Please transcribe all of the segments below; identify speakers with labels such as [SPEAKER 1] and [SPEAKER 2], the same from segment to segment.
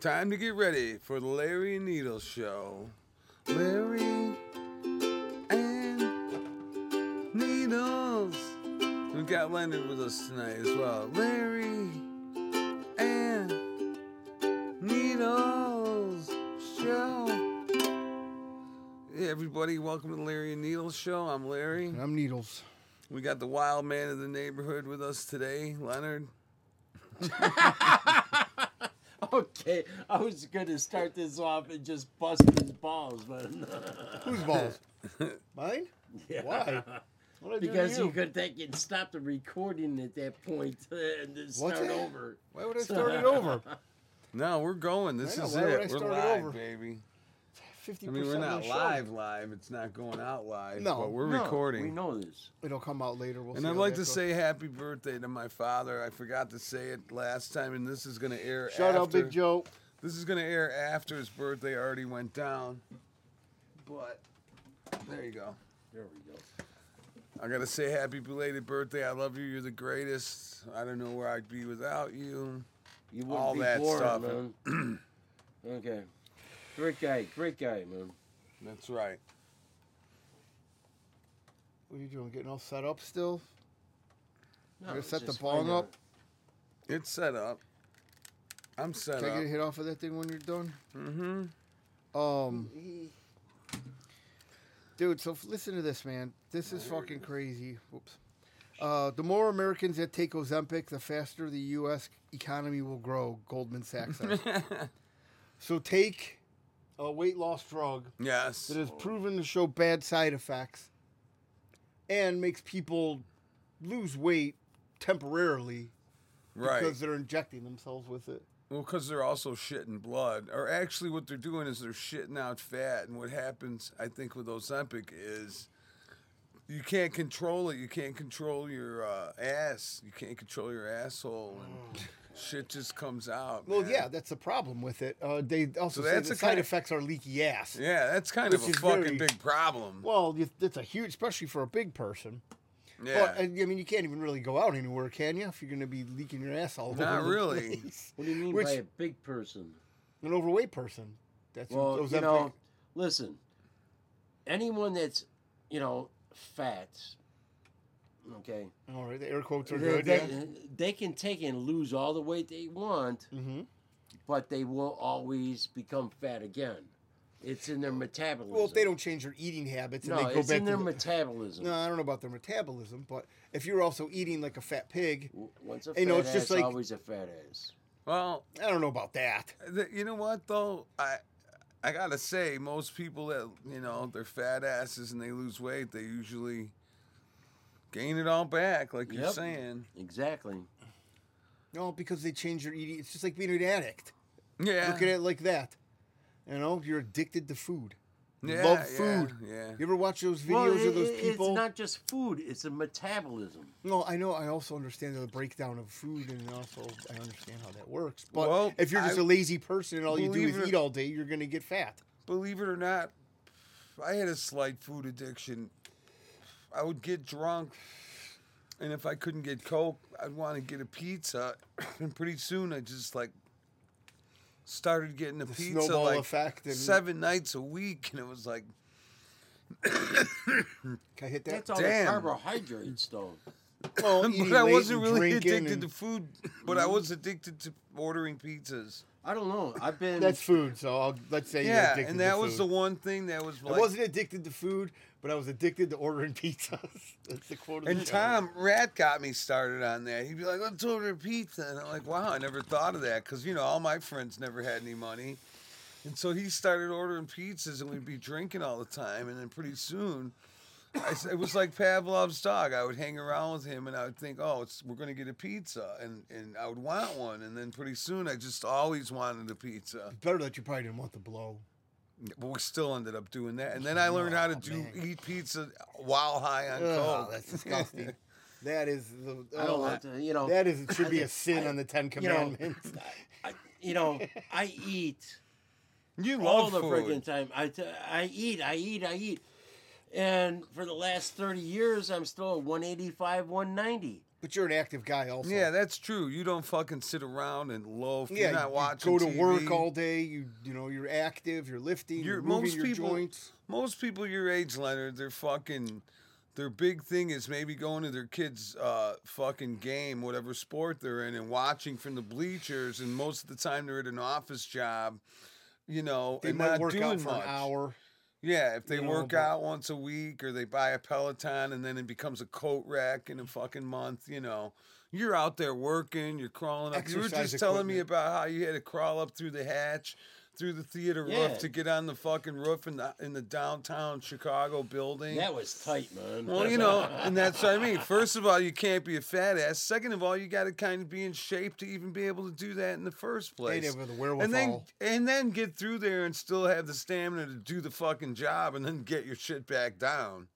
[SPEAKER 1] Time to get ready for the Larry Needle Show. Larry and Needles. We got Leonard with us tonight as well. Larry and Needles Show. Hey everybody, welcome to the Larry and Needles Show. I'm Larry.
[SPEAKER 2] And I'm Needles.
[SPEAKER 1] We got the wild man of the neighborhood with us today, Leonard.
[SPEAKER 3] Okay, I was gonna start this off and just bust his balls, but I'm not.
[SPEAKER 2] Whose balls? Mine? Why? What did I do
[SPEAKER 3] because
[SPEAKER 2] to
[SPEAKER 3] you
[SPEAKER 2] you?
[SPEAKER 3] could take and stop the recording at that point uh, and then start
[SPEAKER 2] that?
[SPEAKER 3] over.
[SPEAKER 2] Why would I start it over?
[SPEAKER 1] No, we're going. This
[SPEAKER 2] I know,
[SPEAKER 1] is
[SPEAKER 2] why would I
[SPEAKER 1] it. We're
[SPEAKER 2] start it
[SPEAKER 1] live,
[SPEAKER 2] over?
[SPEAKER 1] baby.
[SPEAKER 2] Fifty
[SPEAKER 1] I
[SPEAKER 2] percent.
[SPEAKER 1] mean, we're
[SPEAKER 2] of
[SPEAKER 1] not
[SPEAKER 2] the show.
[SPEAKER 1] live, live. It's not going out live.
[SPEAKER 2] No,
[SPEAKER 1] but we're
[SPEAKER 3] No,
[SPEAKER 1] recording.
[SPEAKER 3] We know this.
[SPEAKER 2] It'll come out later. We'll
[SPEAKER 1] And
[SPEAKER 2] see
[SPEAKER 1] I'd
[SPEAKER 2] how
[SPEAKER 1] like
[SPEAKER 2] that
[SPEAKER 1] to
[SPEAKER 2] goes.
[SPEAKER 1] say happy birthday to my father. I forgot to say it last time, and this is going to air.
[SPEAKER 2] shout
[SPEAKER 1] after.
[SPEAKER 2] out Big Joe.
[SPEAKER 1] This is going to air after his birthday already went down. But there you go.
[SPEAKER 3] There we go.
[SPEAKER 1] I gotta say happy belated birthday. I love you. You're the greatest. I don't know where I'd be without you.
[SPEAKER 3] You wouldn't
[SPEAKER 1] All
[SPEAKER 3] be
[SPEAKER 1] that
[SPEAKER 3] bored,
[SPEAKER 1] stuff.
[SPEAKER 3] man. okay, great guy, great guy, man.
[SPEAKER 1] That's right.
[SPEAKER 2] What are you doing? Getting all set up still?
[SPEAKER 3] No,
[SPEAKER 2] gonna
[SPEAKER 3] it's
[SPEAKER 2] set the
[SPEAKER 3] just
[SPEAKER 2] bong
[SPEAKER 3] kinda-
[SPEAKER 2] up?
[SPEAKER 1] It's set up. I'm set
[SPEAKER 2] Can I
[SPEAKER 1] up.
[SPEAKER 2] get a hit off of that thing when you're done?
[SPEAKER 1] Mm-hmm.
[SPEAKER 2] Um, dude. So f- listen to this, man. This is fucking crazy. Whoops. Uh, the more Americans that take Ozempic, the faster the U.S. economy will grow. Goldman Sachs. says. so take a weight loss drug
[SPEAKER 1] Yes.
[SPEAKER 2] that is proven to show bad side effects and makes people lose weight temporarily
[SPEAKER 1] Right.
[SPEAKER 2] because they're injecting themselves with it.
[SPEAKER 1] Well, because they're also shitting blood. Or actually, what they're doing is they're shitting out fat. And what happens, I think, with Ozempic is you can't control it. You can't control your uh, ass. You can't control your asshole. And shit just comes out.
[SPEAKER 2] Well,
[SPEAKER 1] man.
[SPEAKER 2] yeah, that's the problem with it. Uh, they also
[SPEAKER 1] So
[SPEAKER 2] say
[SPEAKER 1] that's
[SPEAKER 2] the
[SPEAKER 1] a
[SPEAKER 2] side
[SPEAKER 1] kind-
[SPEAKER 2] effects are leaky ass.
[SPEAKER 1] Yeah, that's kind of
[SPEAKER 2] Which
[SPEAKER 1] a
[SPEAKER 2] is
[SPEAKER 1] fucking
[SPEAKER 2] very-
[SPEAKER 1] big problem.
[SPEAKER 2] Well, you- that's a huge, especially for a big person.
[SPEAKER 1] yeah.
[SPEAKER 2] But, I I mean, you can't even really go out anywhere, can you? If you're going to be leaking your ass all
[SPEAKER 1] Not
[SPEAKER 2] over the
[SPEAKER 1] really.
[SPEAKER 2] place.
[SPEAKER 3] What do you mean
[SPEAKER 2] Which-
[SPEAKER 3] by a big person?
[SPEAKER 2] An overweight person. That's what
[SPEAKER 3] Well,
[SPEAKER 2] those
[SPEAKER 3] you
[SPEAKER 2] Ozempic-
[SPEAKER 3] know, listen. Anyone that's, you know, fat, okay,
[SPEAKER 2] all right, the air quotes are
[SPEAKER 3] they,
[SPEAKER 2] good. Yeah.
[SPEAKER 3] they- they can take and lose all the weight they want,
[SPEAKER 2] Mm-hmm.
[SPEAKER 3] but they will always become fat again. It's in their metabolism.
[SPEAKER 2] Well, if they don't change their eating habits and
[SPEAKER 3] no,
[SPEAKER 2] they go
[SPEAKER 3] it's
[SPEAKER 2] back
[SPEAKER 3] in
[SPEAKER 2] to
[SPEAKER 3] their
[SPEAKER 2] the-
[SPEAKER 3] metabolism.
[SPEAKER 2] No, I don't know about their metabolism, but if you're also eating like a fat pig,
[SPEAKER 3] W- Once a fat
[SPEAKER 2] You know, it's
[SPEAKER 3] ass,
[SPEAKER 2] just like-
[SPEAKER 3] always a fat ass.
[SPEAKER 1] well,
[SPEAKER 2] I don't know about that.
[SPEAKER 1] Th- You know what though, I I gotta say, most people that you know they're fat asses and they lose weight, they usually gain it all back, like you're
[SPEAKER 3] Yep.
[SPEAKER 1] saying.
[SPEAKER 3] Exactly.
[SPEAKER 2] No, because they change your eating. It's just like being an addict.
[SPEAKER 1] Yeah,
[SPEAKER 2] Look at it like that. You know, you're addicted to food.
[SPEAKER 1] yeah,
[SPEAKER 2] love
[SPEAKER 1] yeah,
[SPEAKER 2] food.
[SPEAKER 1] Yeah,
[SPEAKER 2] You ever watch those videos
[SPEAKER 3] Well, it-
[SPEAKER 2] of those
[SPEAKER 3] it-
[SPEAKER 2] people?
[SPEAKER 3] It's not just food; it's a metabolism.
[SPEAKER 2] no, I know. I also understand the breakdown of food, and also I understand how that works. But
[SPEAKER 1] Well,
[SPEAKER 2] if you're just
[SPEAKER 1] I-
[SPEAKER 2] a lazy person and all you do
[SPEAKER 1] believe
[SPEAKER 2] is
[SPEAKER 1] it-
[SPEAKER 2] eat all day, you're gonna get fat.
[SPEAKER 1] Believe it or not, I had a slight food addiction. I would get drunk, and if I couldn't get coke, I'd want to get a pizza, and pretty soon I just like started getting a
[SPEAKER 2] The
[SPEAKER 1] pizza
[SPEAKER 2] snowball
[SPEAKER 1] like
[SPEAKER 2] effect and
[SPEAKER 1] seven nights a week, and it was like.
[SPEAKER 2] Can I hit that?
[SPEAKER 3] That's all
[SPEAKER 1] Damn.
[SPEAKER 3] the carbohydrates, though.
[SPEAKER 2] Well, eating
[SPEAKER 1] but I
[SPEAKER 2] late
[SPEAKER 1] wasn't
[SPEAKER 2] and
[SPEAKER 1] really
[SPEAKER 2] drinking
[SPEAKER 1] addicted
[SPEAKER 2] and-
[SPEAKER 1] to food, but I was addicted to ordering pizzas.
[SPEAKER 3] I don't know. I've been.
[SPEAKER 2] That's food, so I'll, let's say you're
[SPEAKER 1] Yeah,
[SPEAKER 2] addicted
[SPEAKER 1] and
[SPEAKER 2] to
[SPEAKER 1] that was
[SPEAKER 2] food.
[SPEAKER 1] the one thing that was like.
[SPEAKER 2] I wasn't addicted to food, but I was addicted to ordering pizzas. That's the quote. Of the
[SPEAKER 1] and
[SPEAKER 2] show.
[SPEAKER 1] Tom Rat got me started on that. He'd be like, "Let's order a pizza," and I'm like, "Wow, I never thought of that because you know all my friends never had any money." And so he started ordering pizzas, and we'd be drinking all the time. And then pretty soon, I s it was like Pavlov's dog. I would hang around with him, and I would think, "Oh, it's, we're going to get a pizza," and and I would want one. And then pretty soon, I just always wanted a pizza.
[SPEAKER 2] better that you probably didn't want the blow.
[SPEAKER 1] But we still ended up doing that. And then I learned how to
[SPEAKER 2] Oh,
[SPEAKER 1] do
[SPEAKER 2] man.
[SPEAKER 1] eat pizza while high on
[SPEAKER 2] Oh,
[SPEAKER 1] coke.
[SPEAKER 2] that's disgusting. that is the.
[SPEAKER 3] I don't
[SPEAKER 2] oh,
[SPEAKER 3] want to. You know.
[SPEAKER 2] That is. It should be a sin on the Ten
[SPEAKER 3] you know,
[SPEAKER 2] Commandments.
[SPEAKER 3] I, you know. I eat
[SPEAKER 1] You
[SPEAKER 3] all
[SPEAKER 1] love
[SPEAKER 3] the
[SPEAKER 1] food.
[SPEAKER 3] friggin' time. I, t- I eat. I eat. I eat. And for the last thirty years, I'm still at 185, 190.
[SPEAKER 2] But you're an active guy also.
[SPEAKER 1] Yeah, that's true. You don't fucking sit around and loaf.
[SPEAKER 2] yeah.
[SPEAKER 1] you're not
[SPEAKER 2] you
[SPEAKER 1] watching.
[SPEAKER 2] go to work
[SPEAKER 1] TV.
[SPEAKER 2] all day. You you know you're active. You're lifting. You're,
[SPEAKER 1] You're-
[SPEAKER 2] moving
[SPEAKER 1] most
[SPEAKER 2] your
[SPEAKER 1] people-
[SPEAKER 2] joints.
[SPEAKER 1] Most people your age, Leonard, they're fucking. Their big thing is maybe going to their kids' uh, fucking game, whatever sport they're in, and watching from the bleachers. And most of the time, they're at an office job, you know,
[SPEAKER 2] They
[SPEAKER 1] and
[SPEAKER 2] might
[SPEAKER 1] not
[SPEAKER 2] work
[SPEAKER 1] doing
[SPEAKER 2] out for
[SPEAKER 1] much.
[SPEAKER 2] an hour.
[SPEAKER 1] Yeah, if they
[SPEAKER 2] You know,
[SPEAKER 1] work
[SPEAKER 2] but-
[SPEAKER 1] out once a week or they buy a Peloton and then it becomes a coat rack in a fucking month, you know. You're out there working, you're crawling up. you were
[SPEAKER 2] Exercise
[SPEAKER 1] just telling me
[SPEAKER 2] equipment.
[SPEAKER 1] about how you had to crawl up through the hatch, through the theater
[SPEAKER 3] Yeah.
[SPEAKER 1] roof to get on the fucking roof in the in the downtown Chicago building.
[SPEAKER 3] That was tight, man.
[SPEAKER 1] Well, you know, and that's what I mean. First of all, you can't be a fat ass. Second of all, you got to kind of be in shape to even be able to do that in the first
[SPEAKER 2] They
[SPEAKER 1] place
[SPEAKER 2] never the werewolf.
[SPEAKER 1] and then and then get through there and still have the stamina to do the fucking job and then get your shit back down.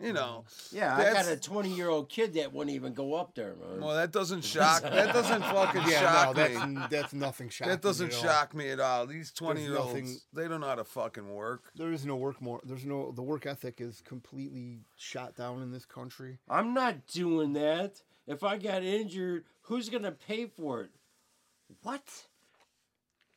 [SPEAKER 1] You know.
[SPEAKER 3] yeah, I
[SPEAKER 1] that's-
[SPEAKER 3] got a 20 year old kid that wouldn't even go up there, man.
[SPEAKER 1] Well, that doesn't shock. That doesn't fucking
[SPEAKER 2] Mm. yeah, no,
[SPEAKER 1] shock me.
[SPEAKER 2] that's that's nothing shocking.
[SPEAKER 1] that doesn't
[SPEAKER 2] at all.
[SPEAKER 1] shock me at all. These twenty year
[SPEAKER 2] nothing-
[SPEAKER 1] olds, they don't know how to fucking work.
[SPEAKER 2] There is no work more. There's no the work ethic is completely shot down in this country.
[SPEAKER 3] I'm not doing that. If I got injured, who's gonna pay for it? What?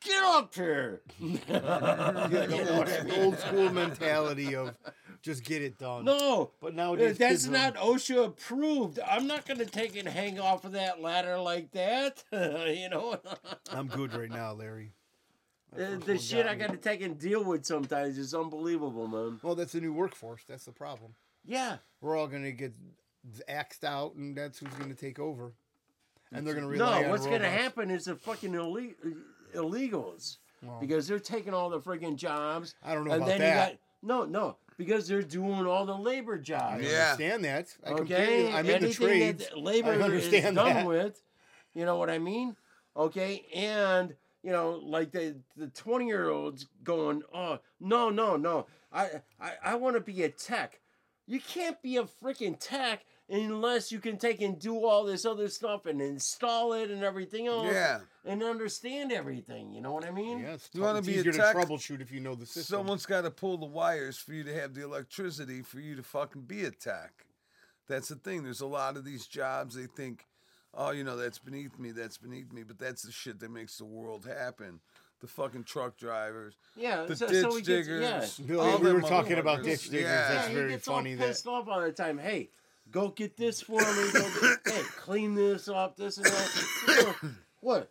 [SPEAKER 3] Get up here! You
[SPEAKER 2] Yeah, the
[SPEAKER 3] know
[SPEAKER 2] old,
[SPEAKER 3] what I
[SPEAKER 2] the
[SPEAKER 3] mean?
[SPEAKER 2] old school mentality of just get it done.
[SPEAKER 3] No,
[SPEAKER 2] but nowadays
[SPEAKER 3] that's
[SPEAKER 2] kids are-
[SPEAKER 3] not OSHA approved. I'm not gonna take and hang off of that ladder like that. you know,
[SPEAKER 2] I'm good right now, Larry.
[SPEAKER 3] the,
[SPEAKER 2] first
[SPEAKER 3] Uh, the
[SPEAKER 2] one
[SPEAKER 3] shit
[SPEAKER 2] got
[SPEAKER 3] I
[SPEAKER 2] me.
[SPEAKER 3] gotta take and deal with sometimes is unbelievable, man.
[SPEAKER 2] Well, that's the new workforce. That's the problem.
[SPEAKER 3] Yeah,
[SPEAKER 2] We're all gonna get axed out, and that's who's gonna take over. And they're gonna rely
[SPEAKER 3] no.
[SPEAKER 2] on
[SPEAKER 3] What's gonna
[SPEAKER 2] robots.
[SPEAKER 3] happen is the fucking ille- illegals.
[SPEAKER 2] Well,
[SPEAKER 3] because they're taking all the friggin' jobs.
[SPEAKER 2] I don't know
[SPEAKER 3] and
[SPEAKER 2] about
[SPEAKER 3] then
[SPEAKER 2] that.
[SPEAKER 3] you got no, no, because they're doing all the labor
[SPEAKER 2] I
[SPEAKER 3] jobs.
[SPEAKER 1] Yeah.
[SPEAKER 2] understand that. I
[SPEAKER 3] Okay,
[SPEAKER 2] completely. I'm in the
[SPEAKER 3] anything
[SPEAKER 2] trades.
[SPEAKER 3] that labor
[SPEAKER 2] I understand
[SPEAKER 3] is done
[SPEAKER 2] that.
[SPEAKER 3] with, you know what I mean? Okay, and you know, like the the twenty year olds going, oh no, no, no, I I, I want to be a tech. You can't be a freaking tech unless you can take and do all this other stuff and install it and everything else
[SPEAKER 1] Yeah.
[SPEAKER 3] and understand everything. You know what I mean?
[SPEAKER 2] Yeah, it's,
[SPEAKER 1] You
[SPEAKER 2] tou-
[SPEAKER 1] wanna
[SPEAKER 2] it's
[SPEAKER 1] be a
[SPEAKER 2] easier
[SPEAKER 1] tech?
[SPEAKER 2] to troubleshoot if you know the system.
[SPEAKER 1] Someone's got to pull the wires for you to have the electricity for you to fucking be a tech. That's the thing. There's a lot of these jobs they think, oh, you know, that's beneath me, that's beneath me, but that's the shit that makes the world happen. The fucking truck drivers,
[SPEAKER 3] Yeah,
[SPEAKER 1] the
[SPEAKER 3] so,
[SPEAKER 1] ditch
[SPEAKER 3] so he gets,
[SPEAKER 1] diggers.
[SPEAKER 3] yeah.
[SPEAKER 2] Bill,
[SPEAKER 1] all
[SPEAKER 2] we
[SPEAKER 1] them
[SPEAKER 2] were talking about
[SPEAKER 1] motherfuckers.
[SPEAKER 2] ditch diggers.
[SPEAKER 1] Yeah.
[SPEAKER 2] That's
[SPEAKER 3] yeah,
[SPEAKER 2] very
[SPEAKER 3] he gets
[SPEAKER 2] funny
[SPEAKER 3] all
[SPEAKER 2] that-
[SPEAKER 3] pissed off all the time. Hey, go get this for me. Go get, hey, clean this up. This and that. what?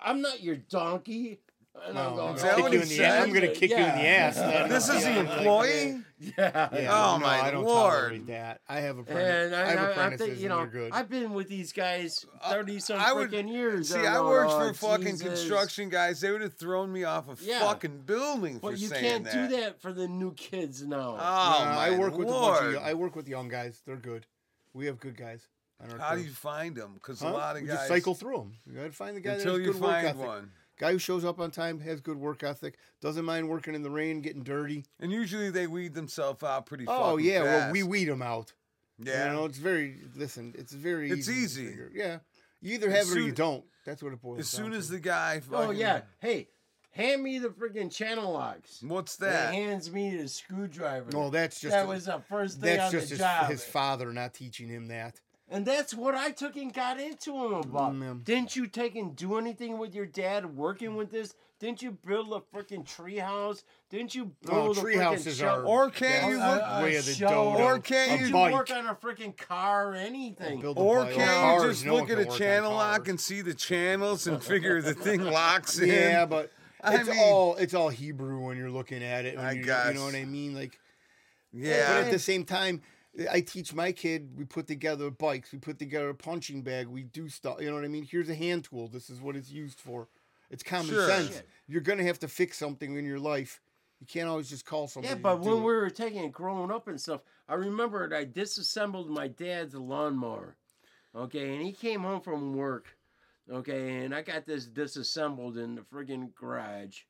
[SPEAKER 3] I'm not your donkey. And I'm
[SPEAKER 2] No,
[SPEAKER 3] going,
[SPEAKER 2] I'm,
[SPEAKER 1] Is that
[SPEAKER 2] kick
[SPEAKER 1] what
[SPEAKER 2] you
[SPEAKER 1] he
[SPEAKER 2] in the,
[SPEAKER 1] said?
[SPEAKER 2] I'm gonna kick you in the ass. not-
[SPEAKER 1] This is
[SPEAKER 2] yeah,
[SPEAKER 1] the
[SPEAKER 2] like,
[SPEAKER 1] employee.
[SPEAKER 3] Yeah.
[SPEAKER 2] Yeah,
[SPEAKER 1] Oh,
[SPEAKER 2] no,
[SPEAKER 1] my
[SPEAKER 2] I don't
[SPEAKER 1] lord.
[SPEAKER 2] tolerate that. I have apprentices.
[SPEAKER 3] And I,
[SPEAKER 2] I have
[SPEAKER 3] I, I
[SPEAKER 2] apprentices.
[SPEAKER 3] think you
[SPEAKER 2] and
[SPEAKER 3] know
[SPEAKER 2] they're good.
[SPEAKER 3] I've been with these guys
[SPEAKER 1] Uh,
[SPEAKER 3] thirty some
[SPEAKER 1] I would-
[SPEAKER 3] freaking years.
[SPEAKER 1] See,
[SPEAKER 3] I'm
[SPEAKER 1] I
[SPEAKER 3] going,
[SPEAKER 1] worked
[SPEAKER 3] "Oh,
[SPEAKER 1] for fucking
[SPEAKER 3] Jesus."
[SPEAKER 1] construction guys. They would have thrown me off a
[SPEAKER 3] Yeah.
[SPEAKER 1] fucking building for
[SPEAKER 3] But you
[SPEAKER 1] saying
[SPEAKER 3] can't
[SPEAKER 1] that.
[SPEAKER 3] do that for the new kids now.
[SPEAKER 1] Oh
[SPEAKER 2] Yeah,
[SPEAKER 1] my
[SPEAKER 2] I work with a bunch of,
[SPEAKER 1] lord!
[SPEAKER 2] yo- I work with young guys. They're good. We have good guys. on our
[SPEAKER 1] How do
[SPEAKER 2] crew.
[SPEAKER 1] Ah, you find them? Because
[SPEAKER 2] Huh?
[SPEAKER 1] a lot of
[SPEAKER 2] we
[SPEAKER 1] guys
[SPEAKER 2] just cycle through them. You gotta find the guy
[SPEAKER 1] until
[SPEAKER 2] that has
[SPEAKER 1] you
[SPEAKER 2] good work
[SPEAKER 1] find
[SPEAKER 2] ethic.
[SPEAKER 1] one.
[SPEAKER 2] Guy who shows up on time has good work ethic. Doesn't mind working in the rain, getting dirty.
[SPEAKER 1] And usually they weed themselves out pretty.
[SPEAKER 2] Oh
[SPEAKER 1] fucking
[SPEAKER 2] yeah, well
[SPEAKER 1] fast.
[SPEAKER 2] we weed them out.
[SPEAKER 1] Yeah.
[SPEAKER 2] You know, it's very listen. It's very.
[SPEAKER 1] It's
[SPEAKER 2] to
[SPEAKER 1] easy.
[SPEAKER 2] figure. Yeah. You either
[SPEAKER 1] As
[SPEAKER 2] have it or you
[SPEAKER 1] soon-
[SPEAKER 2] don't. That's what it boils.
[SPEAKER 1] as soon
[SPEAKER 2] down
[SPEAKER 1] as
[SPEAKER 2] to.
[SPEAKER 1] the guy.
[SPEAKER 3] oh
[SPEAKER 1] Fucking,
[SPEAKER 3] yeah. Hey, hand me the freaking channel locks.
[SPEAKER 1] What's
[SPEAKER 3] That
[SPEAKER 1] that?
[SPEAKER 3] hands me the screwdriver.
[SPEAKER 2] no, that's just
[SPEAKER 3] that
[SPEAKER 2] a-
[SPEAKER 3] was the first thing
[SPEAKER 2] that's
[SPEAKER 3] on
[SPEAKER 2] just
[SPEAKER 3] the
[SPEAKER 2] his,
[SPEAKER 3] job,
[SPEAKER 2] his father not teaching him that.
[SPEAKER 3] and that's what I took and got into him about.
[SPEAKER 2] Mm, yeah.
[SPEAKER 3] Didn't you take and do anything with your dad working with this? Didn't you build a freaking treehouse? Didn't you
[SPEAKER 2] Well,
[SPEAKER 3] build a
[SPEAKER 2] Oh, tree
[SPEAKER 3] freaking
[SPEAKER 2] houses
[SPEAKER 3] show-
[SPEAKER 2] are
[SPEAKER 1] Or can't
[SPEAKER 2] yeah,
[SPEAKER 1] you
[SPEAKER 2] uh,
[SPEAKER 1] look-
[SPEAKER 2] uh, way of the
[SPEAKER 3] show-
[SPEAKER 2] dodo.
[SPEAKER 1] Or can't
[SPEAKER 2] A
[SPEAKER 1] you-
[SPEAKER 3] Didn't
[SPEAKER 2] bike.
[SPEAKER 3] you work on a freaking car or anything?
[SPEAKER 2] Build a
[SPEAKER 1] Or
[SPEAKER 2] bike.
[SPEAKER 1] can you
[SPEAKER 2] Cars,
[SPEAKER 1] just
[SPEAKER 2] no one
[SPEAKER 1] look at
[SPEAKER 2] can
[SPEAKER 1] a
[SPEAKER 2] work on
[SPEAKER 1] channel lock
[SPEAKER 2] cars.
[SPEAKER 1] and see the channels and figure the thing locks in?
[SPEAKER 2] Yeah, but
[SPEAKER 1] I
[SPEAKER 2] it's
[SPEAKER 1] mean-
[SPEAKER 2] all it's all Hebrew when you're looking at it. when
[SPEAKER 1] I
[SPEAKER 2] you, you
[SPEAKER 1] guess.
[SPEAKER 2] know what I mean. Like, but
[SPEAKER 1] yeah.
[SPEAKER 2] at the same time, I teach my kid. We put together bikes. We put together a punching bag. We do stuff. You know what I mean. Here's a hand tool. This is what it's used for. It's common
[SPEAKER 1] Sure.
[SPEAKER 2] sense. You're gonna have to fix something in your life. You can't always just call somebody.
[SPEAKER 3] Yeah,
[SPEAKER 2] to
[SPEAKER 3] but
[SPEAKER 2] do it.
[SPEAKER 3] when we were taking it growing up and stuff, I remembered I disassembled my dad's lawnmower. Okay, and he came home from work. Okay, and I got this disassembled in the friggin' garage.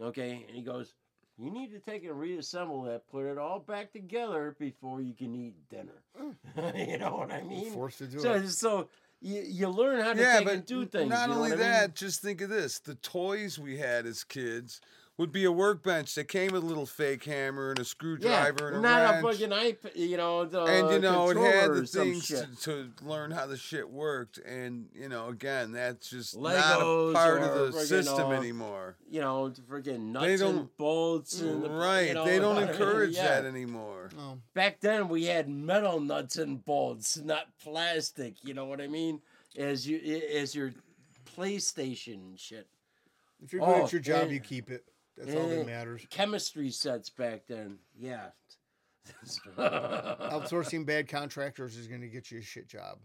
[SPEAKER 3] Okay, and he goes, You need to take and reassemble that, put it all back together before you can eat dinner. you know what I
[SPEAKER 2] You're
[SPEAKER 3] mean?
[SPEAKER 2] forced to do
[SPEAKER 3] so,
[SPEAKER 2] it.
[SPEAKER 3] so you, you learn how to
[SPEAKER 1] Yeah,
[SPEAKER 3] take
[SPEAKER 1] but
[SPEAKER 3] and do things.
[SPEAKER 1] not
[SPEAKER 3] you know
[SPEAKER 1] only
[SPEAKER 3] what I mean?
[SPEAKER 1] that, just think of this: the toys we had as kids would be a workbench that came with a little fake hammer and a screwdriver and a
[SPEAKER 3] not
[SPEAKER 1] wrench.
[SPEAKER 3] a fucking iP you know, the
[SPEAKER 1] and you know it had
[SPEAKER 3] controller
[SPEAKER 1] the
[SPEAKER 3] or some
[SPEAKER 1] things
[SPEAKER 3] shit.
[SPEAKER 1] to, to learn how the shit worked and you know again that's just not a
[SPEAKER 3] Legos
[SPEAKER 1] part
[SPEAKER 3] or
[SPEAKER 1] of the
[SPEAKER 3] friggin',
[SPEAKER 1] system
[SPEAKER 3] uh,
[SPEAKER 1] anymore
[SPEAKER 3] you know, the freaking nuts
[SPEAKER 1] don't-
[SPEAKER 3] and bolts and the-
[SPEAKER 1] right
[SPEAKER 3] you know,
[SPEAKER 1] they don't
[SPEAKER 3] I mean,
[SPEAKER 1] encourage
[SPEAKER 3] yeah.
[SPEAKER 1] that anymore
[SPEAKER 2] No.
[SPEAKER 3] Back then, we had metal nuts and bolts, not plastic. You know what I mean? As you as your PlayStation and shit,
[SPEAKER 2] If you're good
[SPEAKER 3] Oh,
[SPEAKER 2] at your job,
[SPEAKER 3] yeah.
[SPEAKER 2] you keep it. That's all
[SPEAKER 3] Yeah.
[SPEAKER 2] that matters.
[SPEAKER 3] chemistry sets back then. Yeah.
[SPEAKER 2] Outsourcing bad contractors is going to get you a shit job.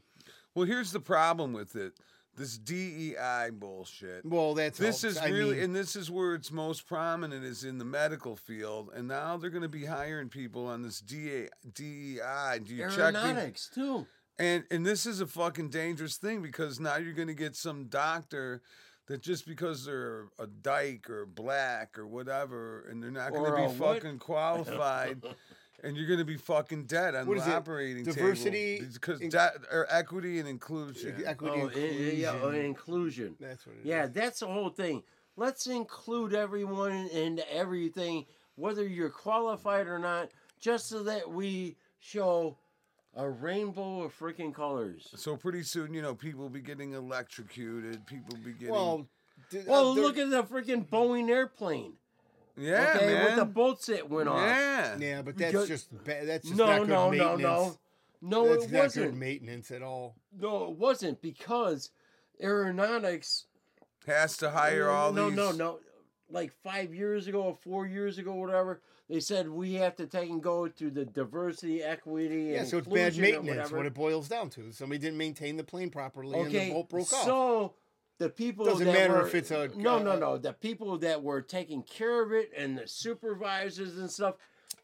[SPEAKER 1] well here's the problem with it this dei bullshit
[SPEAKER 2] Well, that's
[SPEAKER 1] this
[SPEAKER 2] all-
[SPEAKER 1] is
[SPEAKER 2] I
[SPEAKER 1] really
[SPEAKER 2] mean,
[SPEAKER 1] and this is where it's most prominent is in the medical field and now they're going to be hiring people on this DA, dei E do you check the,
[SPEAKER 3] Aeronautics too.
[SPEAKER 1] And and this is a fucking dangerous thing because now you're gonna get some doctor that just because they're a dyke or black or whatever, and they're not gonna
[SPEAKER 3] Or a
[SPEAKER 1] be
[SPEAKER 3] what?
[SPEAKER 1] fucking qualified, and you're gonna be fucking dead on
[SPEAKER 2] What
[SPEAKER 1] the
[SPEAKER 2] is it?
[SPEAKER 1] operating
[SPEAKER 2] Diversity
[SPEAKER 1] because
[SPEAKER 2] in-
[SPEAKER 1] or equity and inclusion.
[SPEAKER 2] e-, equity
[SPEAKER 3] Oh,
[SPEAKER 2] inclusion.
[SPEAKER 3] i- i- yeah, oh, inclusion.
[SPEAKER 2] That's what it is.
[SPEAKER 3] Yeah, that's the whole thing. Let's include everyone and everything, whether you're qualified or not, just so that we show a rainbow of freaking colors.
[SPEAKER 1] So pretty soon, you know, people be getting electrocuted. People be getting
[SPEAKER 2] Well, d-
[SPEAKER 3] Well,
[SPEAKER 2] uh, there-
[SPEAKER 3] Oh, look at the freaking Boeing airplane.
[SPEAKER 1] yeah,
[SPEAKER 3] okay,
[SPEAKER 1] man.
[SPEAKER 3] with the bolts that went off.
[SPEAKER 1] yeah.
[SPEAKER 2] Yeah, but that's
[SPEAKER 3] Because-
[SPEAKER 2] just ba- that's just not
[SPEAKER 3] No,
[SPEAKER 2] good
[SPEAKER 3] no, no,
[SPEAKER 2] maintenance.
[SPEAKER 3] no. No,
[SPEAKER 2] That's not
[SPEAKER 3] it
[SPEAKER 2] good
[SPEAKER 3] wasn't.
[SPEAKER 2] maintenance at all.
[SPEAKER 3] No, it wasn't because aeronautics
[SPEAKER 1] has to hire
[SPEAKER 3] No,
[SPEAKER 1] all
[SPEAKER 3] no,
[SPEAKER 1] these.
[SPEAKER 3] No, no, no. Like five years ago or four years ago, whatever, they said we have to take and go to the diversity, equity,
[SPEAKER 2] Yeah,
[SPEAKER 3] and
[SPEAKER 2] so it's bad
[SPEAKER 3] inclusion or
[SPEAKER 2] maintenance. What
[SPEAKER 3] whatever.
[SPEAKER 2] it boils down to, somebody didn't maintain the plane properly, and
[SPEAKER 3] okay,
[SPEAKER 2] the bolt broke off.
[SPEAKER 3] so the people
[SPEAKER 2] Doesn't
[SPEAKER 3] that
[SPEAKER 2] matter
[SPEAKER 3] were-
[SPEAKER 2] if it's a-
[SPEAKER 3] no, no,
[SPEAKER 2] uh,
[SPEAKER 3] no. The people that were taking care of it and the supervisors and stuff,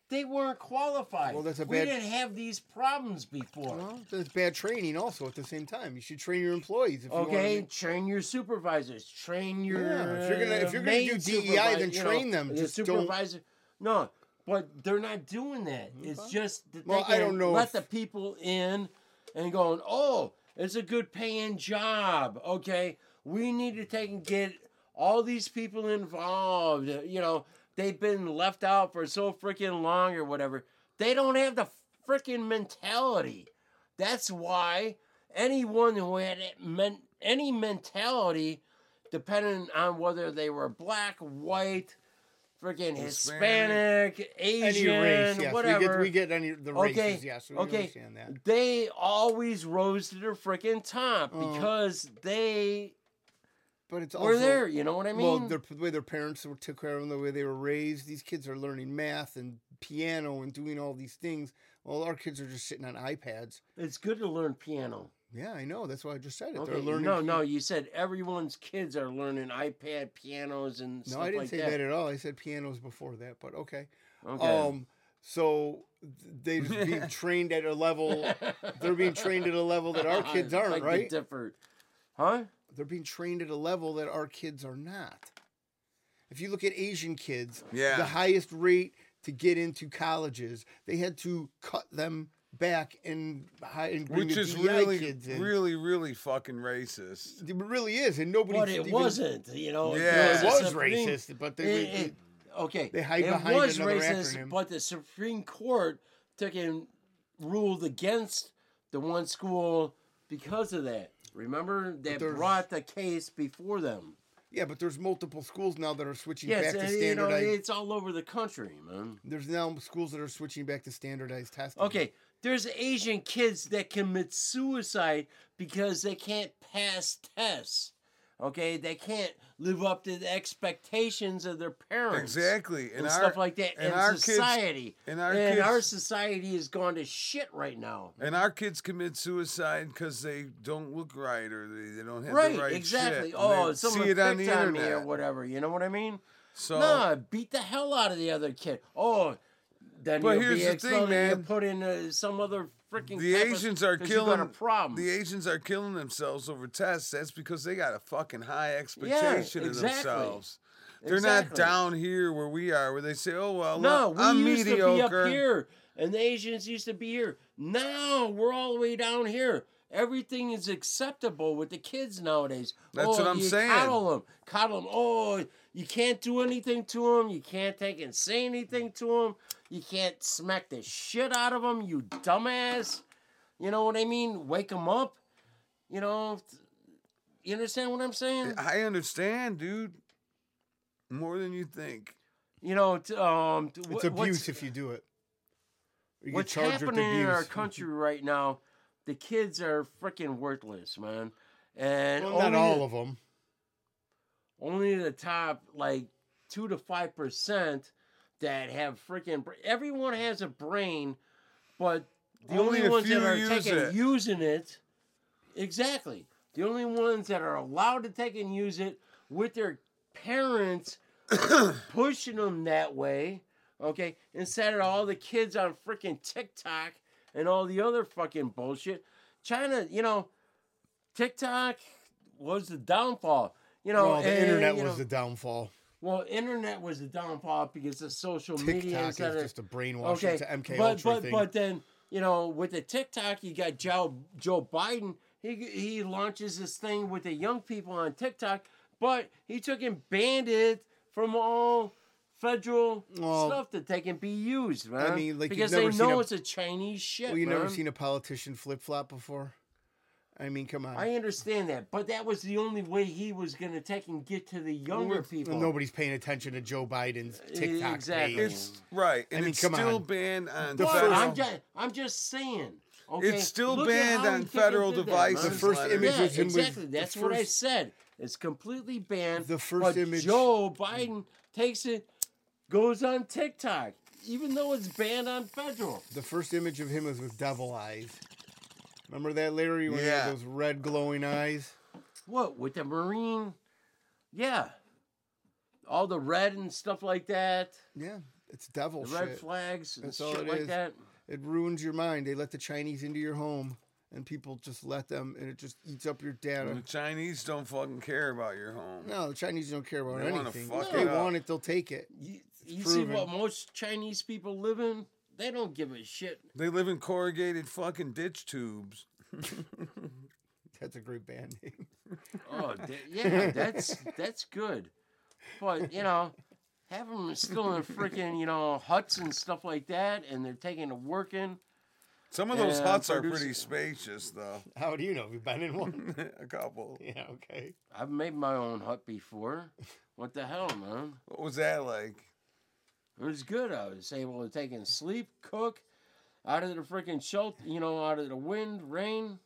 [SPEAKER 3] they weren't qualified.
[SPEAKER 2] Well, that's a
[SPEAKER 3] we
[SPEAKER 2] bad-
[SPEAKER 3] didn't have these problems before.
[SPEAKER 2] Well, that's bad training also at the same time. You should train your employees. If You
[SPEAKER 3] Okay,
[SPEAKER 2] wanna be-
[SPEAKER 3] train your supervisors. Train your.
[SPEAKER 2] Yeah, if you're gonna- if you're
[SPEAKER 3] uh,
[SPEAKER 2] gonna do
[SPEAKER 3] maid
[SPEAKER 2] DEI,
[SPEAKER 3] supervisor,
[SPEAKER 2] then
[SPEAKER 3] you
[SPEAKER 2] train
[SPEAKER 3] know,
[SPEAKER 2] them,
[SPEAKER 3] the
[SPEAKER 2] just don't-
[SPEAKER 3] supervisor. No, but they're not doing that. It's just that
[SPEAKER 2] Well,
[SPEAKER 3] they
[SPEAKER 2] I don't
[SPEAKER 3] can
[SPEAKER 2] know
[SPEAKER 3] Let
[SPEAKER 2] if-
[SPEAKER 3] the people in, and going. Oh, it's a good paying job. Okay, we need to take and get all these people involved. You know, they've been left out for so freaking long or whatever. They don't have the freaking mentality. That's why anyone who had it men- any mentality, depending on whether they were black, white, freaking
[SPEAKER 1] Hispanic.
[SPEAKER 3] Hispanic,
[SPEAKER 2] any
[SPEAKER 3] Asian,
[SPEAKER 2] race, yes,
[SPEAKER 3] whatever,
[SPEAKER 2] we get we get any the
[SPEAKER 3] Okay,
[SPEAKER 2] races, yes, we
[SPEAKER 3] okay.
[SPEAKER 2] understand that.
[SPEAKER 3] they always rose to the freaking top
[SPEAKER 2] Uh-huh.
[SPEAKER 3] because they
[SPEAKER 2] But it's
[SPEAKER 3] were
[SPEAKER 2] also
[SPEAKER 3] there. You know what I mean?
[SPEAKER 2] well, their, the way their parents were took care of them, the way they were raised. These kids are learning math and piano and doing all these things. Well, our kids are just sitting on iPads.
[SPEAKER 3] it's good to learn piano.
[SPEAKER 2] Yeah, I know. That's why I just said it. They're
[SPEAKER 3] Okay,
[SPEAKER 2] learning.
[SPEAKER 3] no,
[SPEAKER 2] pi-
[SPEAKER 3] no, you said everyone's kids are learning iPad pianos and
[SPEAKER 2] No,
[SPEAKER 3] stuff
[SPEAKER 2] I didn't
[SPEAKER 3] like
[SPEAKER 2] say that. at all. I said pianos before that, but okay.
[SPEAKER 3] Okay.
[SPEAKER 2] Um, so th- they just being trained at a level. They're being trained at a level that our kids
[SPEAKER 3] I
[SPEAKER 2] aren't,
[SPEAKER 3] beg to
[SPEAKER 2] right?
[SPEAKER 3] differ. Huh?
[SPEAKER 2] They're being trained at a level that our kids are not. If you look at Asian kids,
[SPEAKER 1] Yeah.
[SPEAKER 2] the highest rate to get into colleges, they had to cut them back and hi- and bring
[SPEAKER 1] Which
[SPEAKER 2] the
[SPEAKER 1] is
[SPEAKER 2] DEI
[SPEAKER 1] really,
[SPEAKER 2] kids in.
[SPEAKER 1] really, really fucking racist.
[SPEAKER 2] it really is, and nobody.
[SPEAKER 3] But it
[SPEAKER 2] even-
[SPEAKER 3] wasn't, you know.
[SPEAKER 1] Yeah.
[SPEAKER 2] Well,
[SPEAKER 1] It's
[SPEAKER 2] it was
[SPEAKER 3] the Supreme-
[SPEAKER 2] racist, but they,
[SPEAKER 3] it-
[SPEAKER 2] they-
[SPEAKER 3] it- okay.
[SPEAKER 2] they hide
[SPEAKER 3] it
[SPEAKER 2] behind
[SPEAKER 3] was
[SPEAKER 2] another
[SPEAKER 3] racist,
[SPEAKER 2] acronym.
[SPEAKER 3] but the Supreme Court took and ruled against the one school because of that. Remember, they
[SPEAKER 2] there's-
[SPEAKER 3] brought the case before them.
[SPEAKER 2] yeah, but there's multiple schools now that are switching
[SPEAKER 3] Yes,
[SPEAKER 2] back to
[SPEAKER 3] and, you know,
[SPEAKER 2] standardized.
[SPEAKER 3] it's all over the country, man.
[SPEAKER 2] There's now schools that are switching back to standardized testing.
[SPEAKER 3] Okay, there's Asian kids that commit suicide because they can't pass tests. Okay, they can't live up to the expectations of their parents.
[SPEAKER 1] Exactly. And,
[SPEAKER 3] and,
[SPEAKER 1] our,
[SPEAKER 3] stuff like that
[SPEAKER 1] and
[SPEAKER 3] in
[SPEAKER 1] our kids-
[SPEAKER 3] society.
[SPEAKER 1] and
[SPEAKER 3] and
[SPEAKER 1] our
[SPEAKER 3] our,
[SPEAKER 1] kids-
[SPEAKER 3] society has gone to shit right now.
[SPEAKER 1] And our kids commit suicide because they don't look right or they, they don't have
[SPEAKER 3] Right,
[SPEAKER 1] the right
[SPEAKER 3] exactly.
[SPEAKER 1] shit. and
[SPEAKER 3] Oh,
[SPEAKER 1] they
[SPEAKER 3] someone
[SPEAKER 1] see it
[SPEAKER 3] picked
[SPEAKER 1] on
[SPEAKER 3] on,
[SPEAKER 1] the
[SPEAKER 3] me
[SPEAKER 1] internet
[SPEAKER 3] or whatever. You know what I mean?
[SPEAKER 1] So
[SPEAKER 3] nah, beat the hell out of the other kid. Oh, then
[SPEAKER 1] But
[SPEAKER 3] you'll
[SPEAKER 1] here's the
[SPEAKER 3] be
[SPEAKER 1] thing,
[SPEAKER 3] expelled and you'll
[SPEAKER 1] man.
[SPEAKER 3] put in uh, some other freaking.
[SPEAKER 1] the
[SPEAKER 3] type of-
[SPEAKER 1] Asians are
[SPEAKER 3] 'cause you got
[SPEAKER 1] killing
[SPEAKER 3] a problem.
[SPEAKER 1] The Asians are killing themselves over tests. That's because they got a fucking high expectation of
[SPEAKER 3] exactly.
[SPEAKER 1] themselves. They're not
[SPEAKER 3] Exactly.
[SPEAKER 1] down here where we are, where they say, "Oh well,
[SPEAKER 3] No,
[SPEAKER 1] I'm-
[SPEAKER 3] we
[SPEAKER 1] I'm
[SPEAKER 3] used
[SPEAKER 1] mediocre."
[SPEAKER 3] to be up here, and the Asians used to be here. Now we're all the way down here. Everything is acceptable with the kids nowadays.
[SPEAKER 1] That's
[SPEAKER 3] oh,
[SPEAKER 1] what I'm
[SPEAKER 3] you
[SPEAKER 1] saying.
[SPEAKER 3] Coddle them, coddle them. Oh, You can't do anything to him. You can't take and say anything to him. You can't smack the shit out of him, you dumbass. You know what I mean? Wake him up. You know, you understand what I'm saying?
[SPEAKER 1] I understand, dude. More than you think.
[SPEAKER 3] You know, t- um, t-
[SPEAKER 2] It's
[SPEAKER 3] what- what's-
[SPEAKER 2] abuse if you do it. You get
[SPEAKER 3] what's
[SPEAKER 2] charged with
[SPEAKER 3] happening in our
[SPEAKER 2] abuse.
[SPEAKER 3] country right now, the kids are freaking worthless, man. And
[SPEAKER 2] Well, not
[SPEAKER 3] only,
[SPEAKER 2] all of them.
[SPEAKER 3] only the top like two to five percent that have freaking. br- Everyone has a brain, but the
[SPEAKER 1] Only
[SPEAKER 3] only,
[SPEAKER 1] a
[SPEAKER 3] ones that
[SPEAKER 1] few
[SPEAKER 3] are
[SPEAKER 1] use
[SPEAKER 3] taking
[SPEAKER 1] it.
[SPEAKER 3] using it, exactly. The only ones that are allowed to take and use it with their parents pushing them that way, okay, instead of all the kids on freaking TikTok and all the other fucking bullshit. China, you know, TikTok was the downfall. You know,
[SPEAKER 2] Well, the
[SPEAKER 3] and,
[SPEAKER 2] internet
[SPEAKER 3] eh, you
[SPEAKER 2] was
[SPEAKER 3] know,
[SPEAKER 2] the downfall.
[SPEAKER 3] well, internet was the downfall because the social media
[SPEAKER 2] TikTok is
[SPEAKER 3] instead of-
[SPEAKER 2] just a brainwash.
[SPEAKER 3] okay,
[SPEAKER 2] It's an MK
[SPEAKER 3] but
[SPEAKER 2] Ultra
[SPEAKER 3] but
[SPEAKER 2] thing.
[SPEAKER 3] but then you know with the TikTok, you got Joe Joe Biden. He he launches this thing with the young people on TikTok, but he took and banned it from all federal
[SPEAKER 2] Well,
[SPEAKER 3] stuff that they can be used, man.
[SPEAKER 2] mean, like, you've
[SPEAKER 3] because
[SPEAKER 2] never
[SPEAKER 3] they
[SPEAKER 2] seen
[SPEAKER 3] know
[SPEAKER 2] a-
[SPEAKER 3] it's a Chinese shit.
[SPEAKER 2] well, you never
[SPEAKER 3] man.
[SPEAKER 2] seen a politician flip flop before. I mean, come on.
[SPEAKER 3] I understand that, but that was the only way he was going to take and get to the younger people. E,
[SPEAKER 2] Nobody's paying attention to Joe Biden's TikTok
[SPEAKER 3] exactly.
[SPEAKER 2] page.
[SPEAKER 1] It's right, and
[SPEAKER 2] mean,
[SPEAKER 1] it's
[SPEAKER 2] come
[SPEAKER 1] still
[SPEAKER 2] on.
[SPEAKER 1] banned on
[SPEAKER 2] The
[SPEAKER 3] But
[SPEAKER 1] federal.
[SPEAKER 3] I'm just, I'm just saying. Okay,
[SPEAKER 1] It's still
[SPEAKER 3] look at
[SPEAKER 1] banned
[SPEAKER 3] how
[SPEAKER 1] on
[SPEAKER 3] he took
[SPEAKER 1] federal
[SPEAKER 3] and did that,
[SPEAKER 1] devices.
[SPEAKER 3] man.
[SPEAKER 1] The
[SPEAKER 2] first
[SPEAKER 3] Yeah,
[SPEAKER 2] image was him with-
[SPEAKER 3] exactly.
[SPEAKER 2] the
[SPEAKER 3] That's what I
[SPEAKER 2] first-
[SPEAKER 3] said. It's completely banned.
[SPEAKER 2] The first
[SPEAKER 3] but
[SPEAKER 2] image-
[SPEAKER 3] Joe Biden takes it, goes on TikTok, even though it's banned on federal.
[SPEAKER 2] The first image of him was with devil eyes. Remember that, Larry? When he
[SPEAKER 1] Yeah.
[SPEAKER 2] had those red glowing eyes?
[SPEAKER 3] What with the Marine? Yeah, all the red and stuff like that.
[SPEAKER 2] Yeah, it's devil
[SPEAKER 3] The red
[SPEAKER 2] shit.
[SPEAKER 3] flags and
[SPEAKER 2] That's all
[SPEAKER 3] shit
[SPEAKER 2] it
[SPEAKER 3] like
[SPEAKER 2] is.
[SPEAKER 3] that.
[SPEAKER 2] it ruins your mind. They let the Chinese into your home, and people just let them, and it just eats up your
[SPEAKER 1] the
[SPEAKER 2] data.
[SPEAKER 1] Chinese don't fucking care about your home.
[SPEAKER 2] No, the Chinese don't care about
[SPEAKER 1] They wanna
[SPEAKER 2] anything.
[SPEAKER 1] fuck
[SPEAKER 2] If
[SPEAKER 1] it
[SPEAKER 2] they
[SPEAKER 1] up.
[SPEAKER 2] want it, they'll take it.
[SPEAKER 3] You, you see
[SPEAKER 2] proven.
[SPEAKER 3] what most Chinese people live in? They don't give a shit.
[SPEAKER 1] They live in corrugated fucking ditch tubes.
[SPEAKER 2] That's a great band name.
[SPEAKER 3] Oh, th- yeah, that's that's good. But you know, have them still in freaking you know huts and stuff like that, and they're taking to working.
[SPEAKER 1] Some of those
[SPEAKER 3] Yeah,
[SPEAKER 1] huts are
[SPEAKER 3] produce-
[SPEAKER 1] pretty spacious, though.
[SPEAKER 2] How do you know? Have you been in one?
[SPEAKER 1] a couple.
[SPEAKER 2] yeah, okay.
[SPEAKER 3] I've made my own hut before. What the hell, man?
[SPEAKER 1] What was that like?
[SPEAKER 3] It was good. I was able to take and sleep, cook, out of the freaking shelter, you know, out of the wind, rain.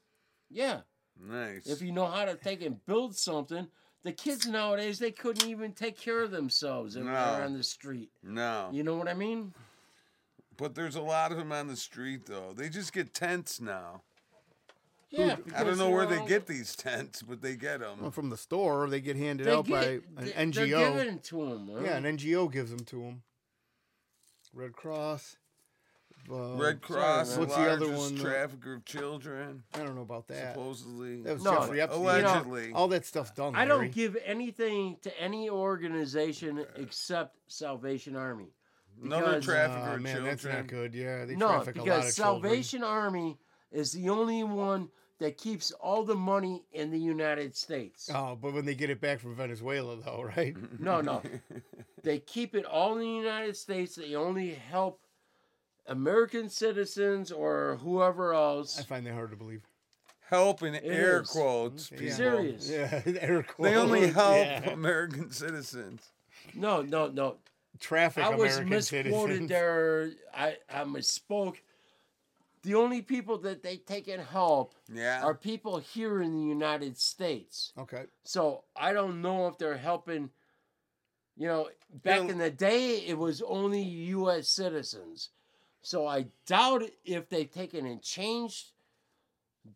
[SPEAKER 3] Yeah,
[SPEAKER 1] Nice.
[SPEAKER 3] if you know how to take and build something. The kids nowadays they couldn't even take care of themselves if they were
[SPEAKER 1] No.
[SPEAKER 3] on the street.
[SPEAKER 1] no,
[SPEAKER 3] You know what I mean?
[SPEAKER 1] but there's a lot of them on the street though. They just get tents now.
[SPEAKER 3] Yeah,
[SPEAKER 1] I don't
[SPEAKER 3] because,
[SPEAKER 1] know
[SPEAKER 3] you
[SPEAKER 1] where they get these tents, but they get them.
[SPEAKER 2] Well, from the store, they get handed
[SPEAKER 3] They
[SPEAKER 2] out by
[SPEAKER 3] get-
[SPEAKER 2] an
[SPEAKER 3] they-
[SPEAKER 2] NGO.
[SPEAKER 3] They're giving it to 'em, man.
[SPEAKER 2] Yeah, an NGO gives them to them. Red Cross. um,
[SPEAKER 1] Red Cross,
[SPEAKER 3] man.
[SPEAKER 1] the
[SPEAKER 2] What's the other
[SPEAKER 1] largest
[SPEAKER 2] one, uh,
[SPEAKER 1] trafficker of children,
[SPEAKER 2] I don't know about that.
[SPEAKER 1] supposedly.
[SPEAKER 2] That was
[SPEAKER 3] No,
[SPEAKER 2] Jeffrey Epstein.
[SPEAKER 1] allegedly.
[SPEAKER 2] All that stuff's done.
[SPEAKER 3] I don't
[SPEAKER 2] Larry. Uh,
[SPEAKER 3] give anything to any organization except Salvation Army.
[SPEAKER 1] Another
[SPEAKER 3] because-
[SPEAKER 1] trafficker
[SPEAKER 2] Aw,
[SPEAKER 1] of
[SPEAKER 2] man,
[SPEAKER 1] children.
[SPEAKER 2] that's not good. Yeah, they
[SPEAKER 3] No,
[SPEAKER 2] traffic a lot of
[SPEAKER 3] because Salvation Army is the only one that keeps all the money in the United States.
[SPEAKER 2] children. Oh, but when they get it back from Venezuela, though, right?
[SPEAKER 3] No, no. they keep it all in the United States. They only help American citizens or whoever
[SPEAKER 2] I
[SPEAKER 3] else.
[SPEAKER 2] find that hard to believe.
[SPEAKER 1] Help in air
[SPEAKER 3] is.
[SPEAKER 1] quotes.
[SPEAKER 2] Yeah.
[SPEAKER 1] people.
[SPEAKER 3] Serious.
[SPEAKER 2] Yeah, air
[SPEAKER 1] They only
[SPEAKER 2] quotes,
[SPEAKER 1] help
[SPEAKER 2] yeah.
[SPEAKER 1] American citizens.
[SPEAKER 3] No, no, no.
[SPEAKER 2] traffic
[SPEAKER 3] I was
[SPEAKER 2] American
[SPEAKER 3] misquoted
[SPEAKER 2] citizens.
[SPEAKER 3] there. I, I misspoke. The only people that they take and help
[SPEAKER 1] Yeah.
[SPEAKER 3] are people here in the United States.
[SPEAKER 2] Okay,
[SPEAKER 3] So I don't know if they're helping. You know, back
[SPEAKER 1] Yeah.
[SPEAKER 3] in the day, it was only U.S. citizens. So I doubt if they've taken and changed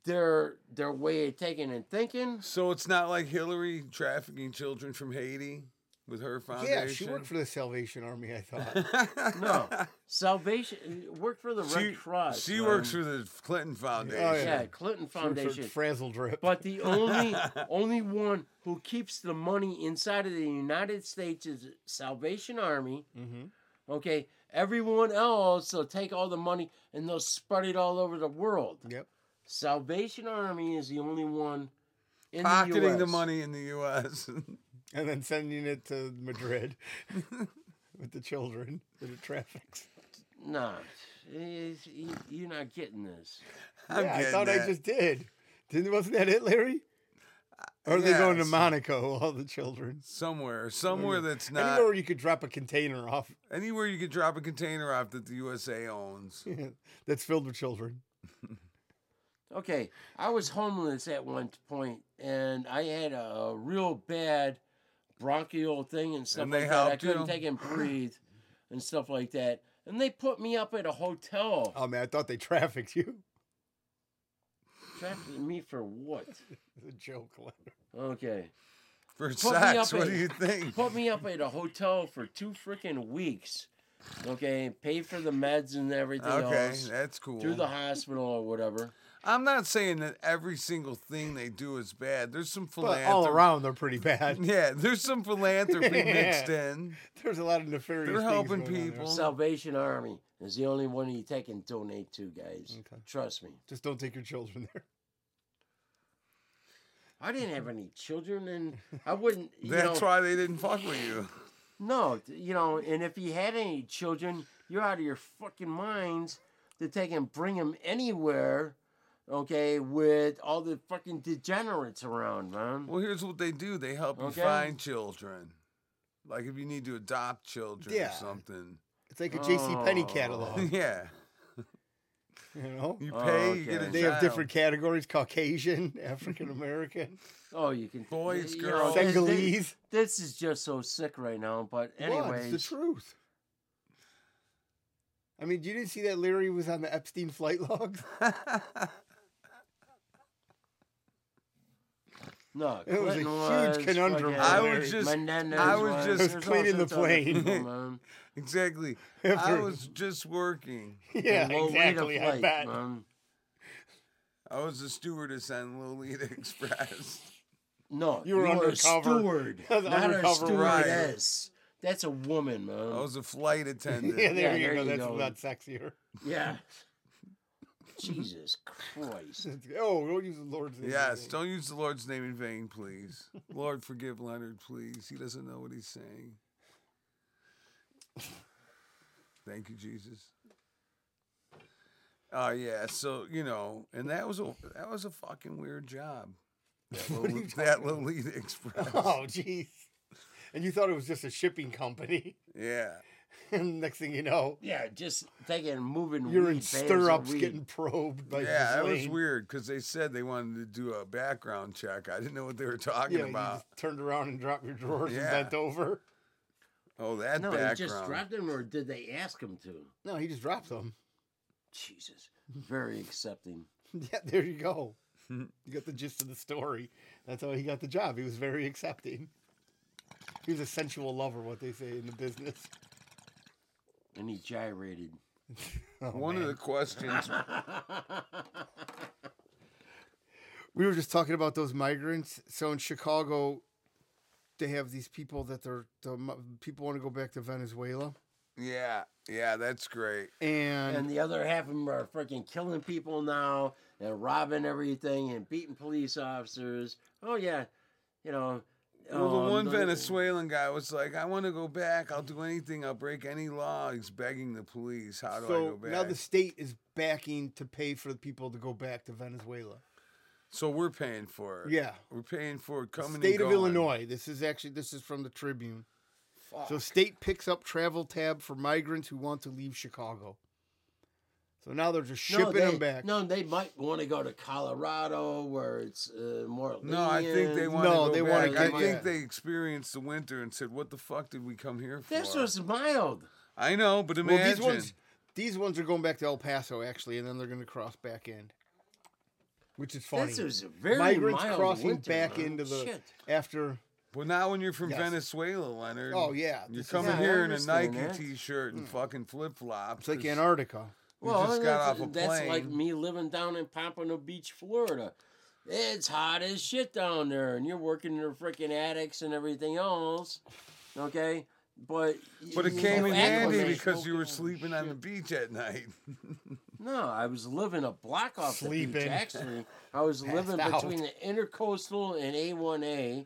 [SPEAKER 3] their their way of taking and thinking.
[SPEAKER 1] so it's not like Hillary trafficking children from Haiti with her foundation.
[SPEAKER 2] yeah, she worked for the Salvation Army. I thought.
[SPEAKER 3] No, Salvation worked for the
[SPEAKER 1] She,
[SPEAKER 3] Red Cross.
[SPEAKER 1] she
[SPEAKER 3] man. Oh,
[SPEAKER 1] works for the Clinton Foundation.
[SPEAKER 2] yeah.
[SPEAKER 3] yeah Clinton
[SPEAKER 2] For
[SPEAKER 3] Foundation.
[SPEAKER 2] Frazzle drip.
[SPEAKER 3] But the only only one who keeps the money inside of the United States is Salvation Army.
[SPEAKER 2] Mhm.
[SPEAKER 3] Okay, everyone else will take all the money and they'll spread it all over the world.
[SPEAKER 2] Yep.
[SPEAKER 3] Salvation Army is the only one in
[SPEAKER 1] Pocketing the
[SPEAKER 3] the, US.
[SPEAKER 1] money in the U.S.
[SPEAKER 2] and then sending it to Madrid with the children that it traffics.
[SPEAKER 3] Nah, it's- you- you're not getting this.
[SPEAKER 1] I'm
[SPEAKER 2] yeah, I
[SPEAKER 1] getting
[SPEAKER 2] thought I
[SPEAKER 1] that. Uh,
[SPEAKER 2] just did. Didn't wasn't that it, Larry? Or are they
[SPEAKER 1] yeah,
[SPEAKER 2] going to
[SPEAKER 1] it's-
[SPEAKER 2] Monaco? All the children.
[SPEAKER 1] somewhere, somewhere
[SPEAKER 3] Mm.
[SPEAKER 1] that's not
[SPEAKER 2] Anywhere you could drop a container off
[SPEAKER 1] anywhere you could drop a container off that the USA owns.
[SPEAKER 2] that's filled with children.
[SPEAKER 3] Okay, I was homeless at one point, and I had a, a real bad bronchial thing and stuff
[SPEAKER 1] And they
[SPEAKER 3] like that. I
[SPEAKER 1] helped
[SPEAKER 3] couldn't
[SPEAKER 1] you?
[SPEAKER 3] take and breathe and stuff like that. And they put me up at a hotel.
[SPEAKER 2] Oh man, I thought they trafficked you.
[SPEAKER 3] Trapped me for what?
[SPEAKER 2] The joke letter.
[SPEAKER 3] Okay.
[SPEAKER 1] For
[SPEAKER 3] me
[SPEAKER 1] sex,
[SPEAKER 3] up
[SPEAKER 1] what
[SPEAKER 3] in-
[SPEAKER 1] do you think?
[SPEAKER 3] Put me up at a hotel for two freaking weeks. Okay, and paid for the meds and everything
[SPEAKER 1] Okay,
[SPEAKER 3] else.
[SPEAKER 1] that's cool.
[SPEAKER 3] Through the hospital or whatever.
[SPEAKER 1] I'm not saying that every single thing they do is bad. There's some
[SPEAKER 2] But
[SPEAKER 1] philanthropy.
[SPEAKER 2] all around, they're pretty bad.
[SPEAKER 1] Yeah, there's some philanthropy mixed in.
[SPEAKER 2] There's a lot of nefarious.
[SPEAKER 1] They're
[SPEAKER 2] things
[SPEAKER 1] helping
[SPEAKER 2] going on there.
[SPEAKER 1] people.
[SPEAKER 3] Salvation Army is the only one you take and donate to, guys.
[SPEAKER 2] Okay.
[SPEAKER 3] Trust me.
[SPEAKER 2] Just don't take your children there.
[SPEAKER 3] I didn't have any children, and I wouldn't. You
[SPEAKER 1] That's
[SPEAKER 3] know,
[SPEAKER 1] why they didn't fuck with you.
[SPEAKER 3] No, t- you know, and if you had any children, you're out of your fucking minds to take and bring them anywhere, okay, with all the fucking degenerates around, man.
[SPEAKER 1] Well, here's what they do: they help
[SPEAKER 3] Okay.
[SPEAKER 1] you find children. Like if you need to adopt children
[SPEAKER 2] Yeah.
[SPEAKER 1] or something.
[SPEAKER 2] It's like a J.C. Penney catalog.
[SPEAKER 1] yeah,
[SPEAKER 2] You know,
[SPEAKER 1] you pay,
[SPEAKER 3] Oh,
[SPEAKER 1] you get a
[SPEAKER 3] okay.
[SPEAKER 2] they have
[SPEAKER 1] child.
[SPEAKER 2] different categories: Caucasian, African American,
[SPEAKER 3] Oh, you can.
[SPEAKER 1] Boys,
[SPEAKER 3] you
[SPEAKER 1] girls.
[SPEAKER 3] this- This,
[SPEAKER 2] Senegalese.
[SPEAKER 3] this is just so sick right now, but
[SPEAKER 2] Well,
[SPEAKER 3] anyways.
[SPEAKER 2] it's the truth. I mean, you didn't see that Leary was on the Epstein flight logs.
[SPEAKER 3] No,
[SPEAKER 2] It was a
[SPEAKER 3] Clinton
[SPEAKER 2] huge
[SPEAKER 3] was,
[SPEAKER 2] conundrum
[SPEAKER 3] fucking
[SPEAKER 2] for
[SPEAKER 1] I was just-
[SPEAKER 3] Menendez
[SPEAKER 1] I was just-
[SPEAKER 3] there's
[SPEAKER 2] It was
[SPEAKER 3] all
[SPEAKER 2] cleaning the
[SPEAKER 3] sorts of other
[SPEAKER 2] plane.
[SPEAKER 3] people, man.
[SPEAKER 1] Exactly. I
[SPEAKER 2] After-
[SPEAKER 1] was just working.
[SPEAKER 2] yeah,
[SPEAKER 3] And Lolita
[SPEAKER 2] exactly. I
[SPEAKER 3] Flight,
[SPEAKER 2] bet.
[SPEAKER 3] man.
[SPEAKER 1] I was a stewardess on Lolita Express.
[SPEAKER 3] No,
[SPEAKER 2] You were
[SPEAKER 3] a
[SPEAKER 2] undercover.
[SPEAKER 3] steward,
[SPEAKER 2] As an
[SPEAKER 3] not a
[SPEAKER 2] undercover
[SPEAKER 1] rider.
[SPEAKER 3] stewardess. That's a woman, man.
[SPEAKER 1] I was a flight attendant.
[SPEAKER 2] Yeah, there
[SPEAKER 3] Yeah,
[SPEAKER 2] you
[SPEAKER 3] there
[SPEAKER 2] go.
[SPEAKER 3] you
[SPEAKER 2] That's
[SPEAKER 3] go.
[SPEAKER 2] not sexier.
[SPEAKER 3] yeah. Jesus Christ.
[SPEAKER 2] Oh, don't use the Lord's name.
[SPEAKER 1] Yes, don't use the Lord's name in vain, please. Lord, forgive Leonard, please. He doesn't know what he's saying. Thank you, Jesus. Oh yeah, so you know, and that was a that was a fucking weird job. That
[SPEAKER 2] What are
[SPEAKER 1] Lol-
[SPEAKER 2] you talking
[SPEAKER 1] that Lolita Express.
[SPEAKER 2] Oh, jeez. And you thought it was just a shipping company,
[SPEAKER 1] Yeah,
[SPEAKER 2] and next thing you know,
[SPEAKER 3] Yeah, just thinking moving.
[SPEAKER 2] you're
[SPEAKER 3] weed,
[SPEAKER 2] in
[SPEAKER 3] bales of
[SPEAKER 2] stirrups
[SPEAKER 3] weed.
[SPEAKER 2] getting probed by
[SPEAKER 1] yeah, that was
[SPEAKER 2] Ghislaine.
[SPEAKER 1] weird because they said they wanted to do a background check. I didn't know what they were talking
[SPEAKER 2] Yeah, you
[SPEAKER 1] about.
[SPEAKER 2] just turned around and dropped your drawers
[SPEAKER 1] Yeah.
[SPEAKER 2] and bent over.
[SPEAKER 1] Oh, that
[SPEAKER 3] No,
[SPEAKER 1] background.
[SPEAKER 3] he just dropped him, or did they ask him to?
[SPEAKER 2] No, he just dropped them.
[SPEAKER 3] Jesus, very accepting.
[SPEAKER 2] Yeah, there you go. you got the gist of the story. That's how he got the job. He was very accepting. He was a sensual lover, what they say in the business.
[SPEAKER 3] And he gyrated.
[SPEAKER 2] Oh,
[SPEAKER 1] One of
[SPEAKER 2] man.
[SPEAKER 1] the questions
[SPEAKER 4] we were just talking about those migrants. So in Chicago, they have these people that they're the mi- people want to go back to Venezuela,
[SPEAKER 1] Yeah, yeah, that's great.
[SPEAKER 4] and,
[SPEAKER 3] And the other half of them are freaking killing people now and robbing everything and beating police officers. Oh, yeah. You know.
[SPEAKER 1] Well, the
[SPEAKER 3] um,
[SPEAKER 1] one Venezuelan guy was like, "I want to go back. I'll do anything. I'll break any law." He's begging the police, "How do I go
[SPEAKER 2] so
[SPEAKER 1] back?"
[SPEAKER 2] now the state is backing to pay for the people to go back to Venezuela.
[SPEAKER 1] so we're paying for it.
[SPEAKER 2] Yeah.
[SPEAKER 1] we're paying for it coming. and
[SPEAKER 2] State of
[SPEAKER 1] going.
[SPEAKER 2] Illinois. This is actually this is from the Tribune.
[SPEAKER 3] Oh.
[SPEAKER 2] So state picks up travel tab for migrants who want to leave Chicago. So now they're just shipping
[SPEAKER 3] they,
[SPEAKER 2] them back.
[SPEAKER 3] No, they might want to go to Colorado where it's uh, more.
[SPEAKER 1] No, I think they
[SPEAKER 3] lenient.
[SPEAKER 1] want.
[SPEAKER 2] No,
[SPEAKER 1] to go
[SPEAKER 2] they wanna
[SPEAKER 1] back. I
[SPEAKER 2] get-
[SPEAKER 1] think
[SPEAKER 2] yeah.
[SPEAKER 1] they experienced the winter and said, "What the fuck did we come here for?"
[SPEAKER 3] This was mild.
[SPEAKER 1] I know, but imagine.
[SPEAKER 2] well, these ones these ones are going back to El Paso actually, and then they're going to cross back in, which is funny.
[SPEAKER 3] This was a very
[SPEAKER 2] migrants
[SPEAKER 3] mild
[SPEAKER 2] crossing
[SPEAKER 3] winter,
[SPEAKER 2] back
[SPEAKER 3] man.
[SPEAKER 2] into the
[SPEAKER 3] Shit.
[SPEAKER 2] after.
[SPEAKER 1] well, now when you're from
[SPEAKER 2] Yes.
[SPEAKER 1] Venezuela, Leonard.
[SPEAKER 2] Oh yeah,
[SPEAKER 1] You're
[SPEAKER 2] this is-
[SPEAKER 1] coming
[SPEAKER 3] Yeah, I
[SPEAKER 1] here in a
[SPEAKER 3] understand
[SPEAKER 1] Nike
[SPEAKER 3] that.
[SPEAKER 1] t-shirt and fucking flip flops.
[SPEAKER 2] It's like Antarctica.
[SPEAKER 1] Well, just got
[SPEAKER 3] that's-
[SPEAKER 1] off a
[SPEAKER 3] That's like
[SPEAKER 1] plane.
[SPEAKER 3] me living down in Pompano Beach, Florida. It's hot as shit down there, and you're working in the freaking attics and everything else. Okay, but
[SPEAKER 1] But it
[SPEAKER 3] you
[SPEAKER 1] came
[SPEAKER 3] know,
[SPEAKER 1] in handy
[SPEAKER 3] acclimate.
[SPEAKER 1] because you were sleeping on the beach at night.
[SPEAKER 3] No, I was living a block off the
[SPEAKER 2] Sleeping.
[SPEAKER 3] beach. Actually, I was living
[SPEAKER 2] Passed out.
[SPEAKER 3] between the intercoastal and A1A.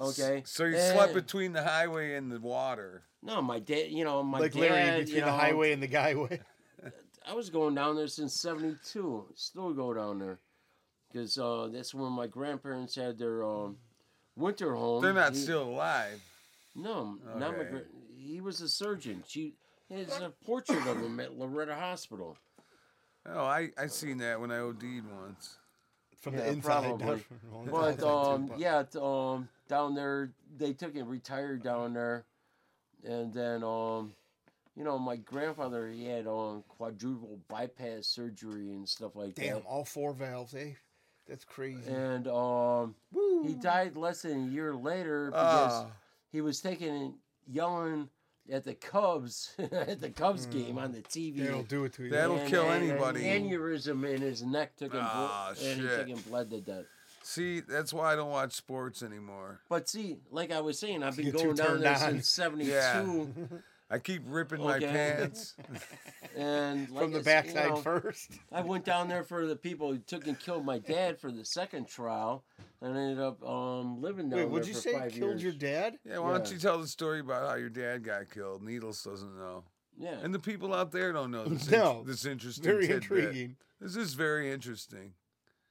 [SPEAKER 3] Okay.
[SPEAKER 1] So you slept
[SPEAKER 3] And-
[SPEAKER 1] between the highway and the water.
[SPEAKER 3] No, my dad. You know, my
[SPEAKER 5] like
[SPEAKER 3] dad.
[SPEAKER 5] Larry
[SPEAKER 3] you
[SPEAKER 5] between the
[SPEAKER 3] know,
[SPEAKER 5] highway and the guyway.
[SPEAKER 3] I was going down there since '72. Still go down there, because uh, that's when my grandparents had their um, winter home.
[SPEAKER 1] They're not
[SPEAKER 3] He-
[SPEAKER 1] still alive.
[SPEAKER 3] No, not my.
[SPEAKER 1] Okay.
[SPEAKER 3] Gra- he was a surgeon. She has a portrait of him at Loretta Hospital.
[SPEAKER 1] Oh, I I seen that when I OD'd once.
[SPEAKER 5] From
[SPEAKER 3] Yeah,
[SPEAKER 5] the inside
[SPEAKER 3] probably.
[SPEAKER 5] down. Well,
[SPEAKER 3] But
[SPEAKER 5] inside too,
[SPEAKER 3] um,
[SPEAKER 5] but-
[SPEAKER 3] yeah, t- um, down there they took it retired down there, and then um, you know, my grandfather he had um quadruple bypass surgery and stuff like
[SPEAKER 2] Damn,
[SPEAKER 3] that.
[SPEAKER 2] all four valves, eh? That's crazy.
[SPEAKER 3] And um, he died less than a year later because
[SPEAKER 1] Oh,
[SPEAKER 3] he was taking and yelling at the Cubs at the Cubs game on the TV.
[SPEAKER 5] That'll do it to you.
[SPEAKER 1] Hmm. That'll
[SPEAKER 3] And-
[SPEAKER 1] kill
[SPEAKER 3] and- and
[SPEAKER 1] anybody.
[SPEAKER 3] aneurysm in his neck took him, blo-
[SPEAKER 1] Ah,
[SPEAKER 3] and he
[SPEAKER 1] shit.
[SPEAKER 3] took him bled to death.
[SPEAKER 1] see, that's why I don't watch sports anymore.
[SPEAKER 3] But see, like I was saying, I've been
[SPEAKER 5] You're too
[SPEAKER 3] going down
[SPEAKER 5] turned
[SPEAKER 3] there
[SPEAKER 5] on.
[SPEAKER 3] since '72,
[SPEAKER 1] I keep ripping my
[SPEAKER 3] Okay.
[SPEAKER 1] pants.
[SPEAKER 3] and like
[SPEAKER 5] From the
[SPEAKER 3] I s-
[SPEAKER 5] backside
[SPEAKER 3] you know,
[SPEAKER 5] first.
[SPEAKER 3] I went down there for the people who took and killed my dad for the second trial, and I ended up um, living down
[SPEAKER 5] Wait,
[SPEAKER 3] there
[SPEAKER 5] what'd you
[SPEAKER 3] for
[SPEAKER 5] say?
[SPEAKER 3] five
[SPEAKER 5] Killed
[SPEAKER 3] years.
[SPEAKER 5] your dad?
[SPEAKER 1] Yeah, why don't
[SPEAKER 3] Yeah.
[SPEAKER 1] you tell the story about how your dad got killed? Needles doesn't know,
[SPEAKER 3] yeah,
[SPEAKER 1] and the people out there don't know this.
[SPEAKER 5] No.
[SPEAKER 1] in- this interesting.
[SPEAKER 5] Very
[SPEAKER 1] tidbit.
[SPEAKER 5] intriguing.
[SPEAKER 1] This is very interesting.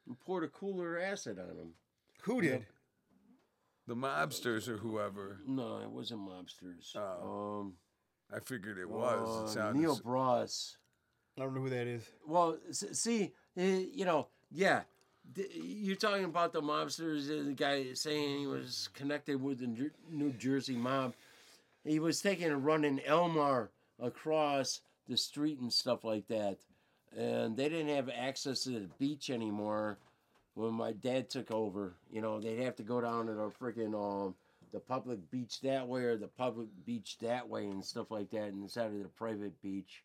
[SPEAKER 3] and poured a cooler acid on him.
[SPEAKER 5] Who did?
[SPEAKER 1] The mobsters or whoever.
[SPEAKER 3] No, it wasn't mobsters.
[SPEAKER 1] Oh.
[SPEAKER 3] Um,
[SPEAKER 1] I figured it was.
[SPEAKER 3] uh,
[SPEAKER 1] it sounded
[SPEAKER 3] Neil
[SPEAKER 1] s-
[SPEAKER 3] Bras.
[SPEAKER 5] I don't know who that is.
[SPEAKER 3] Well, s- see, eh, you know, yeah, D- you're talking about the mobsters. eh, The guy saying he was connected with the Jer- New Jersey mob. He was taking a run in Elmar across the street and stuff like that, and they didn't have access to the beach anymore. When my dad took over, you know, they'd have to go down to the freaking um the public beach that way or the public beach that way and stuff like that instead of the private beach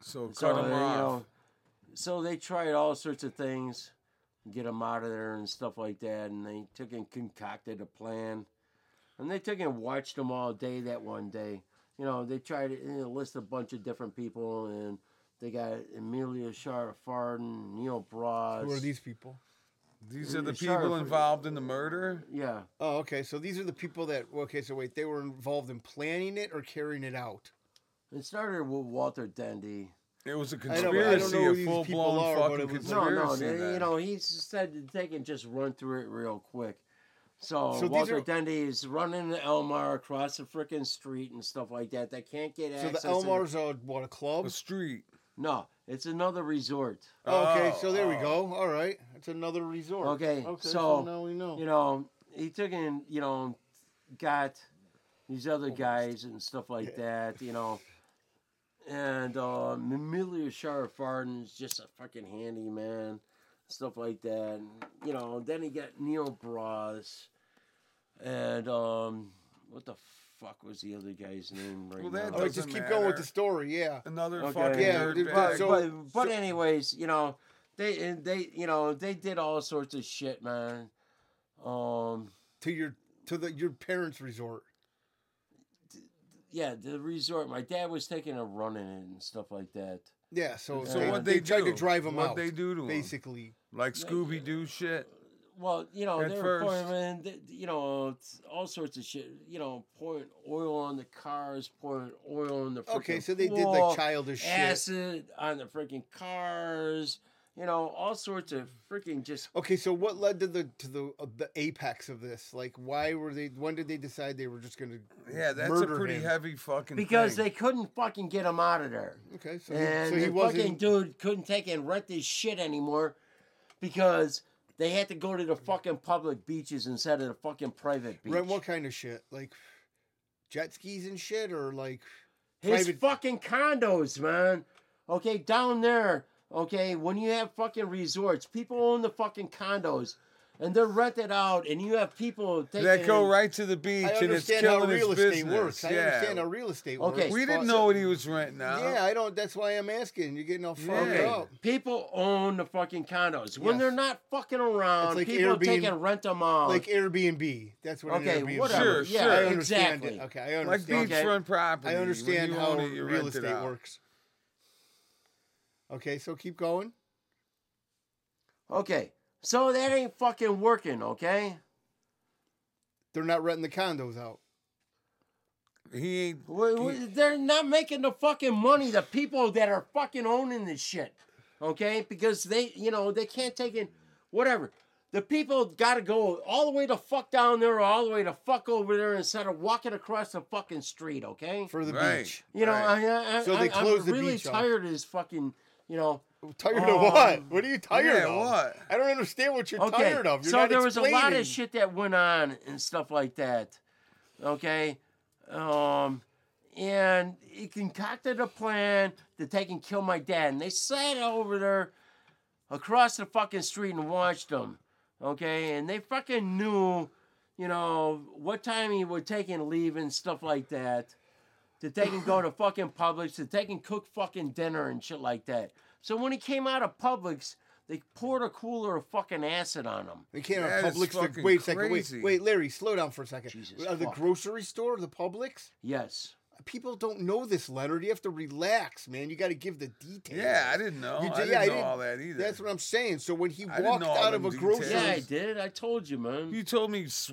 [SPEAKER 1] so cut him
[SPEAKER 3] uh, you
[SPEAKER 1] off.
[SPEAKER 3] know, so they tried all sorts of things, get him out of there and stuff like that, and they took and concocted a plan, and they took and watched them all day that one day. You know, they tried to you know, list a bunch of different people, and they got Emilio Sharfarden, Neil Bras.
[SPEAKER 5] Who are these people?
[SPEAKER 1] These are the
[SPEAKER 3] Sure.
[SPEAKER 1] people involved in the murder.
[SPEAKER 3] Yeah,
[SPEAKER 2] Oh, okay. So these are the people that. Okay, so wait, they were involved in planning it or carrying it out.
[SPEAKER 3] it started with Walter Dendy.
[SPEAKER 1] It was a
[SPEAKER 5] know, but I don't
[SPEAKER 1] conspiracy,
[SPEAKER 5] know who
[SPEAKER 1] a
[SPEAKER 5] these
[SPEAKER 1] full
[SPEAKER 5] people
[SPEAKER 1] blown
[SPEAKER 5] are, but
[SPEAKER 1] fucking
[SPEAKER 5] it was-
[SPEAKER 3] No,
[SPEAKER 1] conspiracy.
[SPEAKER 3] no, they, you
[SPEAKER 1] then.
[SPEAKER 3] know, he said that they can just run through it real quick. So,
[SPEAKER 5] So these
[SPEAKER 3] Walter
[SPEAKER 5] are-
[SPEAKER 3] Dendy is running the Elmar across the freaking street and stuff like that. They can't get
[SPEAKER 5] So the
[SPEAKER 3] access. to-
[SPEAKER 5] Elmars are what a club?
[SPEAKER 1] a street.
[SPEAKER 3] no, it's another resort.
[SPEAKER 5] Oh, okay,
[SPEAKER 1] Oh,
[SPEAKER 5] so there we
[SPEAKER 1] oh.
[SPEAKER 5] go. All right, it's another resort.
[SPEAKER 3] Okay,
[SPEAKER 5] okay
[SPEAKER 3] so,
[SPEAKER 5] now we know.
[SPEAKER 3] You know, he took in, you know, got these other guys and stuff like that. You know. And uh, Amelia Shara Farden's just a fucking handyman, stuff like that. And, you know, then he got Neil Bras. And um, what the fuck was the other guy's name right
[SPEAKER 1] Well,
[SPEAKER 3] now?
[SPEAKER 1] that
[SPEAKER 5] All right, just
[SPEAKER 1] doesn't
[SPEAKER 5] keep going with
[SPEAKER 1] matter.
[SPEAKER 5] the story. Yeah,
[SPEAKER 1] Another
[SPEAKER 3] Okay.
[SPEAKER 1] fucking
[SPEAKER 5] Oh, Yeah,
[SPEAKER 1] nerd
[SPEAKER 5] dude,
[SPEAKER 1] bag.
[SPEAKER 3] but,
[SPEAKER 5] so-
[SPEAKER 3] but, but anyways, you know, they and they you know they did all sorts of shit, man. Um,
[SPEAKER 5] to your to the your parents' resort.
[SPEAKER 3] yeah, the resort. My dad was taking a run in it and stuff like that.
[SPEAKER 5] Yeah, so
[SPEAKER 1] So
[SPEAKER 5] they,
[SPEAKER 1] what
[SPEAKER 5] they,
[SPEAKER 1] they
[SPEAKER 5] tried to
[SPEAKER 1] do?
[SPEAKER 5] drive them
[SPEAKER 1] What'd
[SPEAKER 5] out.
[SPEAKER 1] they do to 'em?
[SPEAKER 5] basically.
[SPEAKER 1] like Scooby Doo shit.
[SPEAKER 3] Well, you know,
[SPEAKER 1] At
[SPEAKER 3] they were
[SPEAKER 1] first.
[SPEAKER 3] pouring, man, th- you know, it's all sorts of shit. You know, pouring oil on the cars, pouring oil on the freaking
[SPEAKER 5] Okay, so they did
[SPEAKER 3] floor,
[SPEAKER 5] like childish shit.
[SPEAKER 3] acid on the freaking cars. You know, all sorts of freaking just
[SPEAKER 5] Okay, so what led to the to the uh, the apex of this? Like, why were they? When did they decide they were just going to?
[SPEAKER 1] Yeah, that's
[SPEAKER 5] murder
[SPEAKER 1] a pretty
[SPEAKER 5] him?
[SPEAKER 1] heavy fucking.
[SPEAKER 3] because
[SPEAKER 1] thing.
[SPEAKER 3] they couldn't fucking get him out of there.
[SPEAKER 5] Okay, so he,
[SPEAKER 3] And
[SPEAKER 5] so he
[SPEAKER 3] the fucking
[SPEAKER 5] wasn't.
[SPEAKER 3] dude couldn't take and rent this shit anymore because they had to go to the fucking public beaches instead of the fucking private beach.
[SPEAKER 5] Rent what kind of shit? Like jet skis and shit, or like
[SPEAKER 3] His
[SPEAKER 5] private-
[SPEAKER 3] fucking condos, man. Okay, down there. Okay, when you have fucking resorts, people own the fucking condos, and they're rented out, and you have people taking.
[SPEAKER 1] that go
[SPEAKER 3] and-
[SPEAKER 1] right to the beach
[SPEAKER 5] I
[SPEAKER 1] and it's
[SPEAKER 5] understand how
[SPEAKER 1] killing
[SPEAKER 5] real
[SPEAKER 1] his
[SPEAKER 5] estate
[SPEAKER 1] business.
[SPEAKER 5] works. I
[SPEAKER 1] yeah.
[SPEAKER 5] understand how real estate works.
[SPEAKER 3] Okay.
[SPEAKER 1] we
[SPEAKER 5] but-
[SPEAKER 1] didn't know uh-uh. what he was renting out.
[SPEAKER 5] Yeah, I don't. That's why I'm asking. You're getting all fucked
[SPEAKER 1] Okay.
[SPEAKER 5] up.
[SPEAKER 3] People own the fucking condos when
[SPEAKER 5] Yes.
[SPEAKER 3] they're not fucking around.
[SPEAKER 5] It's like
[SPEAKER 3] people
[SPEAKER 5] Airbnb-
[SPEAKER 3] take and rent them out.
[SPEAKER 5] Like Airbnb. That's what.
[SPEAKER 3] Oh. Okay,
[SPEAKER 5] an Airbnb is.
[SPEAKER 3] whatever.
[SPEAKER 1] Sure,
[SPEAKER 3] yeah,
[SPEAKER 1] sure.
[SPEAKER 5] I understand
[SPEAKER 3] exactly.
[SPEAKER 5] it. Okay, I
[SPEAKER 1] like
[SPEAKER 5] understand.
[SPEAKER 3] being- Okay.
[SPEAKER 1] beachfront property.
[SPEAKER 5] I
[SPEAKER 1] When
[SPEAKER 5] understand
[SPEAKER 1] you
[SPEAKER 5] how
[SPEAKER 1] own it, you
[SPEAKER 5] real
[SPEAKER 1] rent it
[SPEAKER 5] estate
[SPEAKER 1] out.
[SPEAKER 5] works. Okay, so keep going.
[SPEAKER 3] Okay, so that ain't fucking working. Okay.
[SPEAKER 2] They're not renting the condos out.
[SPEAKER 1] He ain't.
[SPEAKER 3] We- we- They're not making the fucking money. The people that are fucking owning this shit, okay? Because they, you know, they can't take in whatever. The people got to go all the way the fuck down there, or all the way the fuck over there, instead of walking across the fucking street, okay?
[SPEAKER 2] for the
[SPEAKER 1] Right.
[SPEAKER 2] beach.
[SPEAKER 3] You know,
[SPEAKER 1] Right.
[SPEAKER 3] I, I,
[SPEAKER 2] So
[SPEAKER 3] I,
[SPEAKER 2] they closed
[SPEAKER 3] I'm
[SPEAKER 2] the
[SPEAKER 3] really
[SPEAKER 2] beach off.
[SPEAKER 3] tired of this fucking, you know.
[SPEAKER 2] Tired
[SPEAKER 3] Um,
[SPEAKER 2] of what? What are you tired
[SPEAKER 1] Oh, yeah,
[SPEAKER 2] of?
[SPEAKER 1] what?
[SPEAKER 2] I don't understand what you're
[SPEAKER 3] Okay,
[SPEAKER 2] tired of. You're
[SPEAKER 3] so
[SPEAKER 2] not
[SPEAKER 3] there was a lot
[SPEAKER 2] explaining.
[SPEAKER 3] of shit that went on and stuff like that, okay? Um, and he concocted a plan to take and kill my dad. And they sat over there across the fucking street and watched him, okay? And they fucking knew, you know, what time he would take and leave and stuff like that. To take and go to fucking Publix, to take and cook fucking dinner and shit like that. So when he came out of Publix, they poured a cooler of fucking acid on him.
[SPEAKER 2] They came out
[SPEAKER 1] That
[SPEAKER 2] of
[SPEAKER 1] is
[SPEAKER 2] Publix.
[SPEAKER 1] fucking
[SPEAKER 2] To, wait a second. Wait,
[SPEAKER 1] crazy.
[SPEAKER 2] wait, Larry, slow down for a second.
[SPEAKER 3] Jesus
[SPEAKER 2] Uh, the
[SPEAKER 3] fuck.
[SPEAKER 2] grocery store, the Publix.
[SPEAKER 3] Yes.
[SPEAKER 2] People don't know this, Leonard. You have to relax, man. You got to give the details.
[SPEAKER 1] Yeah, I didn't know.
[SPEAKER 2] You
[SPEAKER 1] I
[SPEAKER 2] did-
[SPEAKER 1] didn't
[SPEAKER 2] yeah, I
[SPEAKER 1] know
[SPEAKER 2] didn't-
[SPEAKER 1] all that either.
[SPEAKER 2] That's what I'm saying. So when he
[SPEAKER 1] didn't
[SPEAKER 2] walked
[SPEAKER 1] know all
[SPEAKER 2] out of a
[SPEAKER 1] them
[SPEAKER 2] grocery,
[SPEAKER 3] Yeah, I
[SPEAKER 1] Yes.
[SPEAKER 3] did. I told you, man.
[SPEAKER 1] you told me s-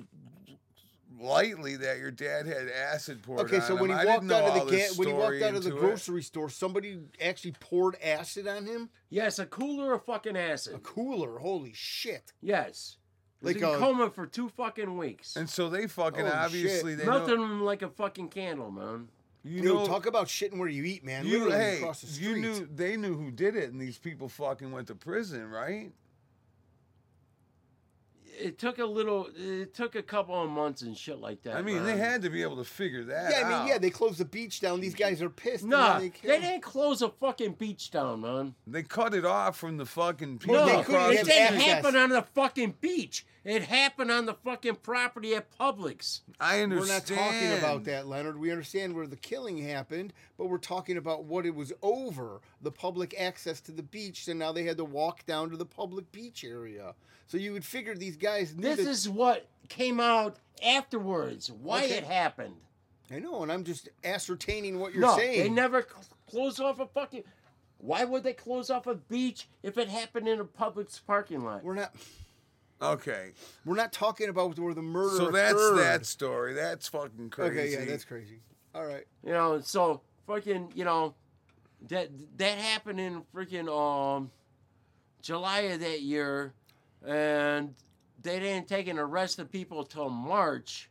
[SPEAKER 1] lightly that your dad had acid poured
[SPEAKER 2] Okay, so
[SPEAKER 1] on
[SPEAKER 2] when
[SPEAKER 1] him.
[SPEAKER 2] he
[SPEAKER 1] I didn't
[SPEAKER 2] walked
[SPEAKER 1] know
[SPEAKER 2] out
[SPEAKER 1] all
[SPEAKER 2] of the
[SPEAKER 1] this
[SPEAKER 2] ga- when he walked
[SPEAKER 1] story
[SPEAKER 2] out of the
[SPEAKER 1] into it.
[SPEAKER 2] grocery store, somebody actually poured acid on him.
[SPEAKER 3] yes, a cooler of fucking acid.
[SPEAKER 2] A cooler, holy shit!
[SPEAKER 3] Yes. Like
[SPEAKER 2] Like
[SPEAKER 3] in
[SPEAKER 2] a-
[SPEAKER 3] coma for two fucking weeks.
[SPEAKER 1] and so they fucking
[SPEAKER 2] Holy
[SPEAKER 1] obviously
[SPEAKER 2] Oh,
[SPEAKER 1] they
[SPEAKER 2] shit.
[SPEAKER 1] know,
[SPEAKER 3] Melting him like a fucking candle, man.
[SPEAKER 1] you
[SPEAKER 2] You
[SPEAKER 1] know
[SPEAKER 2] talk about shitting where you eat, man.
[SPEAKER 1] you
[SPEAKER 2] Literally
[SPEAKER 1] hey
[SPEAKER 2] across the street.
[SPEAKER 1] you knew they knew who did it and these people fucking went to prison right
[SPEAKER 3] It took a little. It took a couple of months and shit like that.
[SPEAKER 1] I mean
[SPEAKER 3] man.
[SPEAKER 1] they had to be able to figure that
[SPEAKER 2] Yeah, I mean, yeah,
[SPEAKER 1] out.
[SPEAKER 2] they closed the beach down. These guys are pissed. and
[SPEAKER 3] Nah,
[SPEAKER 2] then
[SPEAKER 3] they,
[SPEAKER 2] killed-
[SPEAKER 3] didn't close a fucking beach down, man.
[SPEAKER 1] They cut it off from the fucking people
[SPEAKER 3] No,
[SPEAKER 2] they couldn't
[SPEAKER 1] across
[SPEAKER 3] it
[SPEAKER 1] the
[SPEAKER 2] have
[SPEAKER 3] didn't
[SPEAKER 1] street.
[SPEAKER 2] access.
[SPEAKER 3] happen on the fucking beach. It happened on the fucking property at Publix.
[SPEAKER 1] I
[SPEAKER 2] We're
[SPEAKER 1] understand.
[SPEAKER 2] not talking about that, Leonard. We understand where the killing happened, but we're talking about what it was over the public access to the beach. So now they had to walk down to the public beach area. So you would figure these guys knew
[SPEAKER 3] This
[SPEAKER 2] that-
[SPEAKER 3] is what came out afterwards. Why
[SPEAKER 2] Okay.
[SPEAKER 3] it happened.
[SPEAKER 2] I know, and I'm just ascertaining what you're
[SPEAKER 3] no,
[SPEAKER 2] saying.
[SPEAKER 3] they never cl- close off a fucking. Why would they close off a beach if it happened in a Publix parking lot?
[SPEAKER 2] we're not.
[SPEAKER 1] Okay,
[SPEAKER 2] We're not talking about where the murder.
[SPEAKER 1] so that's
[SPEAKER 2] occurred.
[SPEAKER 1] that story. That's fucking crazy.
[SPEAKER 2] Okay, yeah, that's crazy. All right.
[SPEAKER 3] You know, so fucking, you know, that that happened in freaking um July of that year, and they didn't take and arrest the people till March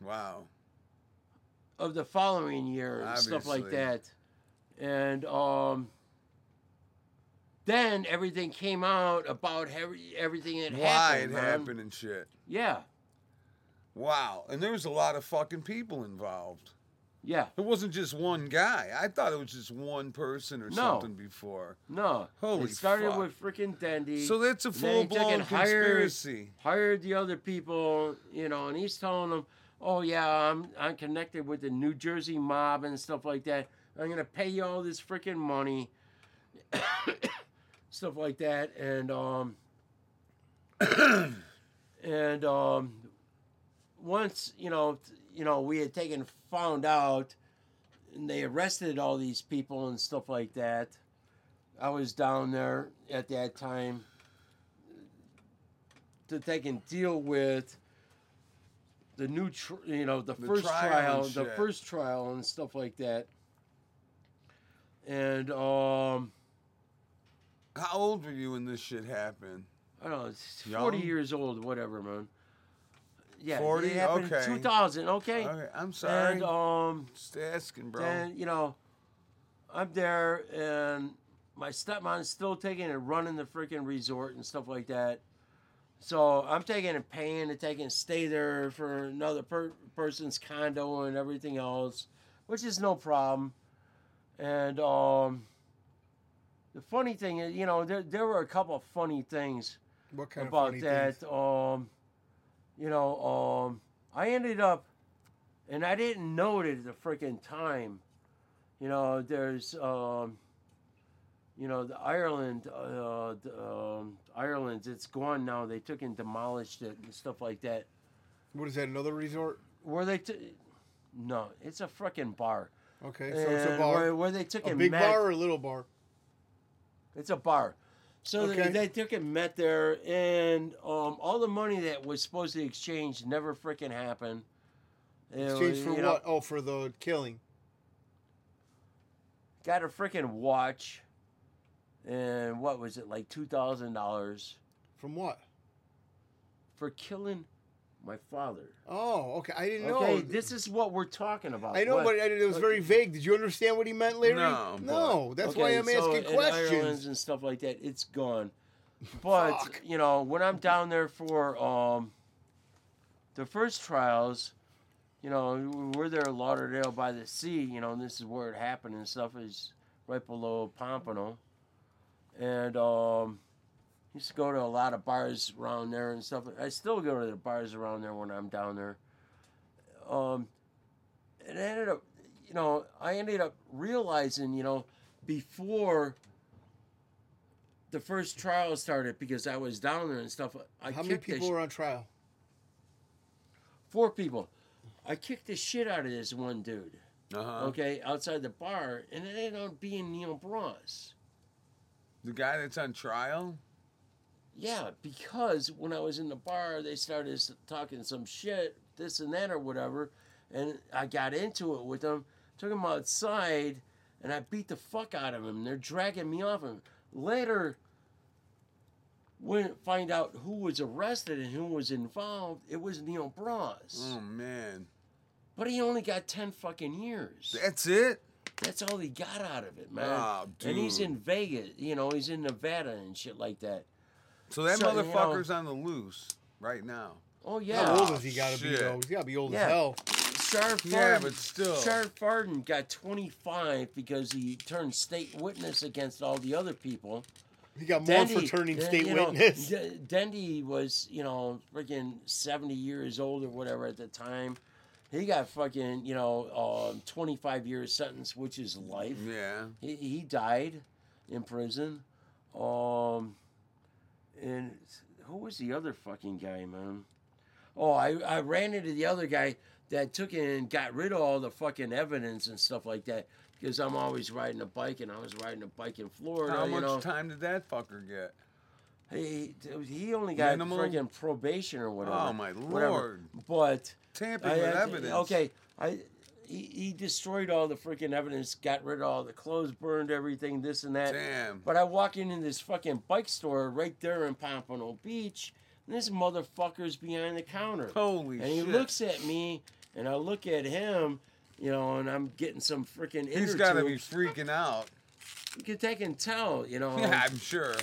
[SPEAKER 1] wow.
[SPEAKER 3] of the following year and stuff like
[SPEAKER 1] Obviously.
[SPEAKER 3] that. And um, then everything came out about every, everything that
[SPEAKER 1] Why
[SPEAKER 3] happened.
[SPEAKER 1] it
[SPEAKER 3] man.
[SPEAKER 1] happened and shit.
[SPEAKER 3] Yeah,
[SPEAKER 1] Wow, and there was a lot of fucking people involved.
[SPEAKER 3] yeah.
[SPEAKER 1] It wasn't just one guy. I thought it was just one person or
[SPEAKER 3] No.
[SPEAKER 1] something before.
[SPEAKER 3] No.
[SPEAKER 1] Holy
[SPEAKER 3] it started
[SPEAKER 1] fuck.
[SPEAKER 3] with freaking Dendy.
[SPEAKER 1] So that's a
[SPEAKER 3] and then he
[SPEAKER 1] full
[SPEAKER 3] took
[SPEAKER 1] blown
[SPEAKER 3] and hired-
[SPEAKER 1] conspiracy.
[SPEAKER 3] Hired the other people, you know, and he's telling them, "Oh yeah, I'm I'm connected with the New Jersey mob and stuff like that. I'm gonna pay you all this freaking money, stuff like that." And um, and um, once you know, t- you know, we had taken found out, and they arrested all these people and stuff like that. I was down there at that time to take and deal with the new, tr- you know, the,
[SPEAKER 1] The
[SPEAKER 3] first
[SPEAKER 1] trial
[SPEAKER 3] trial,
[SPEAKER 1] and
[SPEAKER 3] the
[SPEAKER 1] shit.
[SPEAKER 3] first trial and stuff like that. And um,
[SPEAKER 1] How old were you when this shit happened?
[SPEAKER 3] I don't know, it's forty
[SPEAKER 1] Young?
[SPEAKER 3] years old, whatever, man. Yeah,
[SPEAKER 1] 40? Okay.
[SPEAKER 3] two thousand, okay.
[SPEAKER 1] Okay, I'm sorry.
[SPEAKER 3] And um,
[SPEAKER 1] just asking, bro.
[SPEAKER 3] then you know, I'm there, and my stepmom's still taking and running the freaking resort and stuff like that. So I'm taking and paying to take and stay there for another per- person's condo and everything else, which is no problem. And um, the funny thing is, you know, there, there were a couple of funny things
[SPEAKER 2] What kind of
[SPEAKER 3] about
[SPEAKER 2] funny
[SPEAKER 3] that.
[SPEAKER 2] things?
[SPEAKER 3] Um, you know, um, I ended up, and I didn't know it at the freaking time. You know, there's, um, you know, the Ireland, uh, the, um, Ireland, it's gone now. They took and demolished it and stuff like that.
[SPEAKER 2] What is that? Another resort?
[SPEAKER 3] Where they t- no, it's a freaking bar.
[SPEAKER 2] Okay, so it's a
[SPEAKER 3] And
[SPEAKER 2] bar.
[SPEAKER 3] Where, where they took
[SPEAKER 2] a
[SPEAKER 3] and
[SPEAKER 2] big
[SPEAKER 3] met-
[SPEAKER 2] bar or a little bar?
[SPEAKER 3] It's a bar. So they-
[SPEAKER 2] Okay.
[SPEAKER 3] they, took and met there, and um, all the money that was supposed to exchange never freaking happened. It
[SPEAKER 2] Exchange
[SPEAKER 3] was,
[SPEAKER 2] for
[SPEAKER 3] Uh, you
[SPEAKER 2] what?
[SPEAKER 3] know,
[SPEAKER 2] Oh, for the killing.
[SPEAKER 3] got a freaking watch, and what was it like two thousand dollars
[SPEAKER 2] From what?
[SPEAKER 3] for killing my father?
[SPEAKER 2] Oh, okay. I didn't
[SPEAKER 3] Okay,
[SPEAKER 2] know.
[SPEAKER 3] this is what we're talking about.
[SPEAKER 2] I know,
[SPEAKER 3] What-
[SPEAKER 2] but I, it was very vague. Did you understand what he meant, Larry?
[SPEAKER 1] No,
[SPEAKER 2] No, that's why
[SPEAKER 3] Okay,
[SPEAKER 2] I'm
[SPEAKER 3] so
[SPEAKER 2] asking
[SPEAKER 3] in Ireland's
[SPEAKER 2] questions.
[SPEAKER 3] and stuff like that. It's gone. But
[SPEAKER 2] Fuck.
[SPEAKER 3] you know, when I'm down there for um, the first trials, you know, we're there in Lauderdale by the sea. You know, and this is where it happened and stuff is right below Pompano, and um, used to go to a lot of bars around there and stuff. I still go to the bars around there when I'm down there. Um, it ended up, you know, I ended up realizing, you know, before the first trial started because I was down there and stuff. I
[SPEAKER 2] How many
[SPEAKER 3] kicked the
[SPEAKER 2] people
[SPEAKER 3] sh-
[SPEAKER 2] were on trial?
[SPEAKER 3] four people. I kicked the shit out of this one dude.
[SPEAKER 1] Uh-huh.
[SPEAKER 3] Okay, outside the bar, and it ended up being Neil Bronze.
[SPEAKER 1] The guy that's on trial?
[SPEAKER 3] Yeah, because when I was in the bar, they started s- talking some shit, this and that or whatever, and I got into it with them. Took him outside, and I beat the fuck out of him. They're dragging me off him. Later, when find out who was arrested and who was involved, it was Neil Bronze.
[SPEAKER 2] Mm.
[SPEAKER 1] Oh man.
[SPEAKER 3] But he only got ten fucking years.
[SPEAKER 1] That's it?
[SPEAKER 3] That's all he got out of it, man.
[SPEAKER 1] Oh,
[SPEAKER 3] And he's
[SPEAKER 1] dude.
[SPEAKER 3] in Vegas, you know, he's in Nevada and shit like that.
[SPEAKER 1] So that
[SPEAKER 3] So, you know-
[SPEAKER 1] motherfucker's on the loose right now.
[SPEAKER 3] Oh yeah.
[SPEAKER 2] How old has he got to be
[SPEAKER 1] shit.
[SPEAKER 2] though? He's got to be old
[SPEAKER 3] Yeah.
[SPEAKER 2] as hell.
[SPEAKER 3] Sheriff Farden,
[SPEAKER 1] Yeah, but still.
[SPEAKER 3] Sheriff Farden got 25 because he turned state witness against all the other people.
[SPEAKER 2] He got more for
[SPEAKER 3] Dendy-
[SPEAKER 2] turning
[SPEAKER 3] uh,
[SPEAKER 2] state
[SPEAKER 3] you know,
[SPEAKER 2] witness.
[SPEAKER 3] D- Dendy was, you know, freaking 70 years old or whatever at the time. He got fucking, you know, um, 25 year sentence, which is life.
[SPEAKER 1] Yeah.
[SPEAKER 3] He, he died in prison. Um, and who was the other fucking guy, man? Oh, I, I ran into the other guy that took it and got rid of all the fucking evidence and stuff like that because I'm always riding a bike and I was riding a bike in Florida.
[SPEAKER 1] How
[SPEAKER 3] you
[SPEAKER 1] much
[SPEAKER 3] know,
[SPEAKER 1] time did that fucker get?
[SPEAKER 3] he, he only got
[SPEAKER 1] Minimal?
[SPEAKER 3] freaking probation or whatever.
[SPEAKER 1] Oh my
[SPEAKER 3] whatever.
[SPEAKER 1] lord.
[SPEAKER 3] But
[SPEAKER 1] Tampering
[SPEAKER 3] I
[SPEAKER 1] with
[SPEAKER 3] had to-
[SPEAKER 1] evidence.
[SPEAKER 3] Okay, I he, he destroyed all the freaking evidence, got rid of all the clothes, burned everything, this and that.
[SPEAKER 1] Damn.
[SPEAKER 3] But I walk into this fucking bike store right there in Pompano Beach, and this motherfucker's behind the counter.
[SPEAKER 1] Holy
[SPEAKER 3] and
[SPEAKER 1] shit.
[SPEAKER 3] he looks at me, and I look at him, you know, and I'm getting some freaking
[SPEAKER 1] He's
[SPEAKER 3] got to
[SPEAKER 1] be freaking out.
[SPEAKER 3] You can take and tell, you know.
[SPEAKER 1] Yeah, I'm sure.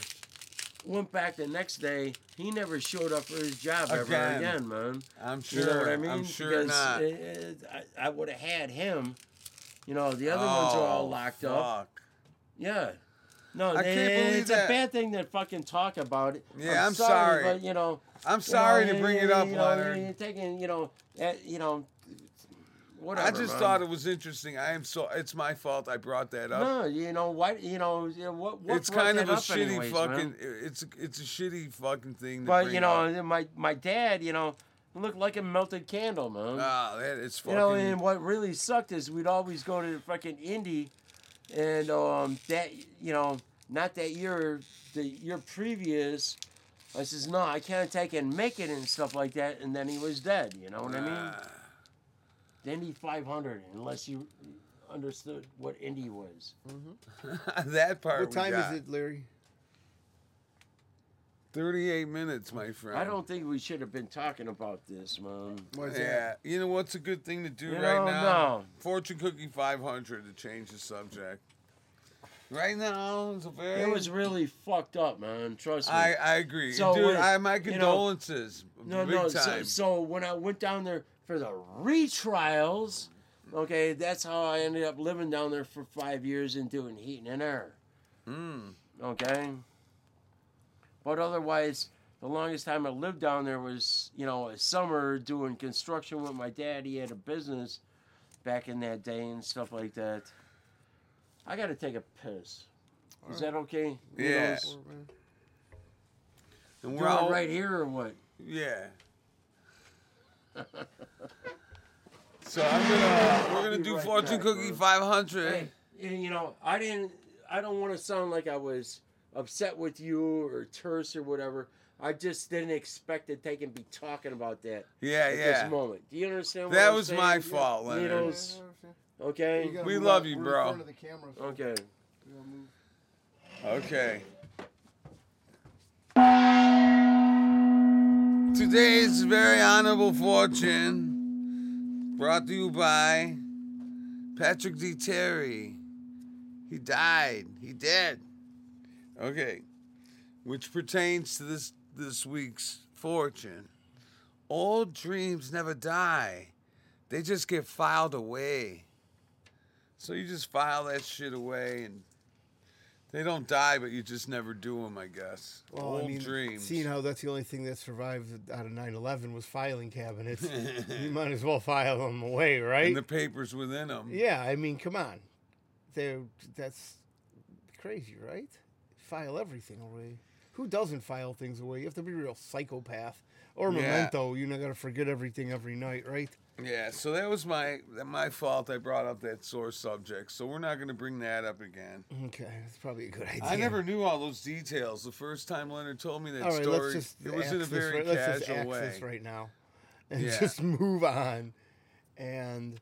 [SPEAKER 3] Went back the next day. He never showed up for his job ever
[SPEAKER 1] Again.
[SPEAKER 3] again, man.
[SPEAKER 1] I'm sure.
[SPEAKER 3] You know what I mean?
[SPEAKER 1] am sure
[SPEAKER 3] because
[SPEAKER 1] not.
[SPEAKER 3] uh, uh, I, I would have had him. You know, the other ones are all
[SPEAKER 1] Oh,
[SPEAKER 3] locked up.
[SPEAKER 1] fuck.
[SPEAKER 3] Yeah. No,
[SPEAKER 1] I can't
[SPEAKER 3] and
[SPEAKER 1] believe
[SPEAKER 3] it's
[SPEAKER 1] that.
[SPEAKER 3] a bad thing to fucking talk about it.
[SPEAKER 1] Yeah, I'm sorry.
[SPEAKER 3] but you know,
[SPEAKER 1] I'm sorry
[SPEAKER 3] you know,
[SPEAKER 1] to bring
[SPEAKER 3] you-
[SPEAKER 1] it up,
[SPEAKER 3] you know,
[SPEAKER 1] Leonard.
[SPEAKER 3] You're taking, you know, eh, you know, whatever.
[SPEAKER 1] I just
[SPEAKER 3] man.
[SPEAKER 1] thought it was interesting. I am so. It's my fault. I brought that up.
[SPEAKER 3] No, you know what? You know you know, what? what
[SPEAKER 1] it's
[SPEAKER 3] brought
[SPEAKER 1] kind of
[SPEAKER 3] that
[SPEAKER 1] a
[SPEAKER 3] up
[SPEAKER 1] shitty
[SPEAKER 3] anyways, man?
[SPEAKER 1] fucking. It's it's a shitty fucking thing. To
[SPEAKER 3] But
[SPEAKER 1] bring
[SPEAKER 3] you know,
[SPEAKER 1] up.
[SPEAKER 3] my my dad, you know, looked like a melted candle, man.
[SPEAKER 1] ah, that it's
[SPEAKER 3] You
[SPEAKER 1] fucking.
[SPEAKER 3] know, and what really sucked is we'd always go to the fucking Indy, and um, that you know, not that year, the year previous, I says no, I can't take and make it and stuff like that, and then he was dead. You know what I mean?
[SPEAKER 1] ah,
[SPEAKER 3] The Indy 500, unless you understood what Indy was.
[SPEAKER 1] that part.
[SPEAKER 2] What time is
[SPEAKER 1] it?
[SPEAKER 2] it, Larry?
[SPEAKER 1] Thirty-eight minutes, my friend.
[SPEAKER 3] I don't think we should have been talking about this, man.
[SPEAKER 2] What is
[SPEAKER 1] Yeah, you know what's a good thing to do
[SPEAKER 3] You
[SPEAKER 1] right
[SPEAKER 3] know,
[SPEAKER 1] now?
[SPEAKER 3] no.
[SPEAKER 1] Fortune cookie 500 to change the subject. Right now, it's a very.
[SPEAKER 3] It was really fucked up, man. Trust me.
[SPEAKER 1] I I agree,
[SPEAKER 3] So
[SPEAKER 1] dude.
[SPEAKER 3] when-
[SPEAKER 1] I my
[SPEAKER 3] you know,
[SPEAKER 1] condolences.
[SPEAKER 3] No,
[SPEAKER 1] big
[SPEAKER 3] no. So,
[SPEAKER 1] time.
[SPEAKER 3] so when I went down there for the retrials, okay, that's how I ended up living down there for five years and doing heating and air.
[SPEAKER 1] Mm.
[SPEAKER 3] Okay. But otherwise, the longest time I lived down there was, you know, a summer doing construction with my dad. He had a business back in that day and stuff like that. I got to take a piss. Is that okay? You know,
[SPEAKER 1] Yeah.
[SPEAKER 3] it's-
[SPEAKER 1] and
[SPEAKER 3] We're
[SPEAKER 1] we're all
[SPEAKER 3] right here or what?
[SPEAKER 1] Yeah. so I'm gonna we're gonna
[SPEAKER 3] be
[SPEAKER 1] do
[SPEAKER 3] right
[SPEAKER 1] fortune
[SPEAKER 3] back,
[SPEAKER 1] cookie
[SPEAKER 3] bro.
[SPEAKER 1] 500.
[SPEAKER 3] Hey, you know, I didn't. I don't want to sound like I was upset with you or terse or whatever. I just didn't expect that they can be talking about that
[SPEAKER 1] Yeah,
[SPEAKER 3] at
[SPEAKER 1] Uh, yeah.
[SPEAKER 3] this moment. Do you understand? What
[SPEAKER 1] That
[SPEAKER 3] I'm
[SPEAKER 1] was
[SPEAKER 3] saying?
[SPEAKER 1] my fault,
[SPEAKER 3] Yeah.
[SPEAKER 1] Leonard.
[SPEAKER 3] Needles. Okay.
[SPEAKER 2] You gotta
[SPEAKER 1] We
[SPEAKER 2] move
[SPEAKER 1] love
[SPEAKER 2] out.
[SPEAKER 1] you,
[SPEAKER 2] We're
[SPEAKER 1] bro.
[SPEAKER 2] In front of the camera, so
[SPEAKER 3] Okay.
[SPEAKER 2] we gotta move.
[SPEAKER 1] Okay. Today's very honorable fortune brought to you by Patrick D. Terry. He died. He dead. Okay. Which pertains to this this week's fortune. Old dreams never die. They just get filed away. So you just file that shit away and they don't die, but you just never do them, I guess.
[SPEAKER 2] Well,
[SPEAKER 1] Old
[SPEAKER 2] I mean,
[SPEAKER 1] dreams.
[SPEAKER 2] Seeing how that's the only thing that survived out of 9/11 was filing cabinets, you might as well file them away, right?
[SPEAKER 1] and the papers within them.
[SPEAKER 2] yeah, I mean, come on, they're that's crazy, right? File everything away. Who doesn't file things away? You have to be a real psychopath or
[SPEAKER 1] Yeah.
[SPEAKER 2] memento. You're not gonna forget everything every night, right?
[SPEAKER 1] Yeah, so that was my that my fault. I brought up that sore subject, so we're not going to bring that up again.
[SPEAKER 2] Okay, that's probably a good idea.
[SPEAKER 1] I never knew all those details. The first time Leonard told me that
[SPEAKER 2] All right,
[SPEAKER 1] story,
[SPEAKER 2] let's just
[SPEAKER 1] it was in a
[SPEAKER 2] axe this
[SPEAKER 1] very
[SPEAKER 2] right, let's just
[SPEAKER 1] casual
[SPEAKER 2] axe
[SPEAKER 1] way.
[SPEAKER 2] this right now, and
[SPEAKER 1] Yeah.
[SPEAKER 2] just move on. And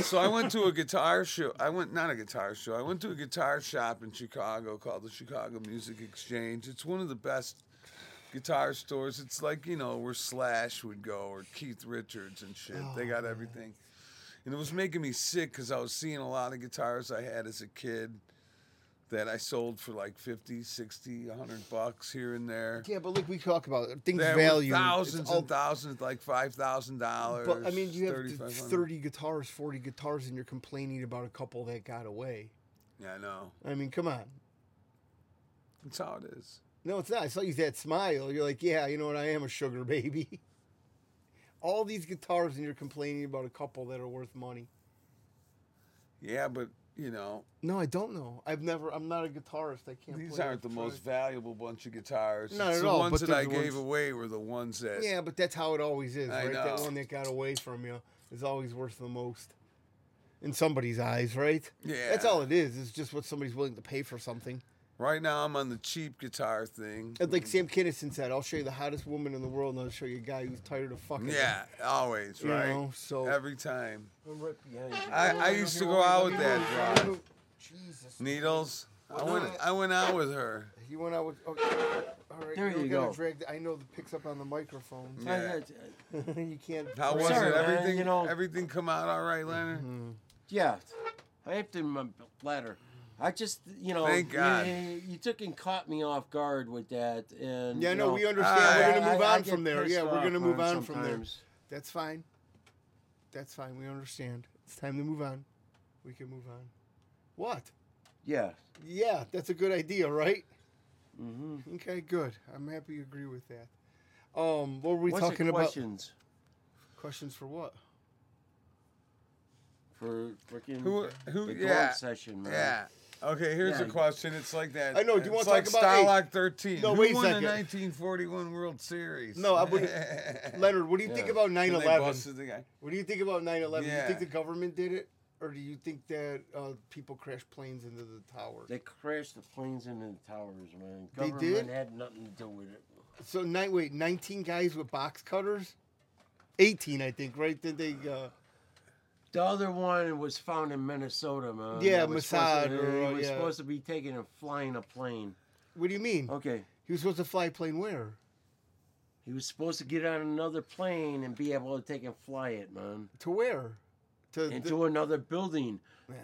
[SPEAKER 1] so I went to a guitar show. I went not a guitar show. I went to a guitar shop in Chicago called the Chicago Music Exchange. It's one of the best guitar stores. It's like you know where Slash would go or Keith Richards and shit. they
[SPEAKER 2] Oh,
[SPEAKER 1] got everything, and it was making me sick because I was seeing a lot of guitars I had as a kid that I sold for like 50, 60, 100 bucks here and there.
[SPEAKER 2] yeah, but like we talk about it, things
[SPEAKER 1] There were
[SPEAKER 2] value it's
[SPEAKER 1] thousands
[SPEAKER 2] all-
[SPEAKER 1] and thousands, like five thousand dollars.
[SPEAKER 2] But I mean, you have th-
[SPEAKER 1] 3,500.
[SPEAKER 2] thirty guitars, forty guitars, and you're complaining about a couple that got away.
[SPEAKER 1] Yeah, I know.
[SPEAKER 2] I mean, come on.
[SPEAKER 1] That's how it is.
[SPEAKER 2] No, it's not. I saw you that smile. You're like, yeah, you know what? I am a sugar baby. All these guitars, and you're complaining about a couple that are worth money.
[SPEAKER 1] Yeah, but you know,
[SPEAKER 2] No, I don't know. I've never. I'm not a guitarist. I can't.
[SPEAKER 1] these
[SPEAKER 2] play
[SPEAKER 1] aren't the
[SPEAKER 2] electronic.
[SPEAKER 1] most valuable bunch of guitars.
[SPEAKER 2] Not
[SPEAKER 1] It's
[SPEAKER 2] at
[SPEAKER 1] the
[SPEAKER 2] all,
[SPEAKER 1] ones
[SPEAKER 2] but
[SPEAKER 1] that I
[SPEAKER 2] they're the
[SPEAKER 1] gave
[SPEAKER 2] ones-
[SPEAKER 1] away were the ones that.
[SPEAKER 2] Yeah, but that's how it always is,
[SPEAKER 1] I
[SPEAKER 2] right? That
[SPEAKER 1] know.
[SPEAKER 2] one that got away from you is always worth the most in somebody's eyes, right? That's
[SPEAKER 1] Yeah.
[SPEAKER 2] all it is. It's just what somebody's willing to pay for something.
[SPEAKER 1] Right now, I'm on the cheap guitar thing.
[SPEAKER 2] And like Sam Kinison said, I'll show you the hottest woman in the world, and I'll show you a guy who's tired of fucking.
[SPEAKER 1] Yeah, always
[SPEAKER 2] You
[SPEAKER 1] right.
[SPEAKER 2] know, so-
[SPEAKER 1] every time
[SPEAKER 3] I'm right behind you.
[SPEAKER 1] I, I used to go out with that broad.
[SPEAKER 2] Jesus.
[SPEAKER 1] Needles. I
[SPEAKER 2] Well,
[SPEAKER 1] went
[SPEAKER 2] no,
[SPEAKER 1] I went out with her.
[SPEAKER 2] You went out with. Okay. All right.
[SPEAKER 3] There
[SPEAKER 2] don't
[SPEAKER 3] you
[SPEAKER 2] gotta
[SPEAKER 3] go.
[SPEAKER 2] Drag the, I know the picks up on the microphone.
[SPEAKER 1] Yeah.
[SPEAKER 2] you can't.
[SPEAKER 1] Mm. How was
[SPEAKER 3] Sorry,
[SPEAKER 1] it?
[SPEAKER 3] man,
[SPEAKER 1] Everything
[SPEAKER 3] you know-
[SPEAKER 1] everything come out all right, Leonard?
[SPEAKER 2] Mm-hmm.
[SPEAKER 3] Yeah, I emptied my bladder. I just, you know,
[SPEAKER 1] Thank God.
[SPEAKER 3] You, you took and caught me off guard with that, and
[SPEAKER 2] Yeah,
[SPEAKER 3] you
[SPEAKER 2] no,
[SPEAKER 3] know,
[SPEAKER 2] we understand.
[SPEAKER 1] I-
[SPEAKER 2] we're gonna move
[SPEAKER 3] I- I
[SPEAKER 2] on
[SPEAKER 3] get
[SPEAKER 2] from there.
[SPEAKER 3] pissed
[SPEAKER 2] Yeah, we're
[SPEAKER 3] off
[SPEAKER 2] gonna move
[SPEAKER 3] on
[SPEAKER 2] on from there.
[SPEAKER 3] sometimes.
[SPEAKER 2] That's fine. That's fine. We understand. It's time to move on. We can move on. What?
[SPEAKER 3] Yeah,
[SPEAKER 2] Yeah, that's a good idea, right? Mm-hmm. Okay, good. I'm happy you agree with that. Um, what were we
[SPEAKER 3] what's
[SPEAKER 2] talking
[SPEAKER 3] the
[SPEAKER 2] about?
[SPEAKER 3] questions
[SPEAKER 2] Questions for what?
[SPEAKER 3] for freaking
[SPEAKER 1] Who who
[SPEAKER 3] the
[SPEAKER 1] yeah.
[SPEAKER 3] golf session, man?
[SPEAKER 1] Yeah. Okay, here's
[SPEAKER 3] Yeah.
[SPEAKER 1] a question. It's like that.
[SPEAKER 2] I know, do you
[SPEAKER 1] it's
[SPEAKER 2] wanna
[SPEAKER 1] like
[SPEAKER 2] talk about-
[SPEAKER 1] Starlock 13?
[SPEAKER 2] No,
[SPEAKER 1] Who
[SPEAKER 2] wait a
[SPEAKER 1] won the
[SPEAKER 2] second.
[SPEAKER 1] 1941 World Series?
[SPEAKER 2] No, I wouldn't- Leonard, what do you think
[SPEAKER 3] Yeah.
[SPEAKER 2] about
[SPEAKER 1] And
[SPEAKER 2] 9
[SPEAKER 1] they
[SPEAKER 2] 11?
[SPEAKER 1] busted the guy.
[SPEAKER 2] What do you think about 9 11? Do you
[SPEAKER 1] Yeah.
[SPEAKER 2] think the government did it? Or do you think that uh, people crashed planes into the tower?
[SPEAKER 3] They crashed the planes into the towers, man.
[SPEAKER 2] They
[SPEAKER 3] Government
[SPEAKER 2] did?
[SPEAKER 3] had nothing to do with it.
[SPEAKER 2] So, night, wait, 19 guys with box cutters? 18, I think, right? Did they. Uh,
[SPEAKER 3] The other one was found in Minnesota, man.
[SPEAKER 2] Yeah,
[SPEAKER 3] That was supposed to-
[SPEAKER 2] Mossad or,
[SPEAKER 3] He was
[SPEAKER 2] yeah.
[SPEAKER 3] supposed to be taking and flying a plane.
[SPEAKER 2] what do you mean?
[SPEAKER 3] Okay,
[SPEAKER 2] He was supposed to fly a plane where?
[SPEAKER 3] he was supposed to get on another plane and be able to take and fly it, man.
[SPEAKER 2] To where? To the-
[SPEAKER 3] into another building.
[SPEAKER 2] Man.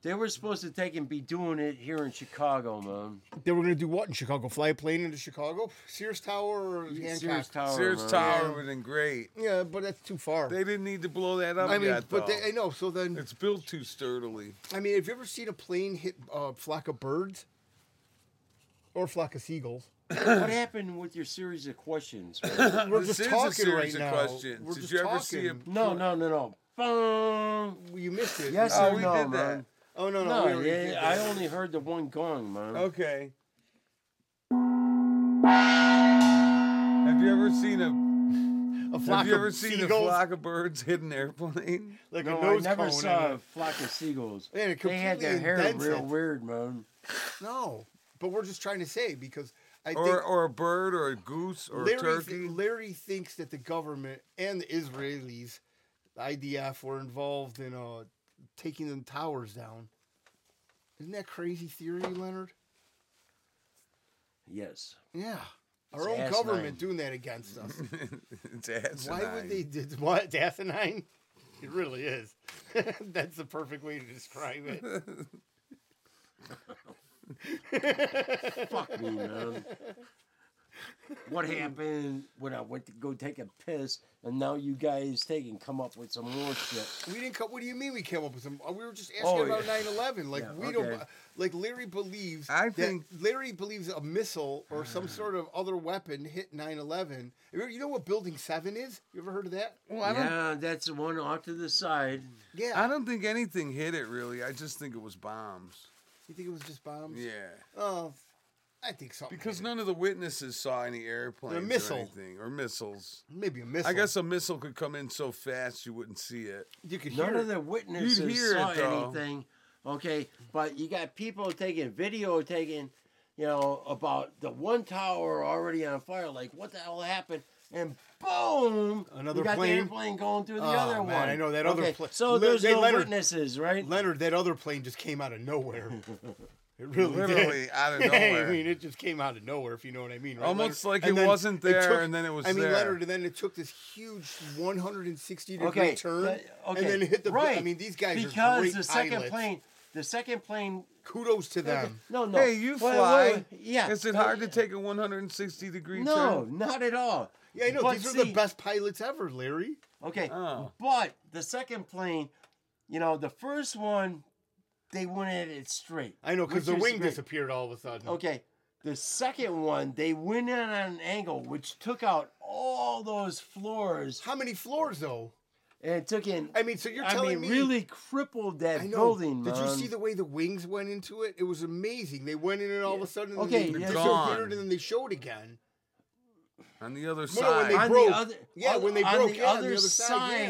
[SPEAKER 3] They were supposed to take and be doing it here in Chicago, man.
[SPEAKER 2] They were going to do what in Chicago? Fly a plane into Chicago? Sears Tower or Hancock?
[SPEAKER 3] Sears Tower.
[SPEAKER 1] Sears
[SPEAKER 3] man.
[SPEAKER 1] Tower would have been great.
[SPEAKER 2] Yeah, but that's too far.
[SPEAKER 1] They didn't need to blow that up
[SPEAKER 2] I mean,
[SPEAKER 1] yet,
[SPEAKER 2] but
[SPEAKER 1] though.
[SPEAKER 2] they, I know. So then,
[SPEAKER 1] it's built too sturdily.
[SPEAKER 2] I mean, have you ever seen a plane hit a flock of birds or a flock of seagulls?
[SPEAKER 3] what happened with your series of questions? man?
[SPEAKER 2] We're
[SPEAKER 1] Uh, This
[SPEAKER 2] just
[SPEAKER 1] is a
[SPEAKER 2] talking
[SPEAKER 1] series
[SPEAKER 2] right
[SPEAKER 1] of
[SPEAKER 2] now.
[SPEAKER 1] questions.
[SPEAKER 2] We're
[SPEAKER 1] Did
[SPEAKER 2] just
[SPEAKER 1] you ever
[SPEAKER 2] talking.
[SPEAKER 1] see a-
[SPEAKER 3] no, no, no, no. Boom.
[SPEAKER 2] Well, You missed it.
[SPEAKER 3] Yes
[SPEAKER 1] Oh,
[SPEAKER 3] or
[SPEAKER 1] we
[SPEAKER 3] no,
[SPEAKER 1] did that.
[SPEAKER 3] man?
[SPEAKER 2] Oh no, no.
[SPEAKER 3] No,
[SPEAKER 2] we already
[SPEAKER 3] yeah,
[SPEAKER 2] did
[SPEAKER 3] I
[SPEAKER 2] that.
[SPEAKER 3] only heard the one gong, man.
[SPEAKER 1] Okay. Have you ever seen a
[SPEAKER 2] A flock
[SPEAKER 1] Have you
[SPEAKER 2] of
[SPEAKER 1] ever seen
[SPEAKER 2] seagulls,
[SPEAKER 1] a flock of birds hit an airplane?
[SPEAKER 2] Like
[SPEAKER 3] No,
[SPEAKER 2] a
[SPEAKER 3] I
[SPEAKER 2] nose
[SPEAKER 3] never
[SPEAKER 2] cone
[SPEAKER 3] saw
[SPEAKER 2] and
[SPEAKER 3] a flock of seagulls.
[SPEAKER 2] Man, it
[SPEAKER 3] they had their
[SPEAKER 2] completely
[SPEAKER 3] hair
[SPEAKER 2] indents
[SPEAKER 3] real
[SPEAKER 2] it.
[SPEAKER 3] weird, man.
[SPEAKER 2] a- No, But we're just trying to say because I
[SPEAKER 1] Or,
[SPEAKER 2] think
[SPEAKER 1] or a bird or a goose or a
[SPEAKER 2] Larry,
[SPEAKER 1] turkey.
[SPEAKER 2] Larry thinks that the government and the Israelis, the IDF, were involved in uh, taking the towers down. Isn't that crazy theory, Leonard?
[SPEAKER 3] Yes.
[SPEAKER 2] Yeah. Our
[SPEAKER 3] It's
[SPEAKER 2] own
[SPEAKER 3] asinine.
[SPEAKER 2] government doing that against us.
[SPEAKER 1] it's asinine.
[SPEAKER 2] Why would they did what? It's asinine? It really is. That's the perfect way to describe it.
[SPEAKER 3] Fuck me, man. What happened when I went to go take a piss, and now you guys take and come up with some more shit?
[SPEAKER 2] We didn't come. What do you mean we came up with some? We were just asking
[SPEAKER 3] Oh,
[SPEAKER 2] about
[SPEAKER 3] yeah.
[SPEAKER 2] 9/11. Like
[SPEAKER 3] Yeah,
[SPEAKER 2] we don't.
[SPEAKER 3] okay.
[SPEAKER 2] Like Larry believes.
[SPEAKER 1] I
[SPEAKER 2] that-
[SPEAKER 1] think- Uh.
[SPEAKER 2] Larry believes a missile or some sort of other weapon hit 9/11. You you know what Building Seven is? You ever heard of that?
[SPEAKER 1] Well, I don't,
[SPEAKER 3] yeah, that's the one off to the side.
[SPEAKER 2] Yeah.
[SPEAKER 1] I don't think anything hit it really. I just think it was bombs.
[SPEAKER 2] you think it was just bombs?
[SPEAKER 1] Yeah.
[SPEAKER 2] Oh, I think something.
[SPEAKER 1] Because
[SPEAKER 2] hit it.
[SPEAKER 1] none of the witnesses saw any airplanes
[SPEAKER 2] missile.
[SPEAKER 1] or anything or missiles.
[SPEAKER 2] maybe a missile.
[SPEAKER 1] I guess a missile could come in so fast you wouldn't see it.
[SPEAKER 2] you could
[SPEAKER 3] None
[SPEAKER 2] hear
[SPEAKER 3] of
[SPEAKER 2] it.
[SPEAKER 3] the
[SPEAKER 1] You'd
[SPEAKER 3] witnesses
[SPEAKER 1] hear
[SPEAKER 3] saw
[SPEAKER 1] it, though.
[SPEAKER 3] anything. Okay, but you got people taking video, taking, you know, about the one tower already on fire. Like, what the hell happened? And boom,
[SPEAKER 2] Another
[SPEAKER 3] you got
[SPEAKER 2] plane?
[SPEAKER 3] the airplane going through the
[SPEAKER 2] Oh,
[SPEAKER 3] other
[SPEAKER 2] man,
[SPEAKER 3] one.
[SPEAKER 2] I know that other
[SPEAKER 3] Okay,
[SPEAKER 2] pla-
[SPEAKER 3] So
[SPEAKER 2] Le-
[SPEAKER 3] there's
[SPEAKER 2] they
[SPEAKER 3] no
[SPEAKER 2] let her-
[SPEAKER 3] witnesses, right?
[SPEAKER 2] Leonard, that other plane just came out of nowhere. It really did.
[SPEAKER 1] Literally out of nowhere.
[SPEAKER 2] I mean, it just came out of nowhere, if you know what I mean. Right,
[SPEAKER 1] Almost like
[SPEAKER 2] And
[SPEAKER 1] it
[SPEAKER 2] then
[SPEAKER 1] wasn't there,
[SPEAKER 2] took-
[SPEAKER 1] and then it was
[SPEAKER 2] I mean,
[SPEAKER 1] there.
[SPEAKER 2] Leonard, and then it took this huge 160 degree
[SPEAKER 3] okay,
[SPEAKER 2] turn,
[SPEAKER 3] that- okay,
[SPEAKER 2] and then it hit the.
[SPEAKER 3] right.
[SPEAKER 2] I mean, these guys
[SPEAKER 3] because
[SPEAKER 2] are great
[SPEAKER 3] the second
[SPEAKER 2] pilots.
[SPEAKER 3] plane, the second plane.
[SPEAKER 2] Kudos to them.
[SPEAKER 3] No, no.
[SPEAKER 1] hey, you
[SPEAKER 3] Wait, wait,
[SPEAKER 1] fly.
[SPEAKER 3] wait, yeah.
[SPEAKER 1] Is it hard to take a 160 degree
[SPEAKER 3] No,
[SPEAKER 1] turn?
[SPEAKER 3] not at all.
[SPEAKER 2] Yeah, I know.
[SPEAKER 3] But
[SPEAKER 2] these are
[SPEAKER 3] see-
[SPEAKER 2] the best pilots ever, Larry.
[SPEAKER 3] Okay.
[SPEAKER 1] Oh.
[SPEAKER 3] But the second plane, you know, the first one, they went at it straight.
[SPEAKER 2] I know
[SPEAKER 3] which
[SPEAKER 2] because the
[SPEAKER 3] is
[SPEAKER 2] wing
[SPEAKER 3] great.
[SPEAKER 2] disappeared all of a sudden.
[SPEAKER 3] Okay. The second one, they went in at an angle, which took out all those floors
[SPEAKER 2] How many floors though?
[SPEAKER 3] and took in.
[SPEAKER 2] I mean, so you're
[SPEAKER 3] I
[SPEAKER 2] telling
[SPEAKER 3] mean,
[SPEAKER 2] me
[SPEAKER 3] really crippled that
[SPEAKER 2] I know.
[SPEAKER 3] building.
[SPEAKER 2] Did you
[SPEAKER 3] man.
[SPEAKER 2] see the way the wings went into it? It was amazing. They went in and all of a sudden,
[SPEAKER 3] Okay,
[SPEAKER 2] okay, they
[SPEAKER 3] yeah.
[SPEAKER 1] Gone.
[SPEAKER 2] disappeared, and then they showed again.
[SPEAKER 1] On the other
[SPEAKER 2] No, no, when
[SPEAKER 1] side.
[SPEAKER 2] they
[SPEAKER 3] on
[SPEAKER 2] broke.
[SPEAKER 3] the other,
[SPEAKER 2] Yeah,
[SPEAKER 3] on-
[SPEAKER 2] when they
[SPEAKER 3] on
[SPEAKER 2] broke,
[SPEAKER 3] the
[SPEAKER 2] yeah, on the
[SPEAKER 3] other
[SPEAKER 2] other side,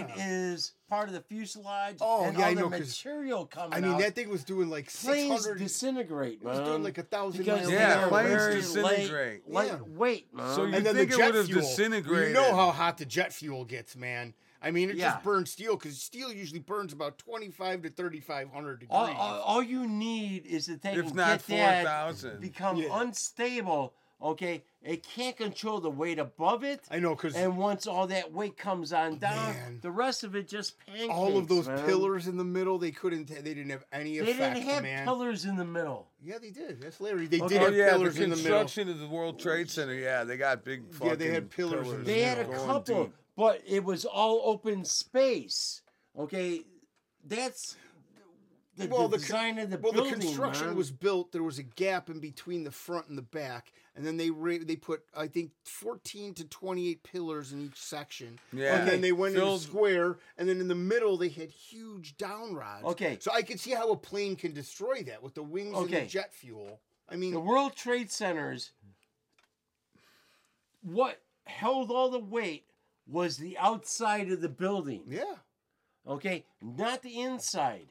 [SPEAKER 3] side
[SPEAKER 2] yeah.
[SPEAKER 3] is part of the fuselage
[SPEAKER 2] Oh,
[SPEAKER 3] and
[SPEAKER 2] yeah, I
[SPEAKER 3] all the
[SPEAKER 2] know, 'cause-
[SPEAKER 3] material coming
[SPEAKER 2] I mean,
[SPEAKER 3] out.
[SPEAKER 2] that thing was doing like
[SPEAKER 3] planes
[SPEAKER 2] 600.
[SPEAKER 3] disintegrate,
[SPEAKER 2] It was
[SPEAKER 3] man.
[SPEAKER 2] doing like a thousand
[SPEAKER 3] Because
[SPEAKER 2] miles
[SPEAKER 1] Yeah,
[SPEAKER 3] they are
[SPEAKER 2] an
[SPEAKER 1] planes
[SPEAKER 2] hour.
[SPEAKER 3] very
[SPEAKER 1] disintegrate.
[SPEAKER 3] Light,
[SPEAKER 2] Yeah.
[SPEAKER 3] Lightweight, man.
[SPEAKER 1] So you-
[SPEAKER 2] and then the
[SPEAKER 1] think it
[SPEAKER 2] jet
[SPEAKER 1] would've
[SPEAKER 2] fuel.
[SPEAKER 1] disintegrated.
[SPEAKER 2] You know how hot the jet fuel gets, man. I mean, it
[SPEAKER 3] Yeah.
[SPEAKER 2] just burns steel because steel usually burns about 25 to 3,500 degrees.
[SPEAKER 3] all, all, all you need is to take
[SPEAKER 1] If
[SPEAKER 3] and
[SPEAKER 1] not
[SPEAKER 3] get that
[SPEAKER 1] 4,000.
[SPEAKER 3] become
[SPEAKER 2] Yeah.
[SPEAKER 3] unstable. Okay, it can't control the weight above it,
[SPEAKER 2] I know because
[SPEAKER 3] and once all that weight comes on down,
[SPEAKER 2] Man.
[SPEAKER 3] the rest of it just pancakes.
[SPEAKER 2] all of those
[SPEAKER 3] man.
[SPEAKER 2] pillars in the middle, they couldn't, they didn't have any
[SPEAKER 3] They
[SPEAKER 2] effect,
[SPEAKER 3] didn't have
[SPEAKER 2] man.
[SPEAKER 3] pillars in the middle.
[SPEAKER 2] Yeah, they did. That's Larry. They
[SPEAKER 3] Okay.
[SPEAKER 2] did
[SPEAKER 1] Oh
[SPEAKER 2] have
[SPEAKER 1] yeah, the
[SPEAKER 2] pillars in the middle.
[SPEAKER 1] construction of the World Trade Center. Yeah, they got big. Fucking
[SPEAKER 2] Yeah, they had pillars in the
[SPEAKER 3] They had a
[SPEAKER 1] going
[SPEAKER 3] couple,
[SPEAKER 1] deep.
[SPEAKER 3] but it was all open space. Okay, that's the,
[SPEAKER 2] Well,
[SPEAKER 3] the
[SPEAKER 2] the con-
[SPEAKER 3] design of the
[SPEAKER 2] Well,
[SPEAKER 3] building.
[SPEAKER 2] the construction
[SPEAKER 3] man.
[SPEAKER 2] was built. There was a gap in between the front and the back, and then they ra- they put I think fourteen to twenty eight pillars in each section.
[SPEAKER 1] Yeah.
[SPEAKER 2] and then they went in a
[SPEAKER 1] Filled-
[SPEAKER 2] square, and then in the middle they had huge down rods.
[SPEAKER 3] Okay.
[SPEAKER 2] so I could see how a plane can destroy that with the wings and
[SPEAKER 3] Okay.
[SPEAKER 2] the jet fuel. I
[SPEAKER 3] the
[SPEAKER 2] mean,
[SPEAKER 3] World Trade Centers, what held all the weight was the outside of the building,
[SPEAKER 2] yeah,
[SPEAKER 3] okay? Not the inside,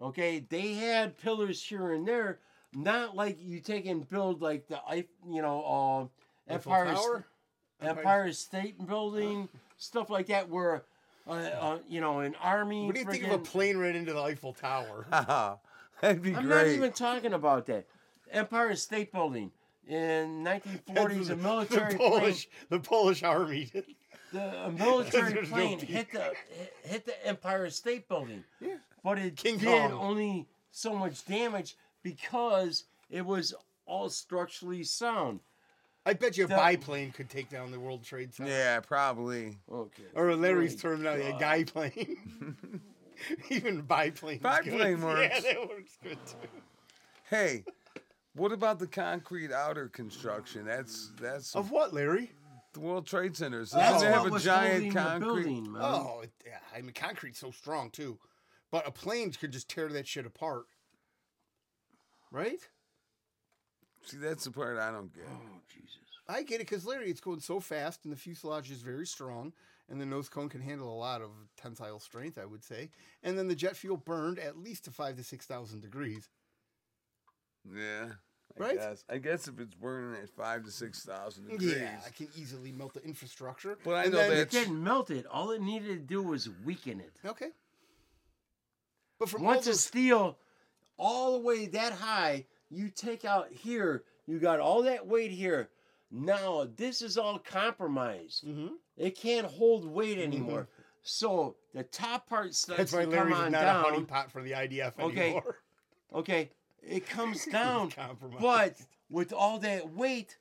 [SPEAKER 3] okay? They had pillars here and there, not like you take and build like the, Eif- you know, uh,
[SPEAKER 2] Eiffel
[SPEAKER 3] Empire,
[SPEAKER 2] Tower?
[SPEAKER 3] Sta- Empire, State Building, stuff like that, where, uh, uh, you know, an army.
[SPEAKER 2] What do you think of a
[SPEAKER 3] friggin-
[SPEAKER 2] plane ran into the Eiffel Tower?
[SPEAKER 1] That'd be
[SPEAKER 3] I'm
[SPEAKER 1] great.
[SPEAKER 3] not even talking about that. Empire State Building in 1940s, a military
[SPEAKER 2] the
[SPEAKER 3] plane,
[SPEAKER 2] Polish, the Polish army.
[SPEAKER 3] the a military
[SPEAKER 2] There's no
[SPEAKER 3] plane
[SPEAKER 2] peak.
[SPEAKER 3] hit the hit- hit the Empire State Building.
[SPEAKER 2] Yeah.
[SPEAKER 3] But it
[SPEAKER 2] King
[SPEAKER 3] did
[SPEAKER 2] Kong.
[SPEAKER 3] only so much damage because it was all structurally sound.
[SPEAKER 2] I bet you a
[SPEAKER 3] The-
[SPEAKER 2] biplane could take down the World Trade Center.
[SPEAKER 1] yeah, probably.
[SPEAKER 3] Okay.
[SPEAKER 2] Or Larry's
[SPEAKER 3] Good
[SPEAKER 2] term now, yeah,
[SPEAKER 3] God.
[SPEAKER 2] guy plane. Even biplane.
[SPEAKER 1] Biplane
[SPEAKER 2] good. Yeah,
[SPEAKER 1] works.
[SPEAKER 2] that works good too.
[SPEAKER 1] Hey, what about the concrete outer construction? That's that's
[SPEAKER 2] Of what, Larry?
[SPEAKER 1] the World Trade Centers.
[SPEAKER 3] That's
[SPEAKER 1] Doesn't it
[SPEAKER 3] what
[SPEAKER 1] have a
[SPEAKER 3] was
[SPEAKER 1] Oh, giant
[SPEAKER 3] holding the
[SPEAKER 1] concrete.
[SPEAKER 3] building, man.
[SPEAKER 2] Oh, it- yeah, I mean, concrete's so strong too, but a plane could just tear that shit apart, right?
[SPEAKER 1] See, that's the part I don't get.
[SPEAKER 3] Oh, Jesus.
[SPEAKER 2] I get it because Larry, it's going so fast, and the fuselage is very strong, and the nose cone can handle a lot of tensile strength, I would say, and then the jet fuel burned at least to five to six thousand degrees.
[SPEAKER 1] Yeah. I
[SPEAKER 2] Right?
[SPEAKER 1] Guess. I guess if it's burning at five to six thousand degrees.
[SPEAKER 2] Yeah, I can easily melt the infrastructure.
[SPEAKER 1] But I
[SPEAKER 2] And
[SPEAKER 1] know
[SPEAKER 2] then-
[SPEAKER 1] that-
[SPEAKER 3] It didn't melt it. All it needed to do was weaken it.
[SPEAKER 2] Okay. But from all
[SPEAKER 3] Once it's
[SPEAKER 2] those,
[SPEAKER 3] steel all the way that high, you take out here, you got all that weight here. Now, this is all compromised.
[SPEAKER 2] Mhm.
[SPEAKER 3] It can't hold weight anymore. So the top part starts
[SPEAKER 2] Mm-hmm. that's why
[SPEAKER 3] to come
[SPEAKER 2] Larry's
[SPEAKER 3] on
[SPEAKER 2] not
[SPEAKER 3] down.
[SPEAKER 2] a honeypot for the IDF
[SPEAKER 3] Okay.
[SPEAKER 2] anymore.
[SPEAKER 3] Okay, it comes down.
[SPEAKER 2] Compromise.
[SPEAKER 3] but with all that weight,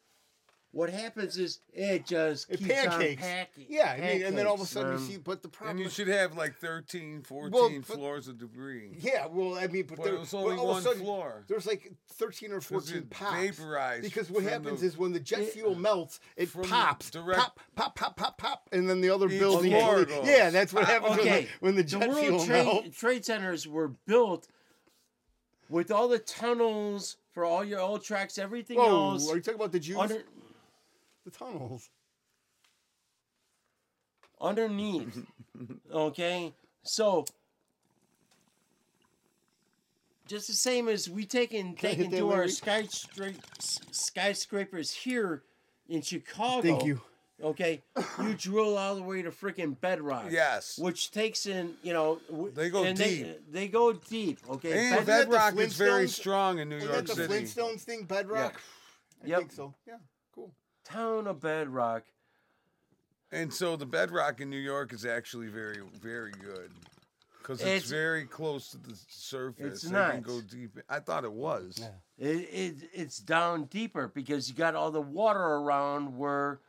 [SPEAKER 3] what happens is it just
[SPEAKER 2] It
[SPEAKER 3] keeps
[SPEAKER 2] pancakes.
[SPEAKER 3] on packing.
[SPEAKER 2] yeah, I mean, and then all of a
[SPEAKER 3] pancakes,
[SPEAKER 2] sudden
[SPEAKER 3] man.
[SPEAKER 2] you see, but the
[SPEAKER 1] And
[SPEAKER 2] problem.
[SPEAKER 1] you should have like 13, 14
[SPEAKER 2] but-
[SPEAKER 1] floors of debris.
[SPEAKER 2] yeah, well, I mean, but,
[SPEAKER 1] But
[SPEAKER 2] there,
[SPEAKER 1] it was only
[SPEAKER 2] but all
[SPEAKER 1] one
[SPEAKER 2] of a sudden,
[SPEAKER 1] floor.
[SPEAKER 2] There's like 13 or
[SPEAKER 1] 'Cause
[SPEAKER 2] 14
[SPEAKER 1] it
[SPEAKER 2] pops.
[SPEAKER 1] Vaporized.
[SPEAKER 2] Because what
[SPEAKER 1] from
[SPEAKER 2] happens
[SPEAKER 1] the-
[SPEAKER 2] is when the jet
[SPEAKER 3] It-
[SPEAKER 2] fuel melts, it
[SPEAKER 1] from the
[SPEAKER 2] pops.
[SPEAKER 1] direct-
[SPEAKER 2] pop, pop, pop, pop, pop. And then the other
[SPEAKER 1] Each
[SPEAKER 2] building.
[SPEAKER 1] floor
[SPEAKER 2] goes-
[SPEAKER 1] goes.
[SPEAKER 2] Yeah, that's what
[SPEAKER 1] Uh,
[SPEAKER 2] happens when the-
[SPEAKER 3] okay,
[SPEAKER 2] when, the,
[SPEAKER 3] The
[SPEAKER 2] jet fuel
[SPEAKER 3] World Trade,
[SPEAKER 2] melts.
[SPEAKER 3] Trade Centers were built with all the tunnels for all your old tracks, everything
[SPEAKER 2] Whoa,
[SPEAKER 3] else.
[SPEAKER 2] are you talking about the Jews?
[SPEAKER 3] under-
[SPEAKER 2] the tunnels.
[SPEAKER 3] underneath. okay? So just the same as we taking
[SPEAKER 2] I
[SPEAKER 3] taking
[SPEAKER 2] hit that,
[SPEAKER 3] to our
[SPEAKER 2] Larry?
[SPEAKER 3] skyscra- s- skyscrapers here in Chicago.
[SPEAKER 2] Thank you.
[SPEAKER 3] Okay, you drill all the way to freaking bedrock.
[SPEAKER 1] Yes.
[SPEAKER 3] which takes in you know w-
[SPEAKER 1] They go
[SPEAKER 3] and
[SPEAKER 1] deep.
[SPEAKER 3] They, they go deep. Okay,
[SPEAKER 1] And
[SPEAKER 3] Bed-
[SPEAKER 2] that the
[SPEAKER 1] bedrock is very
[SPEAKER 2] Flintstones?
[SPEAKER 1] strong in New
[SPEAKER 2] Isn't
[SPEAKER 1] York
[SPEAKER 2] that the
[SPEAKER 1] City.
[SPEAKER 2] Flintstones thing, Bedrock? I
[SPEAKER 3] Yep.
[SPEAKER 2] think so. Yeah, cool.
[SPEAKER 3] town of bedrock.
[SPEAKER 1] And so the bedrock in New York is actually very, very good. Because it's,
[SPEAKER 3] It's-
[SPEAKER 1] very close to the surface.
[SPEAKER 3] It's
[SPEAKER 1] They can
[SPEAKER 3] not.
[SPEAKER 1] go deep. I thought it was.
[SPEAKER 3] It, it it's down deeper because you got all the water around where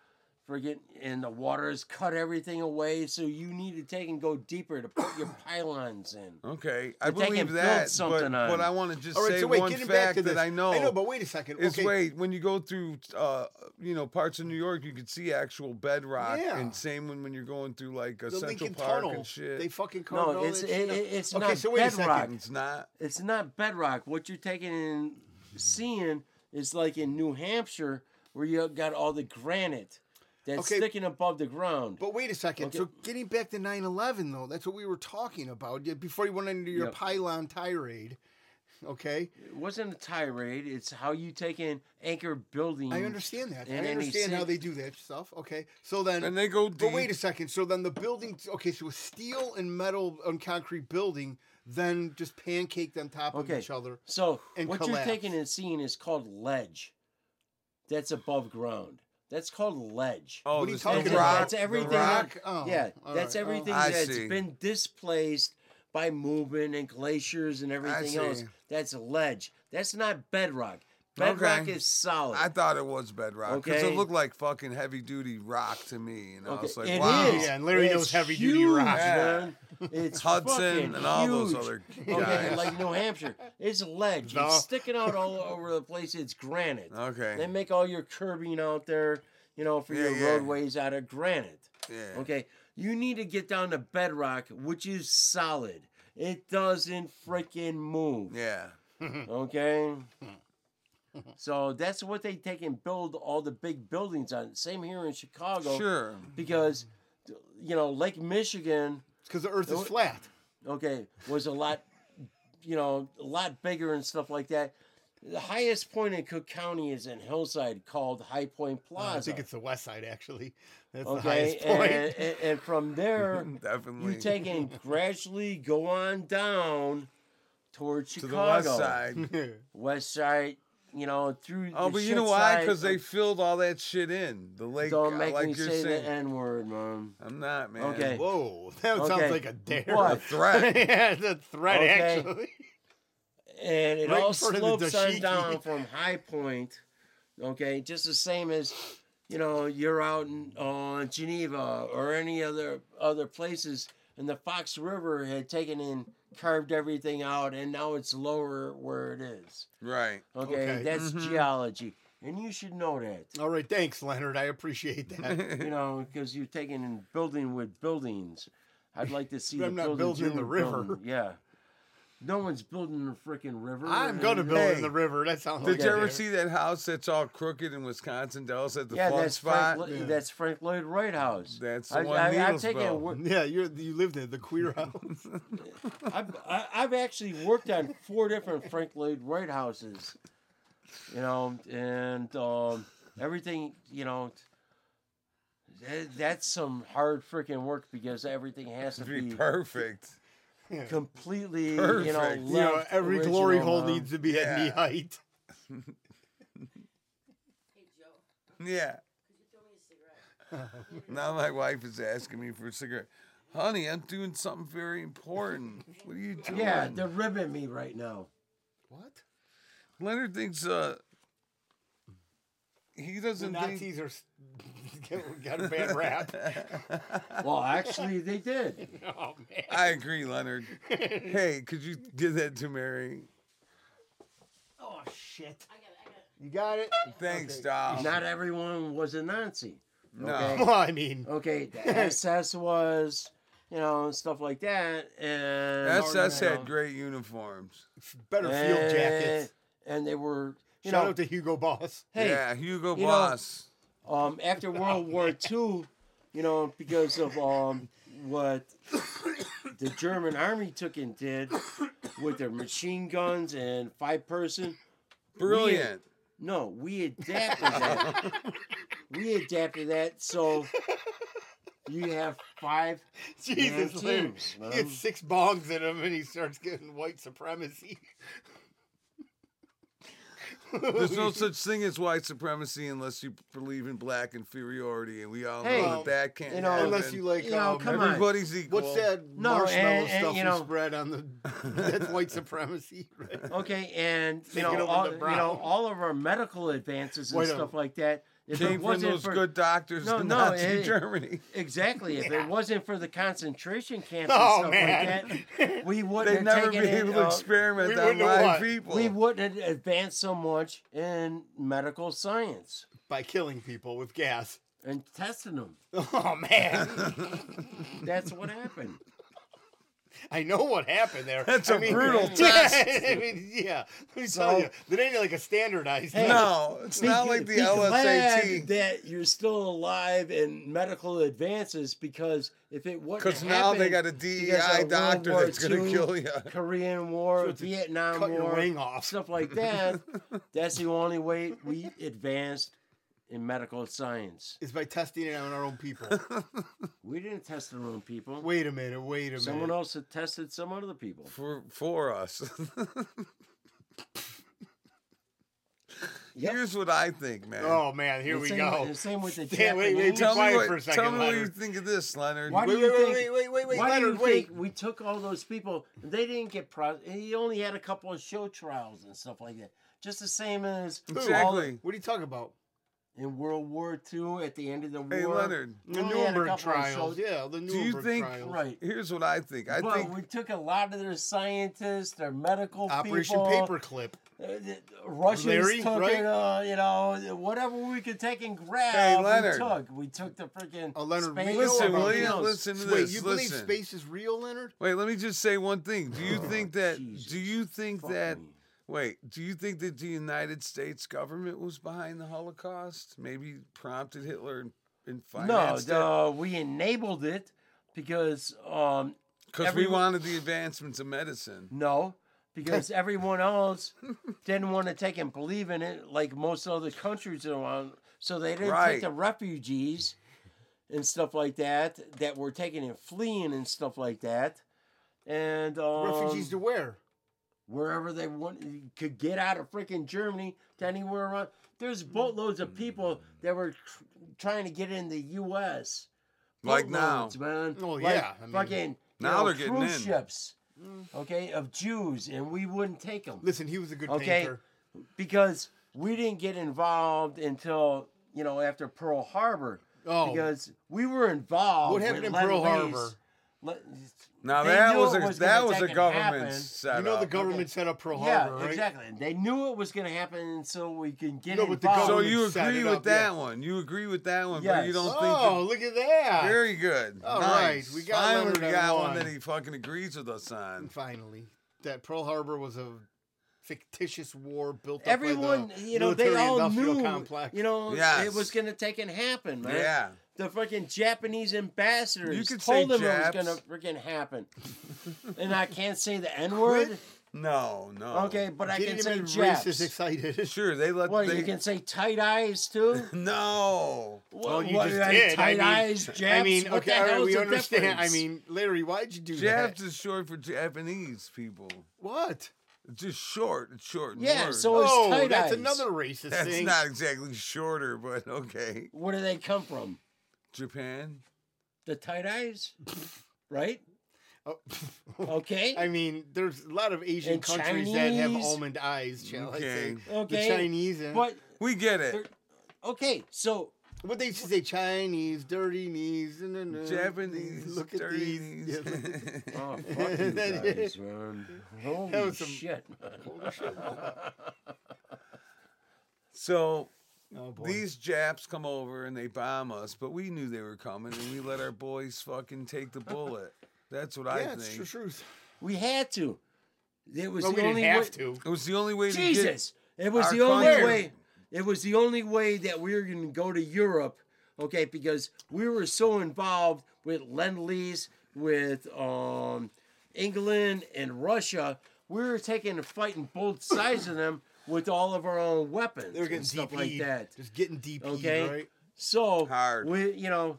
[SPEAKER 3] forget and the water has cut everything away so you need to take and go deeper to put your pylons in
[SPEAKER 1] Okay, I
[SPEAKER 3] But they can
[SPEAKER 1] believe
[SPEAKER 3] build
[SPEAKER 1] that. But,
[SPEAKER 3] something on
[SPEAKER 1] but
[SPEAKER 3] it.
[SPEAKER 1] I want to just
[SPEAKER 2] All right,
[SPEAKER 1] say
[SPEAKER 2] so wait,
[SPEAKER 1] one
[SPEAKER 2] getting
[SPEAKER 1] fact
[SPEAKER 2] back to this.
[SPEAKER 1] that I know.
[SPEAKER 2] I know, but wait a second.
[SPEAKER 1] It's
[SPEAKER 2] okay.
[SPEAKER 1] wait when you go through, uh, you know, parts of New York, you could see actual bedrock,
[SPEAKER 2] Yeah.
[SPEAKER 1] and same when when you're going through like a
[SPEAKER 2] the
[SPEAKER 1] Central
[SPEAKER 2] Lincoln
[SPEAKER 1] Park
[SPEAKER 2] Tunnel.
[SPEAKER 1] and shit.
[SPEAKER 2] They fucking carved
[SPEAKER 3] no
[SPEAKER 2] all
[SPEAKER 3] it's
[SPEAKER 2] that
[SPEAKER 3] it,
[SPEAKER 2] shit up.
[SPEAKER 3] it- it's
[SPEAKER 2] Okay,
[SPEAKER 3] not
[SPEAKER 2] so wait a second.
[SPEAKER 3] bedrock
[SPEAKER 1] it's not.
[SPEAKER 3] it's not bedrock what you're taking and seeing is like in new hampshire where you got all the granite that's
[SPEAKER 2] Okay.
[SPEAKER 3] sticking above the ground
[SPEAKER 2] But wait a second.
[SPEAKER 3] Okay.
[SPEAKER 2] So getting back to 9/11 though, that's what we were talking about yeah, before you went into your
[SPEAKER 3] Yep.
[SPEAKER 2] pylon tirade. Okay,
[SPEAKER 3] it wasn't a tirade it's how you take in anchor building
[SPEAKER 2] I understand that.
[SPEAKER 3] And
[SPEAKER 2] I
[SPEAKER 3] then he
[SPEAKER 2] understand how
[SPEAKER 3] said-
[SPEAKER 2] they do that stuff. Okay, so then,
[SPEAKER 1] And they go deep.
[SPEAKER 2] but wait a second. So then the building, okay, so a steel and metal and concrete building, then just pancaked on top
[SPEAKER 3] Okay.
[SPEAKER 2] of each other.
[SPEAKER 3] So
[SPEAKER 2] and
[SPEAKER 3] what
[SPEAKER 2] collapse.
[SPEAKER 3] you're taking and seeing is called ledge. That's above ground. That's called ledge.
[SPEAKER 1] oh,
[SPEAKER 2] what are you
[SPEAKER 1] this
[SPEAKER 2] talking
[SPEAKER 1] the
[SPEAKER 3] that's,
[SPEAKER 2] about?
[SPEAKER 1] rock,
[SPEAKER 3] that's
[SPEAKER 1] the
[SPEAKER 3] everything.
[SPEAKER 1] rock.
[SPEAKER 2] that- Oh,
[SPEAKER 3] yeah,
[SPEAKER 2] all
[SPEAKER 3] that's
[SPEAKER 2] right.
[SPEAKER 3] everything
[SPEAKER 1] Oh. I
[SPEAKER 3] that's
[SPEAKER 1] see.
[SPEAKER 3] been displaced by movement and glaciers and everything else.
[SPEAKER 1] see.
[SPEAKER 3] That's ledge. That's not bedrock. Bedrock
[SPEAKER 1] Okay.
[SPEAKER 3] is solid.
[SPEAKER 1] I thought it was bedrock because
[SPEAKER 3] Okay.
[SPEAKER 1] it looked like fucking heavy duty rock to me, and I was like,
[SPEAKER 3] It
[SPEAKER 1] wow,
[SPEAKER 3] is.
[SPEAKER 2] Yeah, and Larry
[SPEAKER 3] It's
[SPEAKER 2] knows heavy duty
[SPEAKER 3] huge,
[SPEAKER 2] rock.
[SPEAKER 3] man. It's
[SPEAKER 1] Hudson
[SPEAKER 3] fucking
[SPEAKER 1] and all those
[SPEAKER 3] huge.
[SPEAKER 1] other
[SPEAKER 3] Okay,
[SPEAKER 1] guys.
[SPEAKER 3] like New Hampshire, it's ledge.
[SPEAKER 2] No.
[SPEAKER 3] It's sticking out all over the place. It's granite.
[SPEAKER 1] Okay.
[SPEAKER 3] They make all your curbing out there, you know, for
[SPEAKER 1] Yeah,
[SPEAKER 3] your
[SPEAKER 1] yeah.
[SPEAKER 3] roadways out of granite.
[SPEAKER 1] yeah.
[SPEAKER 3] Okay, you need to get down to bedrock, which is solid. It doesn't freaking move.
[SPEAKER 1] yeah.
[SPEAKER 3] Okay. So that's what they take and build all the big buildings on. Same here in Chicago
[SPEAKER 1] Sure.
[SPEAKER 3] because you know Lake Michigan,
[SPEAKER 2] It's because the Earth is
[SPEAKER 3] What-
[SPEAKER 2] flat.
[SPEAKER 3] okay, was a lot, you know, a lot bigger and stuff like that. The highest point in Cook County is in Hillside called High Point Plaza.
[SPEAKER 2] Oh, I think it's the West Side actually. That's the
[SPEAKER 3] okay,
[SPEAKER 2] highest
[SPEAKER 1] eh,
[SPEAKER 2] point.
[SPEAKER 3] and, and, and from there
[SPEAKER 1] Definitely.
[SPEAKER 3] you take and gradually go on down towards
[SPEAKER 1] to
[SPEAKER 3] Chicago,
[SPEAKER 1] the west side. eh,
[SPEAKER 3] West side, you know, through.
[SPEAKER 1] Oh,
[SPEAKER 3] the
[SPEAKER 1] but you
[SPEAKER 3] shit
[SPEAKER 1] know why?
[SPEAKER 3] side
[SPEAKER 1] Because they
[SPEAKER 3] of-
[SPEAKER 1] filled all that shit in. The lake.
[SPEAKER 3] don't
[SPEAKER 1] uh,
[SPEAKER 3] make
[SPEAKER 1] like
[SPEAKER 3] me
[SPEAKER 1] you're
[SPEAKER 3] say
[SPEAKER 1] saying.
[SPEAKER 3] the N word, man.
[SPEAKER 1] I'm not, man.
[SPEAKER 3] Okay.
[SPEAKER 2] Whoa, that
[SPEAKER 3] Okay.
[SPEAKER 2] sounds like a dare.
[SPEAKER 1] A
[SPEAKER 3] What?
[SPEAKER 1] threat.
[SPEAKER 2] yeah, it's a threat
[SPEAKER 3] Okay.
[SPEAKER 2] actually.
[SPEAKER 3] and it
[SPEAKER 2] Right in
[SPEAKER 3] all
[SPEAKER 2] front of the
[SPEAKER 3] slopes on
[SPEAKER 2] dashiki.
[SPEAKER 3] down from High Point. Okay, just the same as you know you're out in uh, Geneva or any other other places, and the Fox River had taken and carved everything out, and now it's lower where it is.
[SPEAKER 1] right.
[SPEAKER 3] Okay,
[SPEAKER 2] Okay. Mm-hmm.
[SPEAKER 3] that's geology, and you should know that.
[SPEAKER 2] All right, thanks, Leonard. I appreciate that.
[SPEAKER 3] You know, because you're taking and building with buildings. I'd like to see.
[SPEAKER 2] But
[SPEAKER 3] the
[SPEAKER 2] I'm not
[SPEAKER 3] buildings
[SPEAKER 2] building in
[SPEAKER 3] you
[SPEAKER 2] the
[SPEAKER 3] were
[SPEAKER 2] river.
[SPEAKER 3] building. Yeah, no one's building the freaking river.
[SPEAKER 2] I'm
[SPEAKER 3] and-
[SPEAKER 2] gonna build
[SPEAKER 1] Hey.
[SPEAKER 2] in the river. That sounds.
[SPEAKER 1] Did
[SPEAKER 2] like
[SPEAKER 1] you
[SPEAKER 2] a
[SPEAKER 1] ever
[SPEAKER 2] dare.
[SPEAKER 1] see that house that's all crooked in Wisconsin Dells at the
[SPEAKER 3] yeah,
[SPEAKER 1] fun
[SPEAKER 3] that's
[SPEAKER 1] spot?
[SPEAKER 3] Frank, Lo- that's Frank Lloyd Wright House.
[SPEAKER 1] That's the
[SPEAKER 3] I,
[SPEAKER 1] one
[SPEAKER 3] I, I've
[SPEAKER 1] Needles
[SPEAKER 3] taken.
[SPEAKER 1] built.
[SPEAKER 3] wor-
[SPEAKER 2] Yeah, you're you lived in the queer house.
[SPEAKER 3] I've, I- I've actually worked on four different Frank Lloyd Wright houses. you know, and um, everything, you know. that- That's some hard freaking work because everything has to
[SPEAKER 1] It'd be
[SPEAKER 3] be
[SPEAKER 1] perfect.
[SPEAKER 3] completely, you know,
[SPEAKER 1] Perfect.
[SPEAKER 3] left
[SPEAKER 1] You
[SPEAKER 2] You know, every glory
[SPEAKER 3] original, um,
[SPEAKER 2] hole
[SPEAKER 3] huh?
[SPEAKER 2] needs to be at knee
[SPEAKER 1] Yeah.
[SPEAKER 2] height.
[SPEAKER 6] Hey, Joe,
[SPEAKER 1] Yeah.
[SPEAKER 6] could you throw me a cigarette?
[SPEAKER 1] Now my wife is asking me for a cigarette. Honey, I'm doing something very important. What are you doing?
[SPEAKER 3] Yeah, they're ribbing me right now.
[SPEAKER 2] What?
[SPEAKER 1] Leonard thinks uh he
[SPEAKER 2] The
[SPEAKER 1] doesn't think
[SPEAKER 2] Nazis are s- get- got a bad rap.
[SPEAKER 3] Well, actually, they did.
[SPEAKER 2] oh man.
[SPEAKER 1] I agree, Leonard. hey, could you give that to Mary?
[SPEAKER 2] Oh shit.
[SPEAKER 6] I got it, I got it.
[SPEAKER 2] You got it.
[SPEAKER 1] Thanks,
[SPEAKER 2] Okay.
[SPEAKER 1] doll.
[SPEAKER 3] Not everyone was a Nazi.
[SPEAKER 1] no.
[SPEAKER 3] okay.
[SPEAKER 2] Well, I mean,
[SPEAKER 3] Okay, the SS was, you know, and stuff like that. And
[SPEAKER 1] SS
[SPEAKER 3] you know,
[SPEAKER 1] had great uniforms.
[SPEAKER 2] better
[SPEAKER 1] Eh,
[SPEAKER 2] field
[SPEAKER 3] and-
[SPEAKER 2] jackets.
[SPEAKER 3] And they were, you
[SPEAKER 2] Shout
[SPEAKER 3] know,
[SPEAKER 2] out to Hugo Boss.
[SPEAKER 3] hey,
[SPEAKER 1] yeah, Hugo
[SPEAKER 3] you know-
[SPEAKER 1] Boss.
[SPEAKER 3] um, after World War II, you know, because of um, what the German army took and did with their machine guns and five person.
[SPEAKER 1] Brilliant.
[SPEAKER 3] No, we adapted that. we adapted that so you have five.
[SPEAKER 2] Jesus,
[SPEAKER 3] teams,
[SPEAKER 2] Larry.
[SPEAKER 3] man.
[SPEAKER 2] He gets six bongs in him, and he starts getting white supremacy.
[SPEAKER 1] There's no such thing as white supremacy unless you believe in black inferiority, and we all
[SPEAKER 3] Hey,
[SPEAKER 1] know that that can't
[SPEAKER 3] you know,
[SPEAKER 1] happen.
[SPEAKER 2] Unless you like,
[SPEAKER 3] You know,
[SPEAKER 2] um,
[SPEAKER 3] come on.
[SPEAKER 1] Everybody's equal.
[SPEAKER 2] what's that
[SPEAKER 3] No,
[SPEAKER 2] marshmallow
[SPEAKER 3] and- and,
[SPEAKER 2] stuff
[SPEAKER 3] you
[SPEAKER 2] you,
[SPEAKER 3] know-
[SPEAKER 2] spread on the? That's white supremacy. Right?
[SPEAKER 3] Okay, and you
[SPEAKER 2] Take it
[SPEAKER 3] know,
[SPEAKER 2] over
[SPEAKER 3] all,
[SPEAKER 2] to
[SPEAKER 3] you
[SPEAKER 2] Brown.
[SPEAKER 3] know, all of our medical advances and
[SPEAKER 2] Wait a-
[SPEAKER 3] stuff like that. If
[SPEAKER 1] Came
[SPEAKER 3] it
[SPEAKER 1] from
[SPEAKER 3] wasn't
[SPEAKER 1] those
[SPEAKER 3] for
[SPEAKER 1] good doctors
[SPEAKER 3] No,
[SPEAKER 1] in
[SPEAKER 3] no,
[SPEAKER 1] Nazi
[SPEAKER 3] it-
[SPEAKER 1] Germany.
[SPEAKER 3] exactly, if it wasn't for the concentration camps
[SPEAKER 2] Oh,
[SPEAKER 3] and stuff
[SPEAKER 2] man.
[SPEAKER 3] like that, we wouldn't
[SPEAKER 1] They'd
[SPEAKER 3] have
[SPEAKER 1] never be
[SPEAKER 3] taken it,
[SPEAKER 1] able to
[SPEAKER 3] uh,
[SPEAKER 1] experiment
[SPEAKER 2] we
[SPEAKER 1] on
[SPEAKER 2] wouldn't have
[SPEAKER 1] live
[SPEAKER 2] what?
[SPEAKER 1] people.
[SPEAKER 3] We wouldn't have advanced so much in medical science
[SPEAKER 2] By killing people with gas.
[SPEAKER 3] and testing them.
[SPEAKER 2] Oh man,
[SPEAKER 3] That's what happened.
[SPEAKER 2] I know what happened there.
[SPEAKER 1] That's
[SPEAKER 2] a
[SPEAKER 1] a brutal test.
[SPEAKER 2] I mean, yeah. Let me tell you, that ain't like a standardized. test.
[SPEAKER 1] No, it's not like the LSAT.
[SPEAKER 3] that you're still alive in medical advances because if it wasn't
[SPEAKER 1] Because now they got
[SPEAKER 3] happened
[SPEAKER 1] a
[SPEAKER 3] because of
[SPEAKER 1] DEI
[SPEAKER 3] World
[SPEAKER 1] doctor
[SPEAKER 3] War
[SPEAKER 1] that's going to
[SPEAKER 3] II,
[SPEAKER 1] kill you.
[SPEAKER 3] Korean War,
[SPEAKER 2] So to
[SPEAKER 3] Vietnam
[SPEAKER 2] cut your
[SPEAKER 3] War,
[SPEAKER 2] wing off.
[SPEAKER 3] stuff like that. That's the only way we advanced in medical science.
[SPEAKER 2] Is by testing it on our own people.
[SPEAKER 3] We didn't test the own people.
[SPEAKER 2] wait a minute. Wait a
[SPEAKER 3] Someone
[SPEAKER 2] minute.
[SPEAKER 3] else had tested some other people.
[SPEAKER 1] For, for us.
[SPEAKER 3] Yep.
[SPEAKER 1] Here's what I think, man.
[SPEAKER 2] Oh man, here
[SPEAKER 3] The
[SPEAKER 2] we
[SPEAKER 3] same-
[SPEAKER 2] go.
[SPEAKER 3] the same with the
[SPEAKER 2] Stan, wait, wait,
[SPEAKER 3] Japanese.
[SPEAKER 2] be
[SPEAKER 1] tell me,
[SPEAKER 2] quiet
[SPEAKER 1] what,
[SPEAKER 2] for a second,
[SPEAKER 1] tell me what you
[SPEAKER 2] Leonard.
[SPEAKER 1] think of this, Leonard.
[SPEAKER 3] Why do
[SPEAKER 2] Wait,
[SPEAKER 3] you
[SPEAKER 2] wait,
[SPEAKER 3] think-
[SPEAKER 2] wait, wait, wait, wait,
[SPEAKER 3] Why do you
[SPEAKER 2] Leonard, wait.
[SPEAKER 3] think we took all those people? They didn't get pro. He only had a couple of show trials and stuff like that. Just the same as all the-
[SPEAKER 1] exactly.
[SPEAKER 2] What are you talking about?
[SPEAKER 3] in World War II at the end of the war.
[SPEAKER 1] Hey, Leonard.
[SPEAKER 2] The
[SPEAKER 3] We only had a
[SPEAKER 2] Nuremberg
[SPEAKER 3] couple of
[SPEAKER 2] trials.
[SPEAKER 3] shows.
[SPEAKER 2] Yeah, the Nuremberg
[SPEAKER 1] you think-
[SPEAKER 2] trials.
[SPEAKER 3] Right.
[SPEAKER 1] Here's what I think. I
[SPEAKER 3] but
[SPEAKER 1] think
[SPEAKER 3] we took a lot of their scientists, their medical
[SPEAKER 2] Operation
[SPEAKER 3] oh, people.
[SPEAKER 2] Paperclip.
[SPEAKER 3] uh, the- the Russians
[SPEAKER 2] Larry,
[SPEAKER 3] took
[SPEAKER 2] right?
[SPEAKER 3] it, uh, you know, whatever we could take and grab.
[SPEAKER 1] Hey,
[SPEAKER 3] We
[SPEAKER 1] Leonard.
[SPEAKER 3] took. We took the freaking.
[SPEAKER 2] Oh, Leonard, we
[SPEAKER 3] Spanish-
[SPEAKER 2] know
[SPEAKER 1] Listen,
[SPEAKER 2] about
[SPEAKER 1] will you
[SPEAKER 2] this.
[SPEAKER 1] listen to
[SPEAKER 2] Wait,
[SPEAKER 1] this?
[SPEAKER 2] you believe
[SPEAKER 1] listen.
[SPEAKER 2] space is real, Leonard?
[SPEAKER 1] Wait, let me just say one thing. Do you
[SPEAKER 3] Oh,
[SPEAKER 1] think that?
[SPEAKER 3] Jesus
[SPEAKER 1] Do you think
[SPEAKER 3] Fuck
[SPEAKER 1] that?
[SPEAKER 3] me.
[SPEAKER 1] Wait, do you think that the United States government was behind the Holocaust? Maybe prompted Hitler and, and
[SPEAKER 3] No,
[SPEAKER 1] financed it
[SPEAKER 3] uh, we enabled it because um,
[SPEAKER 1] because we
[SPEAKER 3] everyone-
[SPEAKER 1] wanted the advancements of medicine.
[SPEAKER 3] No, because everyone else didn't want to take and believe in it like most other countries around. So they didn't
[SPEAKER 1] Right.
[SPEAKER 3] take the refugees and stuff like that that were taking and fleeing and stuff like that. And um,
[SPEAKER 2] Refugees to where?
[SPEAKER 3] wherever they want could get out of freaking Germany to anywhere around. There's
[SPEAKER 1] Hmm.
[SPEAKER 3] boatloads of people that were tr- trying to get in the U.S.
[SPEAKER 1] Like now.
[SPEAKER 3] Boatloads, man.
[SPEAKER 2] Oh,
[SPEAKER 3] Like
[SPEAKER 2] yeah, I mean- Mm.
[SPEAKER 3] fucking you
[SPEAKER 1] Now
[SPEAKER 3] know,
[SPEAKER 1] they're getting
[SPEAKER 3] cruise
[SPEAKER 1] in.
[SPEAKER 3] ships, okay, of Jews, and we wouldn't take them
[SPEAKER 2] Listen, he was a good
[SPEAKER 3] Okay.
[SPEAKER 2] painter.
[SPEAKER 3] because we didn't get involved until you know after Pearl Harbor.
[SPEAKER 2] Oh.
[SPEAKER 3] because we were involved.
[SPEAKER 2] What
[SPEAKER 3] with
[SPEAKER 2] happened in
[SPEAKER 3] Lend
[SPEAKER 2] Pearl
[SPEAKER 3] Lease.
[SPEAKER 2] Harbor?
[SPEAKER 3] Let-
[SPEAKER 1] Now
[SPEAKER 3] they
[SPEAKER 1] that
[SPEAKER 3] knew
[SPEAKER 1] was
[SPEAKER 3] it
[SPEAKER 1] a
[SPEAKER 3] gonna
[SPEAKER 1] that was
[SPEAKER 3] take
[SPEAKER 1] a
[SPEAKER 3] and
[SPEAKER 1] government
[SPEAKER 3] happen.
[SPEAKER 1] setup.
[SPEAKER 2] You know the government set up Pearl
[SPEAKER 3] uh, Yeah,
[SPEAKER 2] Harbor, right?
[SPEAKER 3] exactly. They knew it was going to happen, so we can get
[SPEAKER 2] No, but the
[SPEAKER 3] involved.
[SPEAKER 1] So
[SPEAKER 2] government
[SPEAKER 1] you
[SPEAKER 2] set
[SPEAKER 1] agree
[SPEAKER 2] it
[SPEAKER 1] with
[SPEAKER 2] up, yeah.
[SPEAKER 1] that one? You agree with that one? But you
[SPEAKER 3] Yes.
[SPEAKER 1] don't think
[SPEAKER 2] Oh, look at that!
[SPEAKER 1] that, very good.
[SPEAKER 2] All right,
[SPEAKER 1] nice.
[SPEAKER 2] we got
[SPEAKER 1] Finally,
[SPEAKER 2] Leonard
[SPEAKER 1] we
[SPEAKER 2] on
[SPEAKER 1] got
[SPEAKER 2] one.
[SPEAKER 1] one that he fucking agrees with us on.
[SPEAKER 2] Finally, that Pearl Harbor was a fictitious war built up
[SPEAKER 3] Everyone,
[SPEAKER 2] by the
[SPEAKER 3] you know, they all
[SPEAKER 2] military-industrial
[SPEAKER 3] knew,
[SPEAKER 2] complex.
[SPEAKER 3] you know, it
[SPEAKER 1] Yes.
[SPEAKER 3] was going to take and happen, man.
[SPEAKER 1] Yeah.
[SPEAKER 3] The fucking Japanese ambassadors
[SPEAKER 1] could say
[SPEAKER 3] told them it was
[SPEAKER 1] Japs.
[SPEAKER 3] going to freaking happen. and I can't say the N word.
[SPEAKER 1] No, no.
[SPEAKER 3] Okay, but I can
[SPEAKER 2] Didn't
[SPEAKER 3] say
[SPEAKER 2] even race is
[SPEAKER 3] Japs.
[SPEAKER 2] excited.
[SPEAKER 1] Sure, they let
[SPEAKER 3] What
[SPEAKER 1] they
[SPEAKER 3] you can say tight eyes too?
[SPEAKER 1] No.
[SPEAKER 3] Well,
[SPEAKER 2] you
[SPEAKER 3] what,
[SPEAKER 2] just
[SPEAKER 3] like,
[SPEAKER 2] did. I
[SPEAKER 3] Tight
[SPEAKER 2] mean-
[SPEAKER 3] eyes, Japs.
[SPEAKER 2] I mean,
[SPEAKER 3] what
[SPEAKER 2] okay,
[SPEAKER 3] the
[SPEAKER 2] all right,
[SPEAKER 3] hell's
[SPEAKER 2] we
[SPEAKER 3] the
[SPEAKER 2] understand.
[SPEAKER 3] Difference?
[SPEAKER 2] I mean, Larry, why'd you do
[SPEAKER 1] Japs
[SPEAKER 2] that?
[SPEAKER 1] is short for Japanese people.
[SPEAKER 2] What?
[SPEAKER 1] It's just short. It's short. in
[SPEAKER 3] Yeah,
[SPEAKER 1] words.
[SPEAKER 3] so it's
[SPEAKER 2] Oh,
[SPEAKER 3] tight
[SPEAKER 2] that's
[SPEAKER 3] eyes.
[SPEAKER 2] another racist
[SPEAKER 1] that's
[SPEAKER 2] thing.
[SPEAKER 1] not exactly shorter, but okay.
[SPEAKER 3] Where do they come from?
[SPEAKER 1] Japan.
[SPEAKER 3] The tight eyes, right?
[SPEAKER 2] Oh,
[SPEAKER 3] Okay.
[SPEAKER 2] I mean, there's a lot of Asian
[SPEAKER 3] And
[SPEAKER 2] countries that have
[SPEAKER 3] Chinese.
[SPEAKER 2] almond eyes, shall
[SPEAKER 1] Okay.
[SPEAKER 2] I say.
[SPEAKER 3] okay.
[SPEAKER 2] The Chinese. And,
[SPEAKER 3] But
[SPEAKER 1] We get it.
[SPEAKER 3] okay, so
[SPEAKER 2] What they used to say, Chinese, dirty knees. and then, uh,
[SPEAKER 1] Japanese.
[SPEAKER 2] Look at
[SPEAKER 1] dirty
[SPEAKER 2] these.
[SPEAKER 1] knees.
[SPEAKER 2] Yeah, look at-
[SPEAKER 3] Oh, fuck you guys, man. Holy
[SPEAKER 2] was some-
[SPEAKER 3] shit, man.
[SPEAKER 1] so
[SPEAKER 2] oh, boy.
[SPEAKER 1] these Japs come over and they bomb us, but we knew they were coming and we let our boys fucking take the bullet. That's what I
[SPEAKER 2] yeah, it's
[SPEAKER 1] think.
[SPEAKER 2] the truth.
[SPEAKER 3] We had to. It was
[SPEAKER 2] No,
[SPEAKER 3] the
[SPEAKER 2] we didn't
[SPEAKER 3] only
[SPEAKER 2] have
[SPEAKER 3] way.
[SPEAKER 2] to.
[SPEAKER 1] It was the only way to get
[SPEAKER 3] Jesus. It was
[SPEAKER 1] Our
[SPEAKER 3] the only
[SPEAKER 1] country.
[SPEAKER 3] way. It was the only way that we were going to go to Europe, okay, because we were so involved with Lend Lease, with um, England and Russia. We were taking and fighting both sides of them with all of our own weapons
[SPEAKER 2] They were getting
[SPEAKER 3] and stuff
[SPEAKER 2] DP'd.
[SPEAKER 3] like that.
[SPEAKER 2] Just getting DP'd,
[SPEAKER 3] Okay.
[SPEAKER 2] right?
[SPEAKER 3] So,
[SPEAKER 1] Hard.
[SPEAKER 3] we, you know,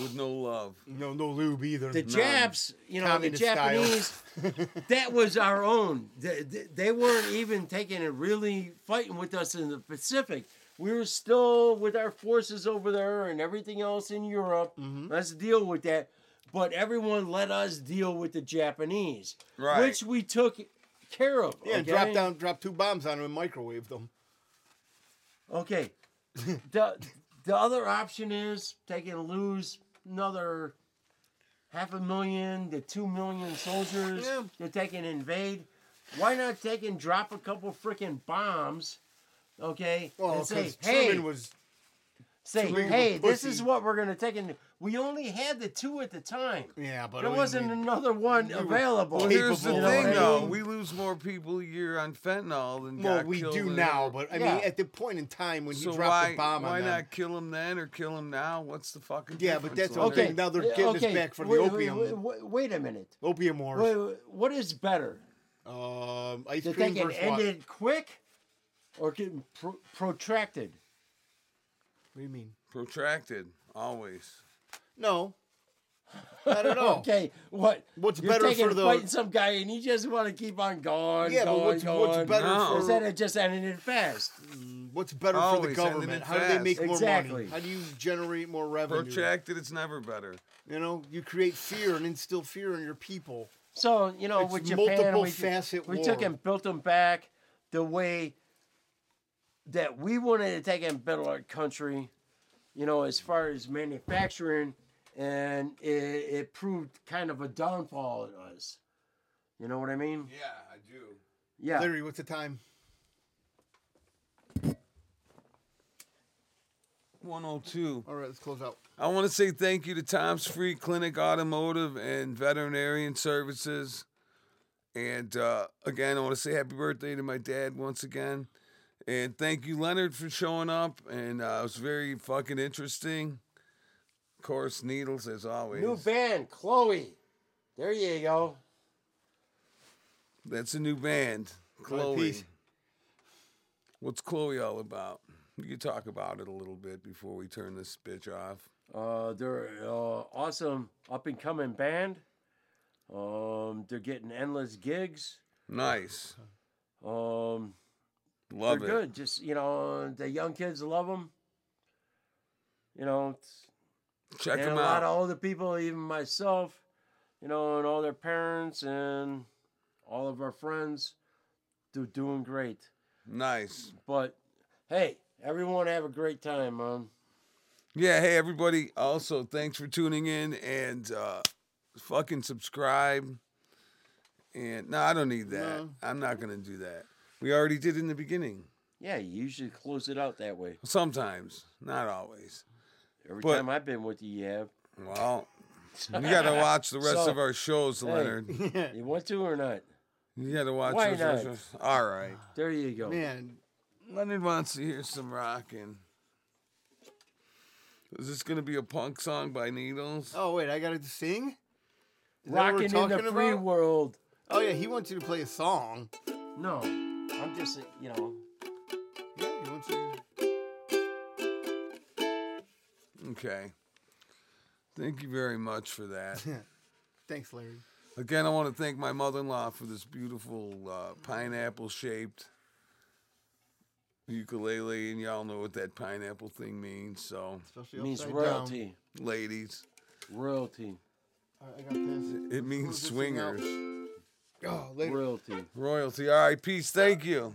[SPEAKER 1] with no love.
[SPEAKER 2] No, no lube either.
[SPEAKER 3] the Japs, you know, the
[SPEAKER 2] Communist style.
[SPEAKER 3] Japanese, that was our own. They, they- they weren't even taking and really fighting with us in the Pacific. We were still with our forces over there and everything else in Europe.
[SPEAKER 2] Mm-hmm.
[SPEAKER 3] Let's deal with that. But everyone let us deal with the Japanese,
[SPEAKER 1] Right.
[SPEAKER 3] which we took care of.
[SPEAKER 2] Yeah,
[SPEAKER 3] okay?
[SPEAKER 2] drop down, drop two bombs on them and microwave them.
[SPEAKER 3] Okay. the the other option is take and lose another half a million to two million soldiers
[SPEAKER 2] Yeah.
[SPEAKER 3] to take and invade. Why not take and drop a couple freaking bombs? Okay,
[SPEAKER 2] Well,
[SPEAKER 3] and say,
[SPEAKER 2] because
[SPEAKER 3] hey,
[SPEAKER 2] Oh, Truman was
[SPEAKER 3] say,
[SPEAKER 2] Truman was
[SPEAKER 3] hey, this is
[SPEAKER 2] pussy.
[SPEAKER 3] what we're gonna take and we only had the two at the time.
[SPEAKER 2] yeah, but
[SPEAKER 3] There
[SPEAKER 2] it
[SPEAKER 3] wasn't another one available.
[SPEAKER 1] Well, here's the
[SPEAKER 2] Capable,
[SPEAKER 1] thing,
[SPEAKER 2] right?
[SPEAKER 1] though. We lose more people a year on fentanyl than
[SPEAKER 2] Well,
[SPEAKER 1] got
[SPEAKER 2] we
[SPEAKER 1] killed
[SPEAKER 2] do
[SPEAKER 1] in-
[SPEAKER 2] now, but I
[SPEAKER 3] Yeah.
[SPEAKER 2] mean, at the point in time when
[SPEAKER 1] So
[SPEAKER 2] he dropped
[SPEAKER 1] why,
[SPEAKER 2] the bomb
[SPEAKER 1] why
[SPEAKER 2] on them,
[SPEAKER 1] not kill him then or kill him now? What's the fucking
[SPEAKER 2] Yeah, but
[SPEAKER 1] difference
[SPEAKER 2] that's
[SPEAKER 1] on
[SPEAKER 2] okay.
[SPEAKER 1] that?
[SPEAKER 2] now they're
[SPEAKER 3] uh,
[SPEAKER 2] getting us back for the
[SPEAKER 3] wait, wait,
[SPEAKER 2] opium.
[SPEAKER 3] Wait, wait, wait a minute.
[SPEAKER 2] opium wars,
[SPEAKER 3] Wait, wait, what is better?
[SPEAKER 2] um, ice
[SPEAKER 3] Did they
[SPEAKER 2] cream
[SPEAKER 3] get
[SPEAKER 2] versus water.
[SPEAKER 3] ended quick or get pro- protracted?
[SPEAKER 2] What do you mean?
[SPEAKER 1] Protracted, always.
[SPEAKER 2] No, not at all.
[SPEAKER 3] Okay, what?
[SPEAKER 2] What's
[SPEAKER 3] You're
[SPEAKER 2] better
[SPEAKER 3] taking
[SPEAKER 2] for the-
[SPEAKER 3] fighting some guy and you just want to keep on going,
[SPEAKER 2] Yeah,
[SPEAKER 3] going,
[SPEAKER 2] but what's,
[SPEAKER 3] going.
[SPEAKER 2] what's better
[SPEAKER 1] No.
[SPEAKER 2] for
[SPEAKER 3] Instead of just ending it fast.
[SPEAKER 2] what's better for the
[SPEAKER 1] Always ending it
[SPEAKER 2] government? How do they make
[SPEAKER 3] fast.
[SPEAKER 2] more
[SPEAKER 3] Exactly.
[SPEAKER 2] money? How do you generate more revenue?
[SPEAKER 1] Protracted, it's never better.
[SPEAKER 2] You know, you create fear and instill fear in your people.
[SPEAKER 3] So you know,
[SPEAKER 2] It's
[SPEAKER 3] with Japan,
[SPEAKER 2] multiple
[SPEAKER 3] we,
[SPEAKER 2] facet
[SPEAKER 3] we took
[SPEAKER 2] war.
[SPEAKER 3] and built them back the way that we wanted to take and build our country. You know, as far as manufacturing, and it, it proved kind of a downfall to us. You know what I mean?
[SPEAKER 1] Yeah, I do.
[SPEAKER 3] Yeah.
[SPEAKER 2] Larry, what's the time?
[SPEAKER 1] 102.
[SPEAKER 2] All right, let's close out.
[SPEAKER 1] I want to say thank you to Tom's Free Clinic Automotive and Veterinarian Services. And uh, again, I want to say happy birthday to my dad once again. And thank you, Leonard, for showing up. And uh, it was very fucking interesting. Of course, needles as always.
[SPEAKER 3] New band, Chloe. There you go.
[SPEAKER 1] That's a new band, Chloe.
[SPEAKER 2] peace.
[SPEAKER 1] What's Chloe all about? You can talk about it a little bit before we turn this bitch off.
[SPEAKER 3] Uh, they're uh, awesome up and coming band. Um, they're getting endless gigs.
[SPEAKER 1] Nice.
[SPEAKER 3] Um,
[SPEAKER 1] Love
[SPEAKER 3] they're
[SPEAKER 1] it.
[SPEAKER 3] good. Just you know, the young kids love them. You know, it's-
[SPEAKER 1] Check
[SPEAKER 3] and a
[SPEAKER 1] them out.
[SPEAKER 3] lot of older people, even myself, you know, and all their parents and all of our friends, they're doing great.
[SPEAKER 1] nice.
[SPEAKER 3] But hey, everyone have a great time, um. man.
[SPEAKER 1] Yeah, hey everybody. Also, thanks for tuning in and uh fucking subscribe. And no, I don't need that. I'm not gonna do that. We already did in the beginning.
[SPEAKER 3] Yeah, you usually close it out that way.
[SPEAKER 1] Sometimes, not always.
[SPEAKER 3] Every
[SPEAKER 1] But-
[SPEAKER 3] time I've been with you, you have.
[SPEAKER 1] Well, you gotta watch the rest
[SPEAKER 3] So,
[SPEAKER 1] of our shows, Leonard.
[SPEAKER 3] You want to or not?
[SPEAKER 1] You gotta watch
[SPEAKER 3] Why
[SPEAKER 1] the rest of our
[SPEAKER 3] not?
[SPEAKER 1] shows. All right.
[SPEAKER 3] There you go.
[SPEAKER 2] Man,
[SPEAKER 1] Leonard wants to hear some rockin'. Is this gonna be a punk song by Needles?
[SPEAKER 3] Oh.
[SPEAKER 2] oh wait, I gotta sing. Is that what we're
[SPEAKER 3] Rocking in the
[SPEAKER 2] talking
[SPEAKER 3] free
[SPEAKER 2] about?
[SPEAKER 3] world.
[SPEAKER 2] Oh yeah, he wants you to play a song.
[SPEAKER 3] No, I'm just, you know,
[SPEAKER 2] Yeah, he wants you. To...
[SPEAKER 1] Okay. Thank you very much for that.
[SPEAKER 2] Thanks, Larry.
[SPEAKER 1] Again, I want to thank my mother in law for this beautiful uh, pineapple shaped ukulele. And y'all know what that pineapple thing means. So,
[SPEAKER 2] Especially
[SPEAKER 3] it means
[SPEAKER 2] upside down.
[SPEAKER 3] royalty.
[SPEAKER 1] ladies,
[SPEAKER 3] Royalty.
[SPEAKER 2] All right, I got
[SPEAKER 1] it means
[SPEAKER 2] this thing out.
[SPEAKER 1] swingers.
[SPEAKER 2] this. Oh, later.
[SPEAKER 3] Royalty.
[SPEAKER 1] Royalty. All right, peace. Thank you.